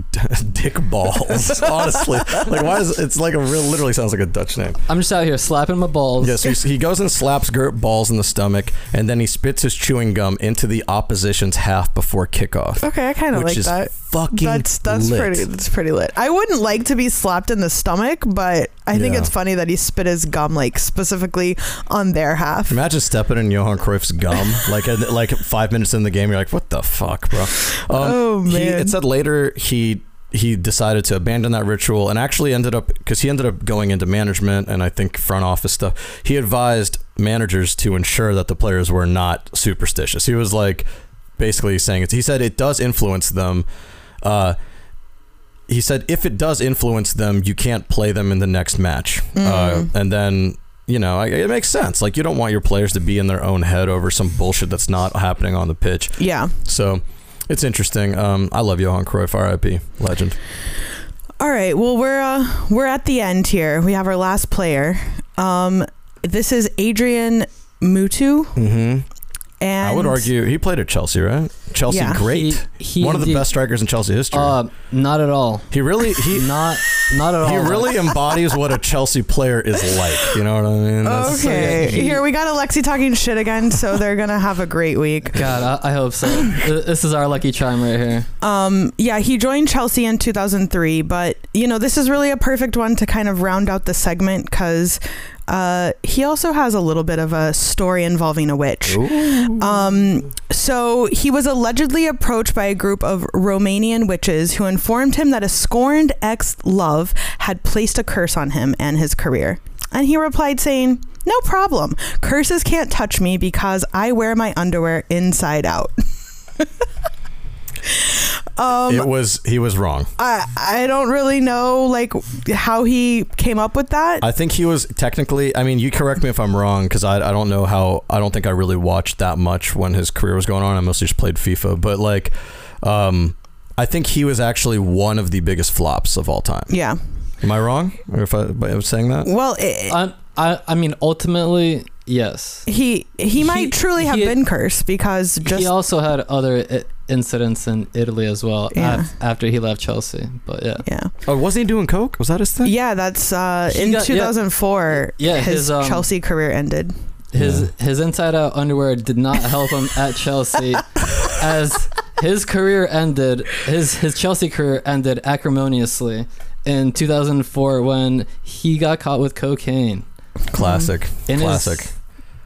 Speaker 5: Dick Balls. honestly, like why is it's like a real literally sounds like a Dutch name.
Speaker 7: I'm just out here slapping my balls.
Speaker 5: Yes, he he goes and slaps Gert Balls in the stomach, and then he spits his chewing gum into the opposition's half before kickoff.
Speaker 6: Okay, I kind of
Speaker 5: Which
Speaker 6: like
Speaker 5: is
Speaker 6: that.
Speaker 5: fucking
Speaker 6: that's that's
Speaker 5: lit.
Speaker 6: pretty that's pretty lit. I wouldn't like to be slapped in the stomach, but I think
Speaker 5: Yeah.
Speaker 6: it's funny that he spit his gum like specifically on their half.
Speaker 5: Imagine stepping in Johan Cruyff's gum, like at- like five minutes in the game, you're like, "What the fuck, bro?" Um,
Speaker 6: Oh,
Speaker 5: he-
Speaker 6: man.
Speaker 5: it said later he he decided to abandon that ritual and actually ended up because he ended up going into management and I think front office stuff. He advised managers to ensure that the players were not superstitious. He was like, basically saying it. He said it does influence them. Uh, he said if it does influence them, you can't play them in the next match. Uh,
Speaker 6: Mm.
Speaker 5: and then you know I- it makes sense. Like you don't want your players to be in their own head over some bullshit that's not happening on the pitch.
Speaker 6: Yeah.
Speaker 5: So it's interesting. Um, I love Johan Cruyff, RIP, legend.
Speaker 6: All right. Well, we're uh, we're at the end here. We have our last player. Um, this is Adrian Mutu,
Speaker 5: Mm-hmm.
Speaker 6: and
Speaker 5: I would argue he played at Chelsea, right? Chelsea,
Speaker 6: Yeah.
Speaker 5: great.
Speaker 7: He- he
Speaker 5: One of the
Speaker 7: indeed-
Speaker 5: best strikers in Chelsea history.
Speaker 7: Uh, not at all.
Speaker 5: he really he
Speaker 7: Not not at all.
Speaker 5: he really embodies what a Chelsea player is like. You know what I mean? That's-
Speaker 6: Okay,
Speaker 7: So, yeah, he-
Speaker 6: here we got Alexi talking shit again, so they're gonna have a great week.
Speaker 7: God, I, I hope so. Th- this is our lucky chime right here.
Speaker 6: Um, yeah, he joined Chelsea in 2003, but you know, this is really a perfect one to kind of round out the segment because uh, he also has a little bit of a story involving a witch. Um, so he was allegedly approached by a group of Romanian witches who informed him that a scorned ex love had placed a curse on him and his career. And he replied, saying, No problem. Curses can't touch me because I wear my underwear inside out.
Speaker 7: Um,
Speaker 5: it was he was wrong.
Speaker 6: I I don't really know like how he came up with that.
Speaker 5: I think he was technically. I mean, you correct me if I'm wrong because I, I don't know how. I don't think I really watched that much when his career was going on. I mostly just played FIFA, but like, um, I think he was actually one of the biggest flops of all time.
Speaker 6: yeah.
Speaker 5: Am I wrong? Or if I, by saying that?
Speaker 6: Well, it,
Speaker 7: I'm I I mean ultimately yes.
Speaker 6: He he might truly have
Speaker 7: he-
Speaker 6: been cursed because
Speaker 7: he
Speaker 6: just
Speaker 7: also had other I- incidents in Italy as well
Speaker 6: Yeah.
Speaker 7: af- after he left Chelsea. But yeah.
Speaker 6: yeah
Speaker 5: Oh, wasn't he doing coke? Was that his thing?
Speaker 6: yeah that's uh
Speaker 7: He
Speaker 6: in
Speaker 7: got- yeah.
Speaker 6: 2004
Speaker 7: Yeah,
Speaker 6: his,
Speaker 7: his, um,
Speaker 6: Chelsea career ended.
Speaker 7: His his inside out underwear did not help him at Chelsea, as his career ended. His his Chelsea career ended acrimoniously in 2004 when he got caught with cocaine
Speaker 5: Classic.
Speaker 7: in
Speaker 5: Classic.
Speaker 7: his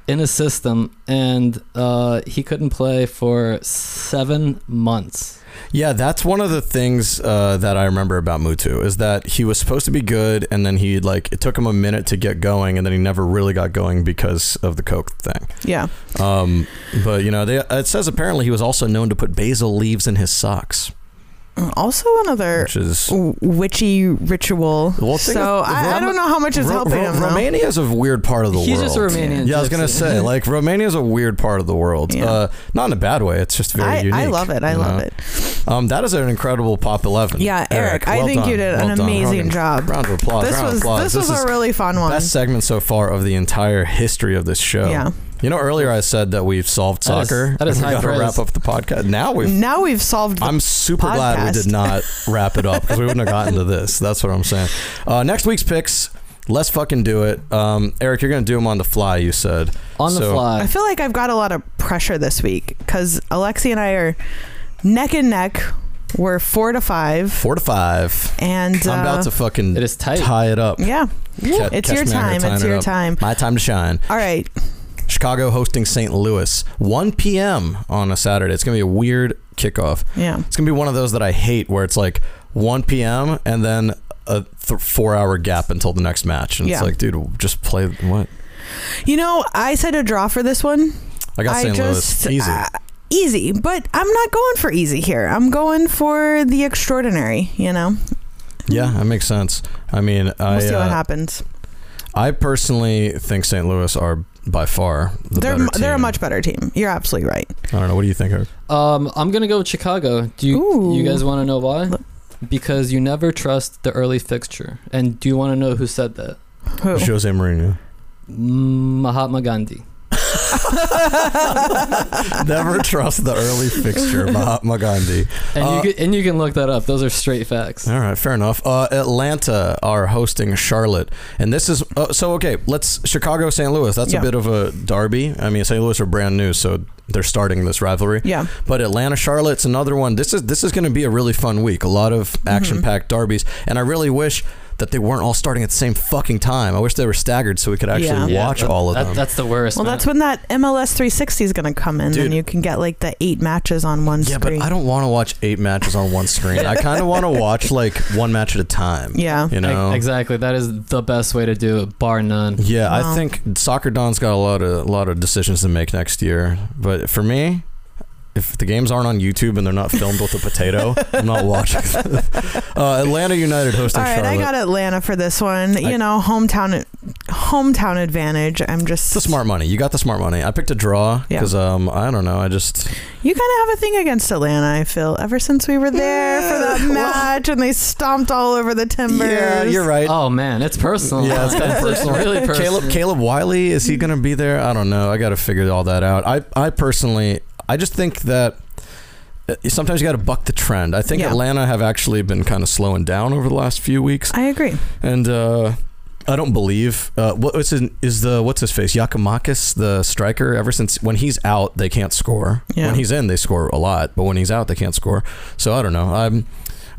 Speaker 7: in his system, and uh, he couldn't play for seven months.
Speaker 5: Yeah, that's one of the things uh, that I remember about Mutu is that he was supposed to be good, and then he like it took him a minute to get going, and then he never really got going because of the coke thing.
Speaker 6: Yeah.
Speaker 5: Um, but you know, they, it says apparently he was also known to put basil leaves in his socks,
Speaker 6: Uh, Also another
Speaker 5: which is
Speaker 6: w- witchy ritual.
Speaker 5: Well, think
Speaker 6: so
Speaker 5: of-
Speaker 6: I, I
Speaker 5: Rom-
Speaker 6: don't know how much it's
Speaker 5: Ro-
Speaker 6: helping
Speaker 5: Ro-
Speaker 6: him. though.
Speaker 5: Romania is a weird part of the
Speaker 7: He's
Speaker 5: world.
Speaker 7: just a Romanian.
Speaker 5: Yeah, I was gonna
Speaker 7: gypsy.
Speaker 5: say like Romania is a weird part of the world.
Speaker 6: Yeah.
Speaker 5: Uh, not in a bad way. It's just very
Speaker 6: I,
Speaker 5: unique.
Speaker 6: I love it. I
Speaker 5: you
Speaker 6: love
Speaker 5: know?
Speaker 6: it.
Speaker 5: Um, that is an incredible pop eleven.
Speaker 6: Yeah, Eric, I
Speaker 5: well
Speaker 6: think you
Speaker 5: done,
Speaker 6: did an
Speaker 5: well done.
Speaker 6: amazing
Speaker 5: Round-
Speaker 6: job.
Speaker 5: Round of applause.
Speaker 6: This
Speaker 5: round of
Speaker 6: was
Speaker 5: applause.
Speaker 6: this was
Speaker 5: is
Speaker 6: a really fun one.
Speaker 5: best segment so far of the entire history of this show.
Speaker 6: Yeah.
Speaker 5: You know, earlier I said that we've solved
Speaker 7: That is-
Speaker 5: soccer.
Speaker 7: that is
Speaker 5: and we
Speaker 7: high
Speaker 5: got to
Speaker 7: praise.
Speaker 5: wrap up the podcast. Now we've.
Speaker 6: Now we've solved. The,
Speaker 5: I'm super glad we
Speaker 6: podcast.
Speaker 5: did not wrap it up because we wouldn't have gotten to this. That's what I'm saying. Uh, next week's picks. Let's fucking do it, um, Eric. You're gonna do them on the fly. You said
Speaker 7: On the
Speaker 5: So-
Speaker 7: fly.
Speaker 6: I feel like I've got a lot of pressure this week because Alexi and I are neck and neck. We're four to five,
Speaker 5: four to five.
Speaker 6: and uh,
Speaker 5: I'm about to fucking
Speaker 7: It is tight.
Speaker 5: tie it up.
Speaker 6: yeah,
Speaker 5: Ca-
Speaker 6: it's
Speaker 5: catch
Speaker 6: your
Speaker 5: me out here
Speaker 6: time. It's
Speaker 5: tying it
Speaker 6: your
Speaker 5: up.
Speaker 6: time.
Speaker 5: My time to shine.
Speaker 6: All right,
Speaker 5: Chicago hosting St. Louis, 1 p.m. on a Saturday. It's gonna be a weird kickoff.
Speaker 6: yeah,
Speaker 5: It's gonna be one of those that I hate, where it's like 1 p.m. and then a th- four-hour gap until the next match, and it's
Speaker 6: Yeah.
Speaker 5: like, dude, just play what?
Speaker 6: you know, I said a draw for this one.
Speaker 5: I got
Speaker 6: I
Speaker 5: St.
Speaker 6: just
Speaker 5: Louis easy.
Speaker 6: uh, easy, but I'm not going for easy here. I'm going for the extraordinary. You know,
Speaker 5: yeah, that makes sense. I mean,
Speaker 6: we'll
Speaker 5: I
Speaker 6: see what
Speaker 5: uh,
Speaker 6: happens.
Speaker 5: I personally think St. Louis are by far the
Speaker 6: They're
Speaker 5: better
Speaker 6: mu- they're a
Speaker 5: team.
Speaker 6: much better team. You're absolutely right.
Speaker 5: I don't know. What do you think? Eric?
Speaker 7: Um, I'm gonna go with Chicago. Do you you
Speaker 6: Ooh.
Speaker 7: guys want to know why?
Speaker 6: Look.
Speaker 7: Because you never trust the early fixture. And do you want to know who said that?
Speaker 6: Who?
Speaker 5: Jose Mourinho.
Speaker 7: Mahatma Gandhi.
Speaker 5: Never trust the early fixture, Mahatma Gandhi.
Speaker 7: And
Speaker 5: Uh,
Speaker 7: you can, and you can look that up. Those are straight facts.
Speaker 5: All right, fair enough. Uh, Atlanta are hosting Charlotte, and this is uh, so okay. Let's Chicago, St. Louis. That's a
Speaker 6: Yeah.
Speaker 5: bit of a derby. I mean, St. Louis are brand new, so they're starting this rivalry.
Speaker 6: Yeah.
Speaker 5: But Atlanta, Charlotte's another one. This is this is going to be a really fun week. A lot of
Speaker 6: Mm-hmm.
Speaker 5: action-packed derbies, and I really wish that they weren't all starting at the same fucking time. I wish they were staggered so we could actually
Speaker 6: Yeah.
Speaker 5: watch
Speaker 7: that-
Speaker 5: all of
Speaker 7: that-
Speaker 5: them.
Speaker 7: That's the worst.
Speaker 6: Well,
Speaker 7: man.
Speaker 6: that's when that MLS 360 is going to come in,
Speaker 5: Dude.
Speaker 6: and you can get like the eight matches on one
Speaker 5: yeah,
Speaker 6: screen.
Speaker 5: but I don't want to watch eight matches on one screen. I kind of want to watch like one match at a time.
Speaker 6: Yeah.
Speaker 5: you
Speaker 7: E-
Speaker 5: know
Speaker 7: exactly. That is the best way to do it, bar none.
Speaker 5: Yeah, I
Speaker 6: Wow.
Speaker 5: think Soccer Don's got a lot of a lot of decisions to make next year. But for me, if the games aren't on YouTube and they're not filmed with a potato, I'm not watching. them. uh, Atlanta United hosting
Speaker 6: All right,
Speaker 5: Charlotte.
Speaker 6: I got Atlanta for this one.
Speaker 5: I-
Speaker 6: you know, hometown hometown advantage. I'm just
Speaker 5: it's the smart money. You got the smart money. I picked a draw
Speaker 6: Yeah.
Speaker 5: because um I don't know. I just
Speaker 6: You kind of have a thing against Atlanta. I feel ever since we were there for that
Speaker 5: Yeah, well-
Speaker 6: match, and they stomped all over the Timbers.
Speaker 5: yeah you're right.
Speaker 7: Oh man, it's personal.
Speaker 5: Yeah, it's kinda
Speaker 7: It's
Speaker 5: personal.
Speaker 7: really personal.
Speaker 5: Caleb Caleb Wiley is he gonna be there? I don't know. I got to figure all that out. I I personally I just think that uh, sometimes you got to buck the trend. I think
Speaker 6: Yeah.
Speaker 5: Atlanta have actually been kind of slowing down over the last few weeks.
Speaker 6: I agree.
Speaker 5: And uh, I don't believe uh, what, what's his, is the what's his face Yakimakis the striker. Ever since when he's out, they can't score.
Speaker 6: Yeah.
Speaker 5: When he's in, they score a lot, but when he's out, they can't score. So I don't know. I'm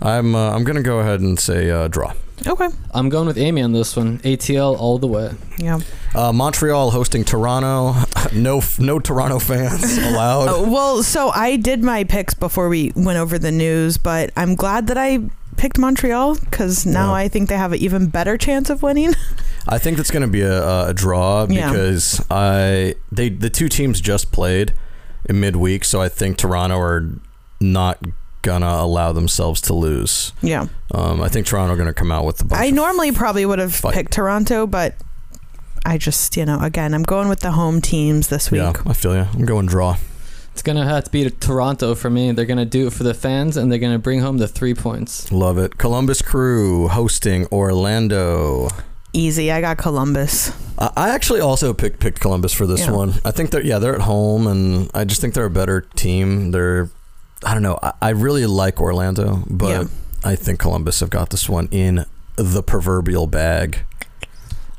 Speaker 5: I'm uh, I'm gonna go ahead and say uh, draw.
Speaker 6: Okay.
Speaker 7: I'm going with Amy on this one. ATL all the way.
Speaker 6: Yeah.
Speaker 5: Uh, Montreal hosting Toronto. no no Toronto fans allowed.
Speaker 6: Oh, well, so I did my picks before we went over the news, but I'm glad that I picked Montreal because now
Speaker 5: Yeah.
Speaker 6: I think they have an even better chance of winning.
Speaker 5: I think that's going to be a, a draw
Speaker 6: Yeah.
Speaker 5: because I they the two teams just played in midweek, so I think Toronto are not gonna allow themselves to lose.
Speaker 6: yeah.
Speaker 5: Um, I think Toronto are gonna come out with the bunch.
Speaker 6: I
Speaker 5: of-
Speaker 6: normally probably would have
Speaker 5: fight.
Speaker 6: picked Toronto, but I just, you know, again, I'm going with the home teams this week.
Speaker 5: yeah, I feel you. I'm going draw.
Speaker 7: It's gonna have to be to Toronto for me. They're gonna do it for the fans, and they're gonna bring home the three points.
Speaker 5: Love it. Columbus Crew hosting Orlando.
Speaker 6: easy. I got Columbus.
Speaker 5: I I actually also picked picked Columbus for this
Speaker 6: Yeah.
Speaker 5: one. I think they're yeah they're at home, and I just think they're a better team. They're I don't know. I, I really like Orlando, but
Speaker 6: Yeah.
Speaker 5: I think Columbus have got this one in the proverbial bag.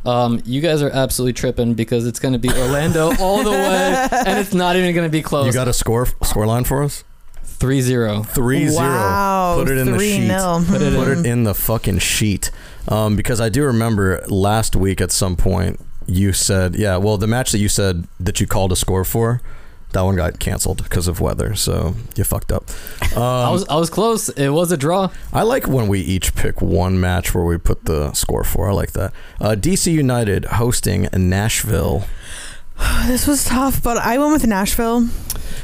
Speaker 7: Um, you guys are absolutely tripping because it's going to be Orlando all the way, and it's not even going to be
Speaker 5: You
Speaker 7: close.
Speaker 5: got a score score line for us?
Speaker 7: Three zero.
Speaker 5: Three zero.
Speaker 6: Wow,
Speaker 5: Put it in the
Speaker 6: three
Speaker 5: sheet.
Speaker 6: nil.
Speaker 5: Put it, in the fucking sheet. Um, because I do remember last week at some point you said, yeah, well, the match that you said that you called a score for, that one got canceled because of weather. So you fucked up. Um, I,
Speaker 7: I was I was close. It was a draw.
Speaker 5: like when we each pick one match where we put the score for. I like that. Uh, DC United hosting Nashville.
Speaker 6: This was tough, but I went with Nashville.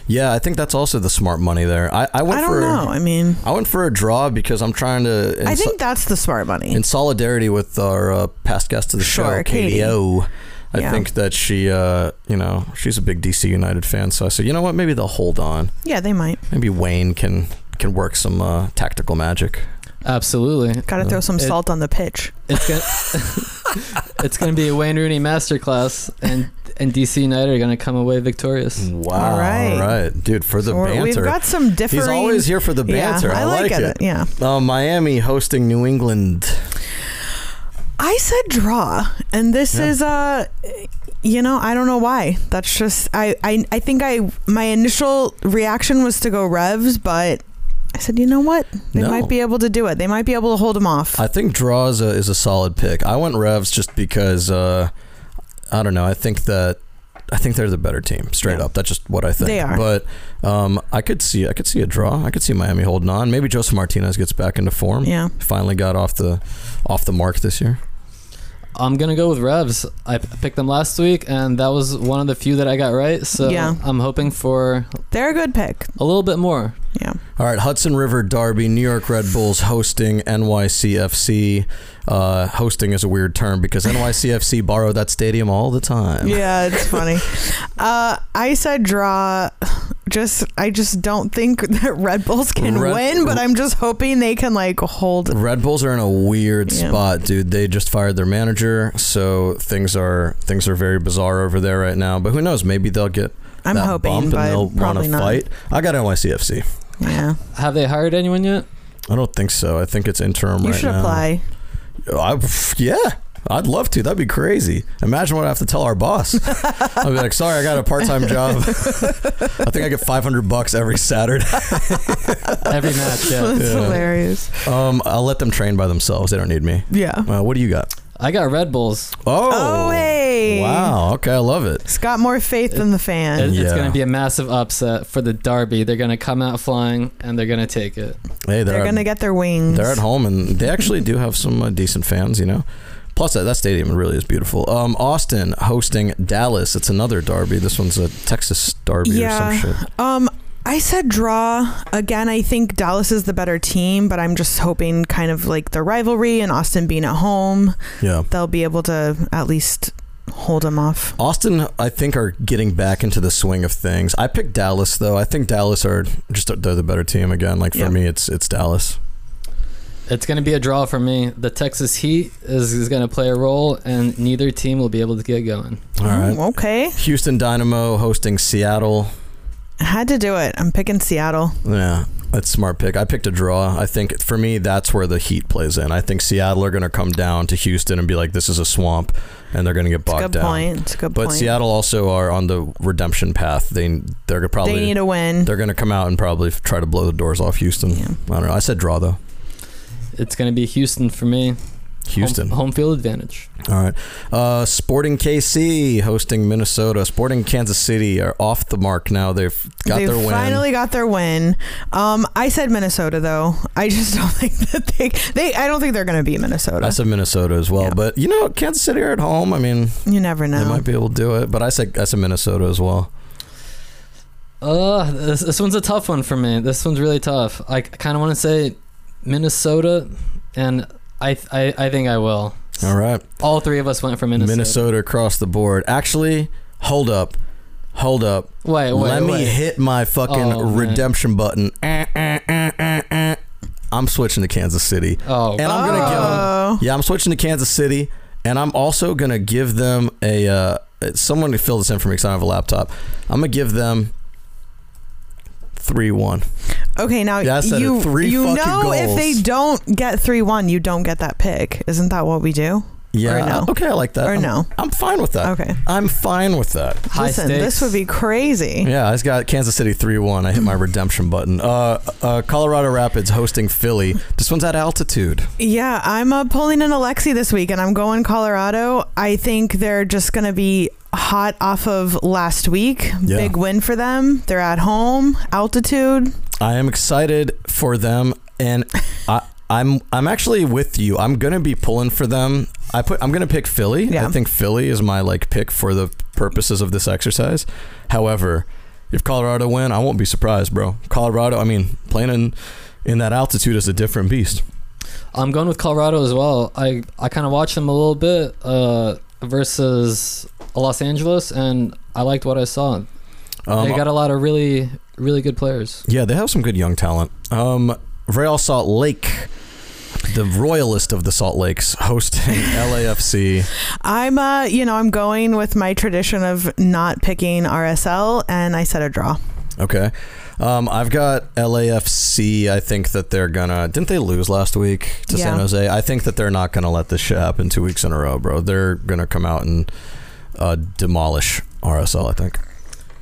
Speaker 5: Yeah, I think that's also the smart money there. I, I went
Speaker 6: I don't
Speaker 5: for
Speaker 6: know. I mean,
Speaker 5: I went for a draw because I'm trying to.
Speaker 6: I
Speaker 5: ins-
Speaker 6: think that's the smart money.
Speaker 5: in solidarity with our uh, past guest of the show,
Speaker 6: Sure,
Speaker 5: Katie
Speaker 6: Katie.
Speaker 5: O. I
Speaker 6: Yeah.
Speaker 5: think that she, uh, you know, she's a big DC United fan. So I said, you know what? Maybe they'll hold on.
Speaker 6: Yeah, they might.
Speaker 5: Maybe Wayne can can work some uh, tactical magic.
Speaker 7: Absolutely.
Speaker 6: Got to throw some
Speaker 7: It-
Speaker 6: salt on the pitch.
Speaker 7: It's gonna it's gonna be a Wayne Rooney masterclass, and and DC United are gonna come away victorious.
Speaker 5: Wow!
Speaker 6: All right.
Speaker 5: all right, dude, for the
Speaker 6: Or
Speaker 5: banter.
Speaker 6: We've got some differing.
Speaker 5: He's always here for the
Speaker 6: Yeah,
Speaker 5: banter. I, like, it.
Speaker 6: Yeah,
Speaker 5: Uh, Miami hosting New England.
Speaker 6: I said draw, and this
Speaker 5: Yeah.
Speaker 6: is uh, you know, I don't know why. That's just I, I, I think I my initial reaction was to go Revs, but I said, you know what, they
Speaker 5: No.
Speaker 6: might be able to do it. They might be able to hold them off.
Speaker 5: I think draw is a, is a solid pick. I went Revs just because uh, I don't know. I think that I think they're the better team straight
Speaker 6: Yeah.
Speaker 5: up. That's just what I think.
Speaker 6: They are.
Speaker 5: But um, I could see I could see a draw. I could see Miami holding on. Maybe Joseph Martinez gets back into form.
Speaker 6: yeah,
Speaker 5: Finally got off the off the mark this year.
Speaker 7: I'm gonna go with Revs. I p- picked them last week, and that was one of the few that I got right. So
Speaker 6: Yeah.
Speaker 7: I'm hoping for
Speaker 6: they're a good pick.
Speaker 7: a little bit more.
Speaker 6: Yeah,
Speaker 5: All right, Hudson River Derby, New York Red Bulls hosting NYCFC. Uh, hosting is a weird term because NYCFC borrow that stadium all the time.
Speaker 6: yeah, it's funny. uh, I said draw. Just I just don't think that Red Bulls can
Speaker 5: Red-
Speaker 6: win, but I'm just hoping they can like hold
Speaker 5: Red Bulls are in a weird
Speaker 6: Yeah.
Speaker 5: spot, dude. They just fired their manager, so things are things are very bizarre over there right now. But who knows? Maybe they'll get
Speaker 6: I'm
Speaker 5: that
Speaker 6: hoping,
Speaker 5: bump
Speaker 6: but
Speaker 5: and they'll want
Speaker 6: probably
Speaker 5: to
Speaker 6: not.
Speaker 5: fight. I got NYCFC.
Speaker 6: Yeah,
Speaker 7: Have they hired anyone yet?
Speaker 5: I don't think so. I think it's interim
Speaker 6: you
Speaker 5: right
Speaker 6: should
Speaker 5: now.
Speaker 6: apply.
Speaker 5: I, yeah, I'd love to. That'd be crazy. Imagine what I have to tell our boss. I'd be like, "Sorry, I got a part-time job. I think I get 500 bucks every Saturday.
Speaker 7: Every match, yeah.
Speaker 6: That's
Speaker 5: Yeah.
Speaker 6: hilarious.
Speaker 5: Um, I'll let them train by themselves. They don't need me."
Speaker 6: Yeah.
Speaker 5: Uh, what do you got?
Speaker 7: I got Red Bulls.
Speaker 5: Oh,
Speaker 6: Oh, hey.
Speaker 5: wow. Okay, I love it.
Speaker 6: It's got more faith than the
Speaker 7: It-
Speaker 6: fan.
Speaker 7: It's
Speaker 5: Yeah.
Speaker 7: gonna be a massive upset for the Derby. They're gonna come out flying, and they're gonna take it.
Speaker 5: Hey,
Speaker 6: They're
Speaker 5: at-
Speaker 6: gonna get their wings.
Speaker 5: They're at home, and they actually do have some uh, decent fans, you know. Plus, that, that stadium really is beautiful. Um, Austin hosting Dallas. It's another derby. This one's a Texas derby or
Speaker 6: Yeah.
Speaker 5: some shit.
Speaker 6: Um, I said draw again. I think Dallas is the better team, but I'm just hoping kind of like the rivalry and Austin being at home,
Speaker 5: Yeah.
Speaker 6: they'll be able to at least hold them off.
Speaker 5: Austin, I think, are getting back into the swing of things. I picked Dallas, though. I think Dallas are just they're the better team again. Like for
Speaker 6: Yeah.
Speaker 5: me, it's it's Dallas.
Speaker 7: It's going to be a draw for me. The Texas Heat is, is going to play a role, and neither team will be able to get going.
Speaker 6: Oh,
Speaker 5: All right.
Speaker 6: Ooh, okay,
Speaker 5: Houston Dynamo hosting Seattle.
Speaker 6: had to do it. I'm picking Seattle.
Speaker 5: Yeah, that's a smart pick. I picked a draw. I think for me, that's where the Heat plays in. I think Seattle are going to come down to Houston and be like, "This is a swamp," and they're going to get
Speaker 6: It's a
Speaker 5: bogged
Speaker 6: good
Speaker 5: down.
Speaker 6: point. It's a good
Speaker 5: But
Speaker 6: point.
Speaker 5: Seattle also are on the redemption path. They they're probably
Speaker 6: they need a win.
Speaker 5: they're going to come out and probably f- try to blow the doors off Houston.
Speaker 6: Yeah.
Speaker 5: I don't know. I said draw though.
Speaker 7: It's going to be Houston for me. Home-
Speaker 5: Houston.
Speaker 7: Home, field advantage.
Speaker 5: All right. Uh, Sporting KC hosting Minnesota. Sporting Kansas City are off the mark now. They've got
Speaker 6: they
Speaker 5: their win.
Speaker 6: finally got their win. Um, I said Minnesota though. I just don't think that they they. I don't think they're gonna beat Minnesota.
Speaker 5: I said Minnesota as well,
Speaker 6: Yeah.
Speaker 5: but you know Kansas City are at home. I mean,
Speaker 6: you never know.
Speaker 5: They might be able to do it, but I said that's in Minnesota as well.
Speaker 7: Uh, this, this one's a tough one for me. This one's really tough. I kind of want to say Minnesota, and I, th- I I think I will.
Speaker 5: All right,
Speaker 7: All three of us went for
Speaker 5: Minnesota,
Speaker 7: Minnesota.
Speaker 5: across the board. Actually, hold up, hold up.
Speaker 7: Wait, wait,
Speaker 5: Let
Speaker 7: wait.
Speaker 5: me hit my fucking
Speaker 7: Oh, man.
Speaker 5: redemption button. Eh, eh, eh, eh, eh. I'm switching to Kansas City.
Speaker 7: Oh,
Speaker 5: And I'm gonna
Speaker 7: God.
Speaker 5: give 'em-
Speaker 6: Oh.
Speaker 5: Yeah, I'm switching to Kansas City. And I'm also gonna give them a uh, someone to fill this in for me because I don't have a laptop. I'm gonna give them three one.
Speaker 6: Okay, now
Speaker 5: Yeah, I said it.
Speaker 6: you
Speaker 5: Three
Speaker 6: you
Speaker 5: fucking
Speaker 6: know if
Speaker 5: goals.
Speaker 6: they don't get three one, you don't get that pick. Isn't that what we do?
Speaker 5: Yeah.
Speaker 6: Or no.
Speaker 5: Okay, I like that.
Speaker 6: Or
Speaker 5: I'm-
Speaker 6: no.
Speaker 5: I'm fine with that.
Speaker 6: Okay.
Speaker 5: I'm fine with that.
Speaker 7: High
Speaker 6: Listen,
Speaker 7: stakes.
Speaker 6: this would be crazy.
Speaker 5: Yeah, I just got Kansas City 3 1. I hit my redemption button. Uh, uh, Colorado Rapids hosting Philly. This one's at altitude.
Speaker 6: Yeah, I'm uh, pulling in Alexi this week, and I'm going Colorado. I think they're just going to be hot off of last week.
Speaker 5: Yeah.
Speaker 6: Big win for them. They're at home, altitude.
Speaker 5: I am excited for them, and I, I'm I'm actually with you. I'm gonna be pulling for them. I put I'm gonna pick Philly.
Speaker 6: Yeah.
Speaker 5: I think Philly is my like pick for the purposes of this exercise. However, if Colorado win, I won't be surprised, bro. Colorado, I mean, playing in, in that altitude is a different beast.
Speaker 7: I'm going with Colorado as well. I, I kind of watched them a little bit uh, versus Los Angeles, and I liked what I saw.
Speaker 5: Um,
Speaker 7: they got a lot of really, really good players.
Speaker 5: Yeah, they have some good young talent. Um, Real Salt Lake, the royalist of the Salt Lakes, hosting LAFC.
Speaker 6: I'm, uh, you know, I'm going with my tradition of not picking RSL, and I said a draw.
Speaker 5: Okay, um, I've got LAFC. I think that they're gonna. Didn't they lose last week to San
Speaker 6: Yeah.
Speaker 5: Jose? I think that they're not gonna let this shit happen two weeks in a row, bro. They're gonna come out and uh, demolish RSL. I think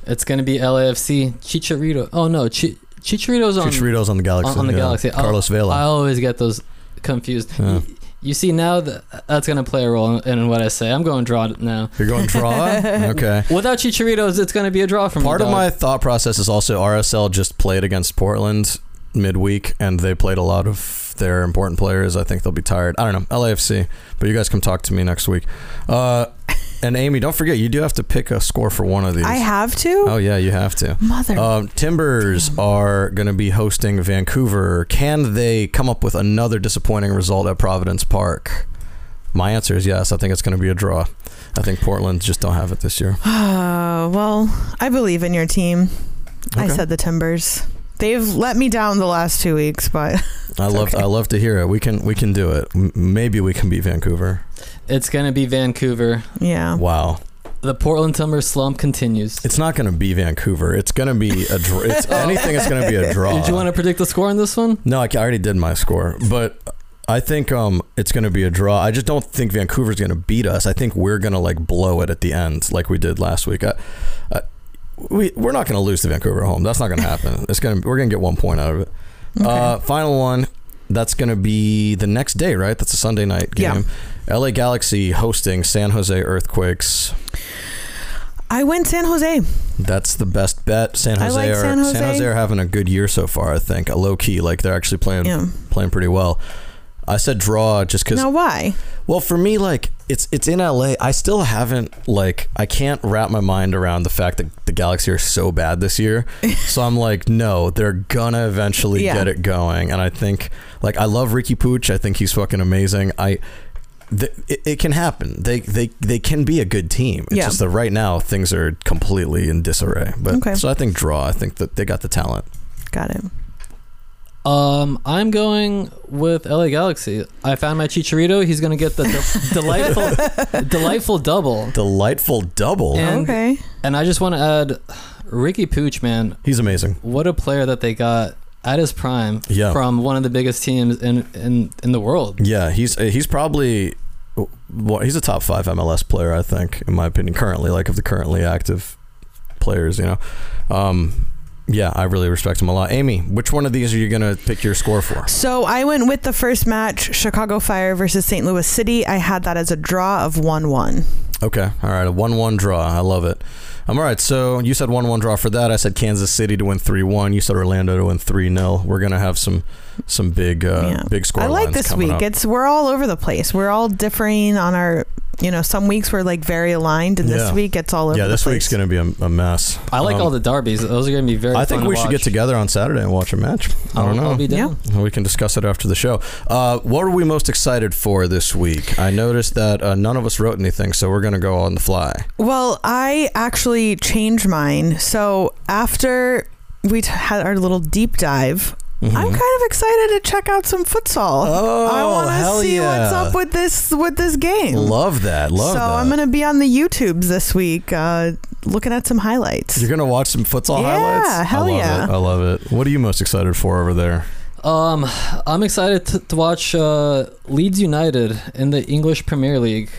Speaker 7: It's going to be LAFC, Chicharito. Oh, no, Chi- Chicharito's on,
Speaker 5: Chicharito's on the Galaxy.
Speaker 7: on, on the
Speaker 5: yeah.
Speaker 7: Galaxy. I'll-
Speaker 5: Carlos
Speaker 7: I
Speaker 5: Vela.
Speaker 7: always get those confused.
Speaker 5: Yeah.
Speaker 7: You, you see, now that, that's going to play a role in, in what I say. I'm going draw now.
Speaker 5: You're going draw. okay.
Speaker 7: Without Chicharitos, it's going to be a draw for me.
Speaker 5: Part of
Speaker 7: Hmm, dog.
Speaker 5: my thought process is also RSL just played against Portland midweek, and they played a lot of their important players. I think they'll be tired. I don't know LAFC, but you guys come talk to me next week. Uh, and Amy, don't forget you do have to pick a score for one of these.
Speaker 6: I have to.
Speaker 5: Oh yeah, you have to.
Speaker 6: Mother.
Speaker 5: Um, Timbers are going to be hosting Vancouver. Can they come up with another disappointing result at Providence Park? My answer is yes. I think it's going to be a draw. I think Portland just don't have it this year.
Speaker 6: Uh, well, I believe in your team. I
Speaker 5: Okay.
Speaker 6: said the Timbers. They've let me down the last two weeks, but
Speaker 5: I love I love to hear it. We can we can do it. M- maybe we can beat Vancouver.
Speaker 7: It's going to be Vancouver.
Speaker 6: yeah.
Speaker 5: Wow,
Speaker 7: The Portland Timber slump continues.
Speaker 5: it's not going to be Vancouver. It's going to be a dr- it's anything. It's going to be a draw.
Speaker 7: Did you want to predict the score on this one?
Speaker 5: No, I ca- I already did my score, but I think um it's going to be a draw. I just don't think Vancouver's going to beat us. I think we're going to like blow it at the end, like we did last week. I, I, we we're not going to lose to Vancouver at home. That's not going to happen. It's going to we're going to get one point out of it. Uh, final one. That's going to be the next day, right? That's a Sunday night
Speaker 6: Yeah.
Speaker 5: game. LA Galaxy hosting San Jose Earthquakes.
Speaker 6: I went San Jose.
Speaker 5: That's the best bet. San
Speaker 6: I
Speaker 5: Jose
Speaker 6: like
Speaker 5: are
Speaker 6: San Jose.
Speaker 5: are having a good year so far. I think a low key, like they're actually playing
Speaker 6: Yeah.
Speaker 5: playing pretty well. I said draw just because.
Speaker 6: Now why?
Speaker 5: Well, for me, like it's it's in LA. I still haven't like I can't wrap my mind around the fact that the Galaxy are so bad this year. so I'm like, no, they're gonna eventually
Speaker 6: Yeah.
Speaker 5: get it going. And I think like I love Ricky Pooch. I think he's fucking amazing. I. th it, it can happen. They they they can be a good team. It's
Speaker 6: Yeah.
Speaker 5: just that right now things are completely in disarray. But
Speaker 6: Okay.
Speaker 5: so I think draw. I think that they got the talent.
Speaker 6: Got it.
Speaker 7: Um, I'm going with LA Galaxy. I found my Chicharito. He's going to get the de- delightful, delightful double.
Speaker 5: Delightful double.
Speaker 7: And-
Speaker 6: okay.
Speaker 7: And I just want to add, Ricky Pooch, man,
Speaker 5: He's amazing.
Speaker 7: what a player that they got at his prime
Speaker 5: Yeah.
Speaker 7: from one of the biggest teams in in, in the world.
Speaker 5: Yeah, he's uh, he's probably well, he's a top five MLS player, I think, in my opinion, currently, like of the currently active players, you know. Um, yeah, I really respect him a lot. Amy, which one of these are you gonna pick your score for?
Speaker 6: So I went with the first match, Chicago Fire versus St. Louis City. I had that as a draw of one one.
Speaker 5: Okay, all right, a one-one draw. I love it. Um, all right, so you said one-one draw for that. I said Kansas City to win three-one. You said Orlando to win three-nil. We're gonna have some some big uh,
Speaker 6: yeah.
Speaker 5: big score.
Speaker 6: I like
Speaker 5: lines
Speaker 6: this
Speaker 5: coming
Speaker 6: week.
Speaker 5: up.
Speaker 6: It's we're all over the place. We're all differing on our you know, some weeks we're like very aligned and this
Speaker 5: Yeah.
Speaker 6: week it's all over
Speaker 5: yeah,
Speaker 6: the
Speaker 5: this
Speaker 6: place.
Speaker 5: week's gonna be a, a mess.
Speaker 7: I like
Speaker 5: Um,
Speaker 7: all the derbies. Those are going to be very.
Speaker 5: I
Speaker 7: fun
Speaker 5: think
Speaker 7: to
Speaker 5: we should get
Speaker 7: watch.
Speaker 5: together on Saturday and watch a match. I don't
Speaker 7: I'll-
Speaker 5: know.
Speaker 7: I'll be down.
Speaker 6: Yeah.
Speaker 5: Well, We can discuss it after the show. Uh, what are we most excited for this week? I noticed that uh, none of us wrote anything, so we're going to go on the fly.
Speaker 6: Well, I actually changed mine. So after we t- had our little deep dive, I'm kind of excited to check out some futsal.
Speaker 5: Mm-hmm. Oh,
Speaker 6: I wanna
Speaker 5: hell
Speaker 6: see what's
Speaker 5: yeah.
Speaker 6: up with this with this game.
Speaker 5: Love that. Love
Speaker 6: Mm. so
Speaker 5: that.
Speaker 6: I'm gonna be on the YouTubes this week, uh, looking at some highlights.
Speaker 5: You're gonna watch some futsal
Speaker 6: Yeah,
Speaker 5: highlights.
Speaker 6: hell
Speaker 5: I love
Speaker 6: yeah.
Speaker 5: It. I love it. What are you most excited for over there?
Speaker 7: Um, I'm excited to, to watch uh, Leeds United in the English Premier League.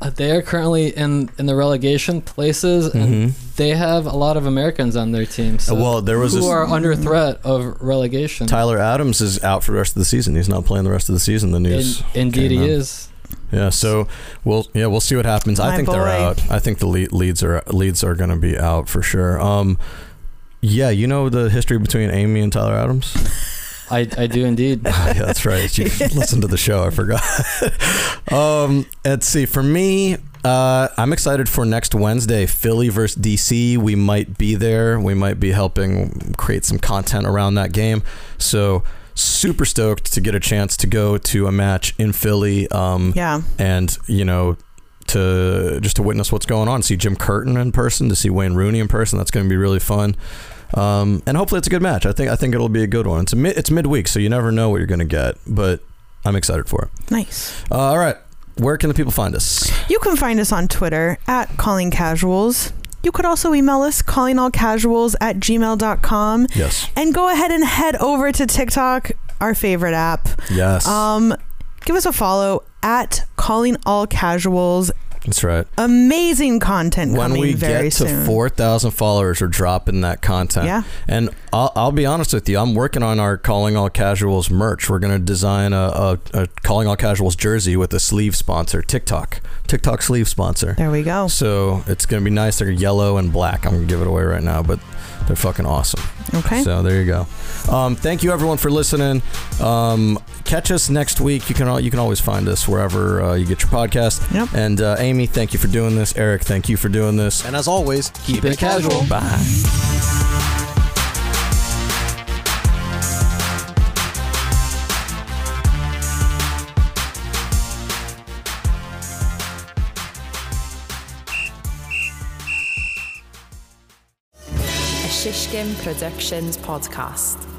Speaker 7: Uh, they are currently in, in the relegation places, and they have a lot of Americans on their team. So
Speaker 5: Mm-hmm. Uh, well, there was
Speaker 7: who
Speaker 5: this-
Speaker 7: are under threat of relegation.
Speaker 5: Tyler Adams is out for the rest of the season. He's not playing the rest of the season. The
Speaker 7: In-
Speaker 5: news.
Speaker 7: indeed,
Speaker 5: came
Speaker 7: he
Speaker 5: out.
Speaker 7: is.
Speaker 5: Yeah. So we'll yeah we'll see what happens. I
Speaker 6: My
Speaker 5: think they're
Speaker 6: boy.
Speaker 5: out. I think the lead, leads are leads are gonna be out for sure. Um, yeah, you know the history between Amy and Tyler Adams.
Speaker 7: I, I do indeed.
Speaker 5: yeah, that's right. You listened to the show. I forgot. um, let's see. For me, uh, I'm excited for next Wednesday, Philly versus DC. We might be there. We might be helping create some content around that game. So super stoked to get a chance to go to a match in Philly. Um,
Speaker 6: yeah,
Speaker 5: and you know to just to witness what's going on see jim curtin in person to see wayne rooney in person that's going to be really fun um, and hopefully it's a good match i think i think it'll be a good one it's a mid, it's midweek so you never know what you're going to get but i'm excited for it
Speaker 6: nice.
Speaker 5: uh, all right where can the people find us
Speaker 6: You can find us on Twitter at Calling Casuals. You could also email us callingallcasuals at gmail.com
Speaker 5: yes
Speaker 6: and go ahead and head over to TikTok, our favorite app.
Speaker 5: yes
Speaker 6: Um, give us a follow at Calling All Casuals.
Speaker 5: that's right
Speaker 6: Amazing content
Speaker 5: when
Speaker 6: coming
Speaker 5: we
Speaker 6: very
Speaker 5: get to
Speaker 6: soon.
Speaker 5: 4000 followers we're dropping that content
Speaker 6: Yeah.
Speaker 5: and I'll, I'll be honest with you i'm working on our calling all casuals merch we're going to design a, a, a calling all casuals jersey with a sleeve sponsor tiktok tiktok sleeve sponsor
Speaker 6: There we go.
Speaker 5: so it's going to be nice they're yellow and black i'm going to give it away right now but they're fucking awesome
Speaker 6: Okay.
Speaker 5: so there you go. Um, thank you everyone for listening. Um, catch us next week. You can al- you can always find us wherever uh, you get your podcast.
Speaker 6: Yep.
Speaker 5: And uh, Amy, thank you for doing this. Eric, thank you for doing this. And as always, keep,
Speaker 7: it casual.
Speaker 5: Bye.
Speaker 1: A Shishkin Productions podcast.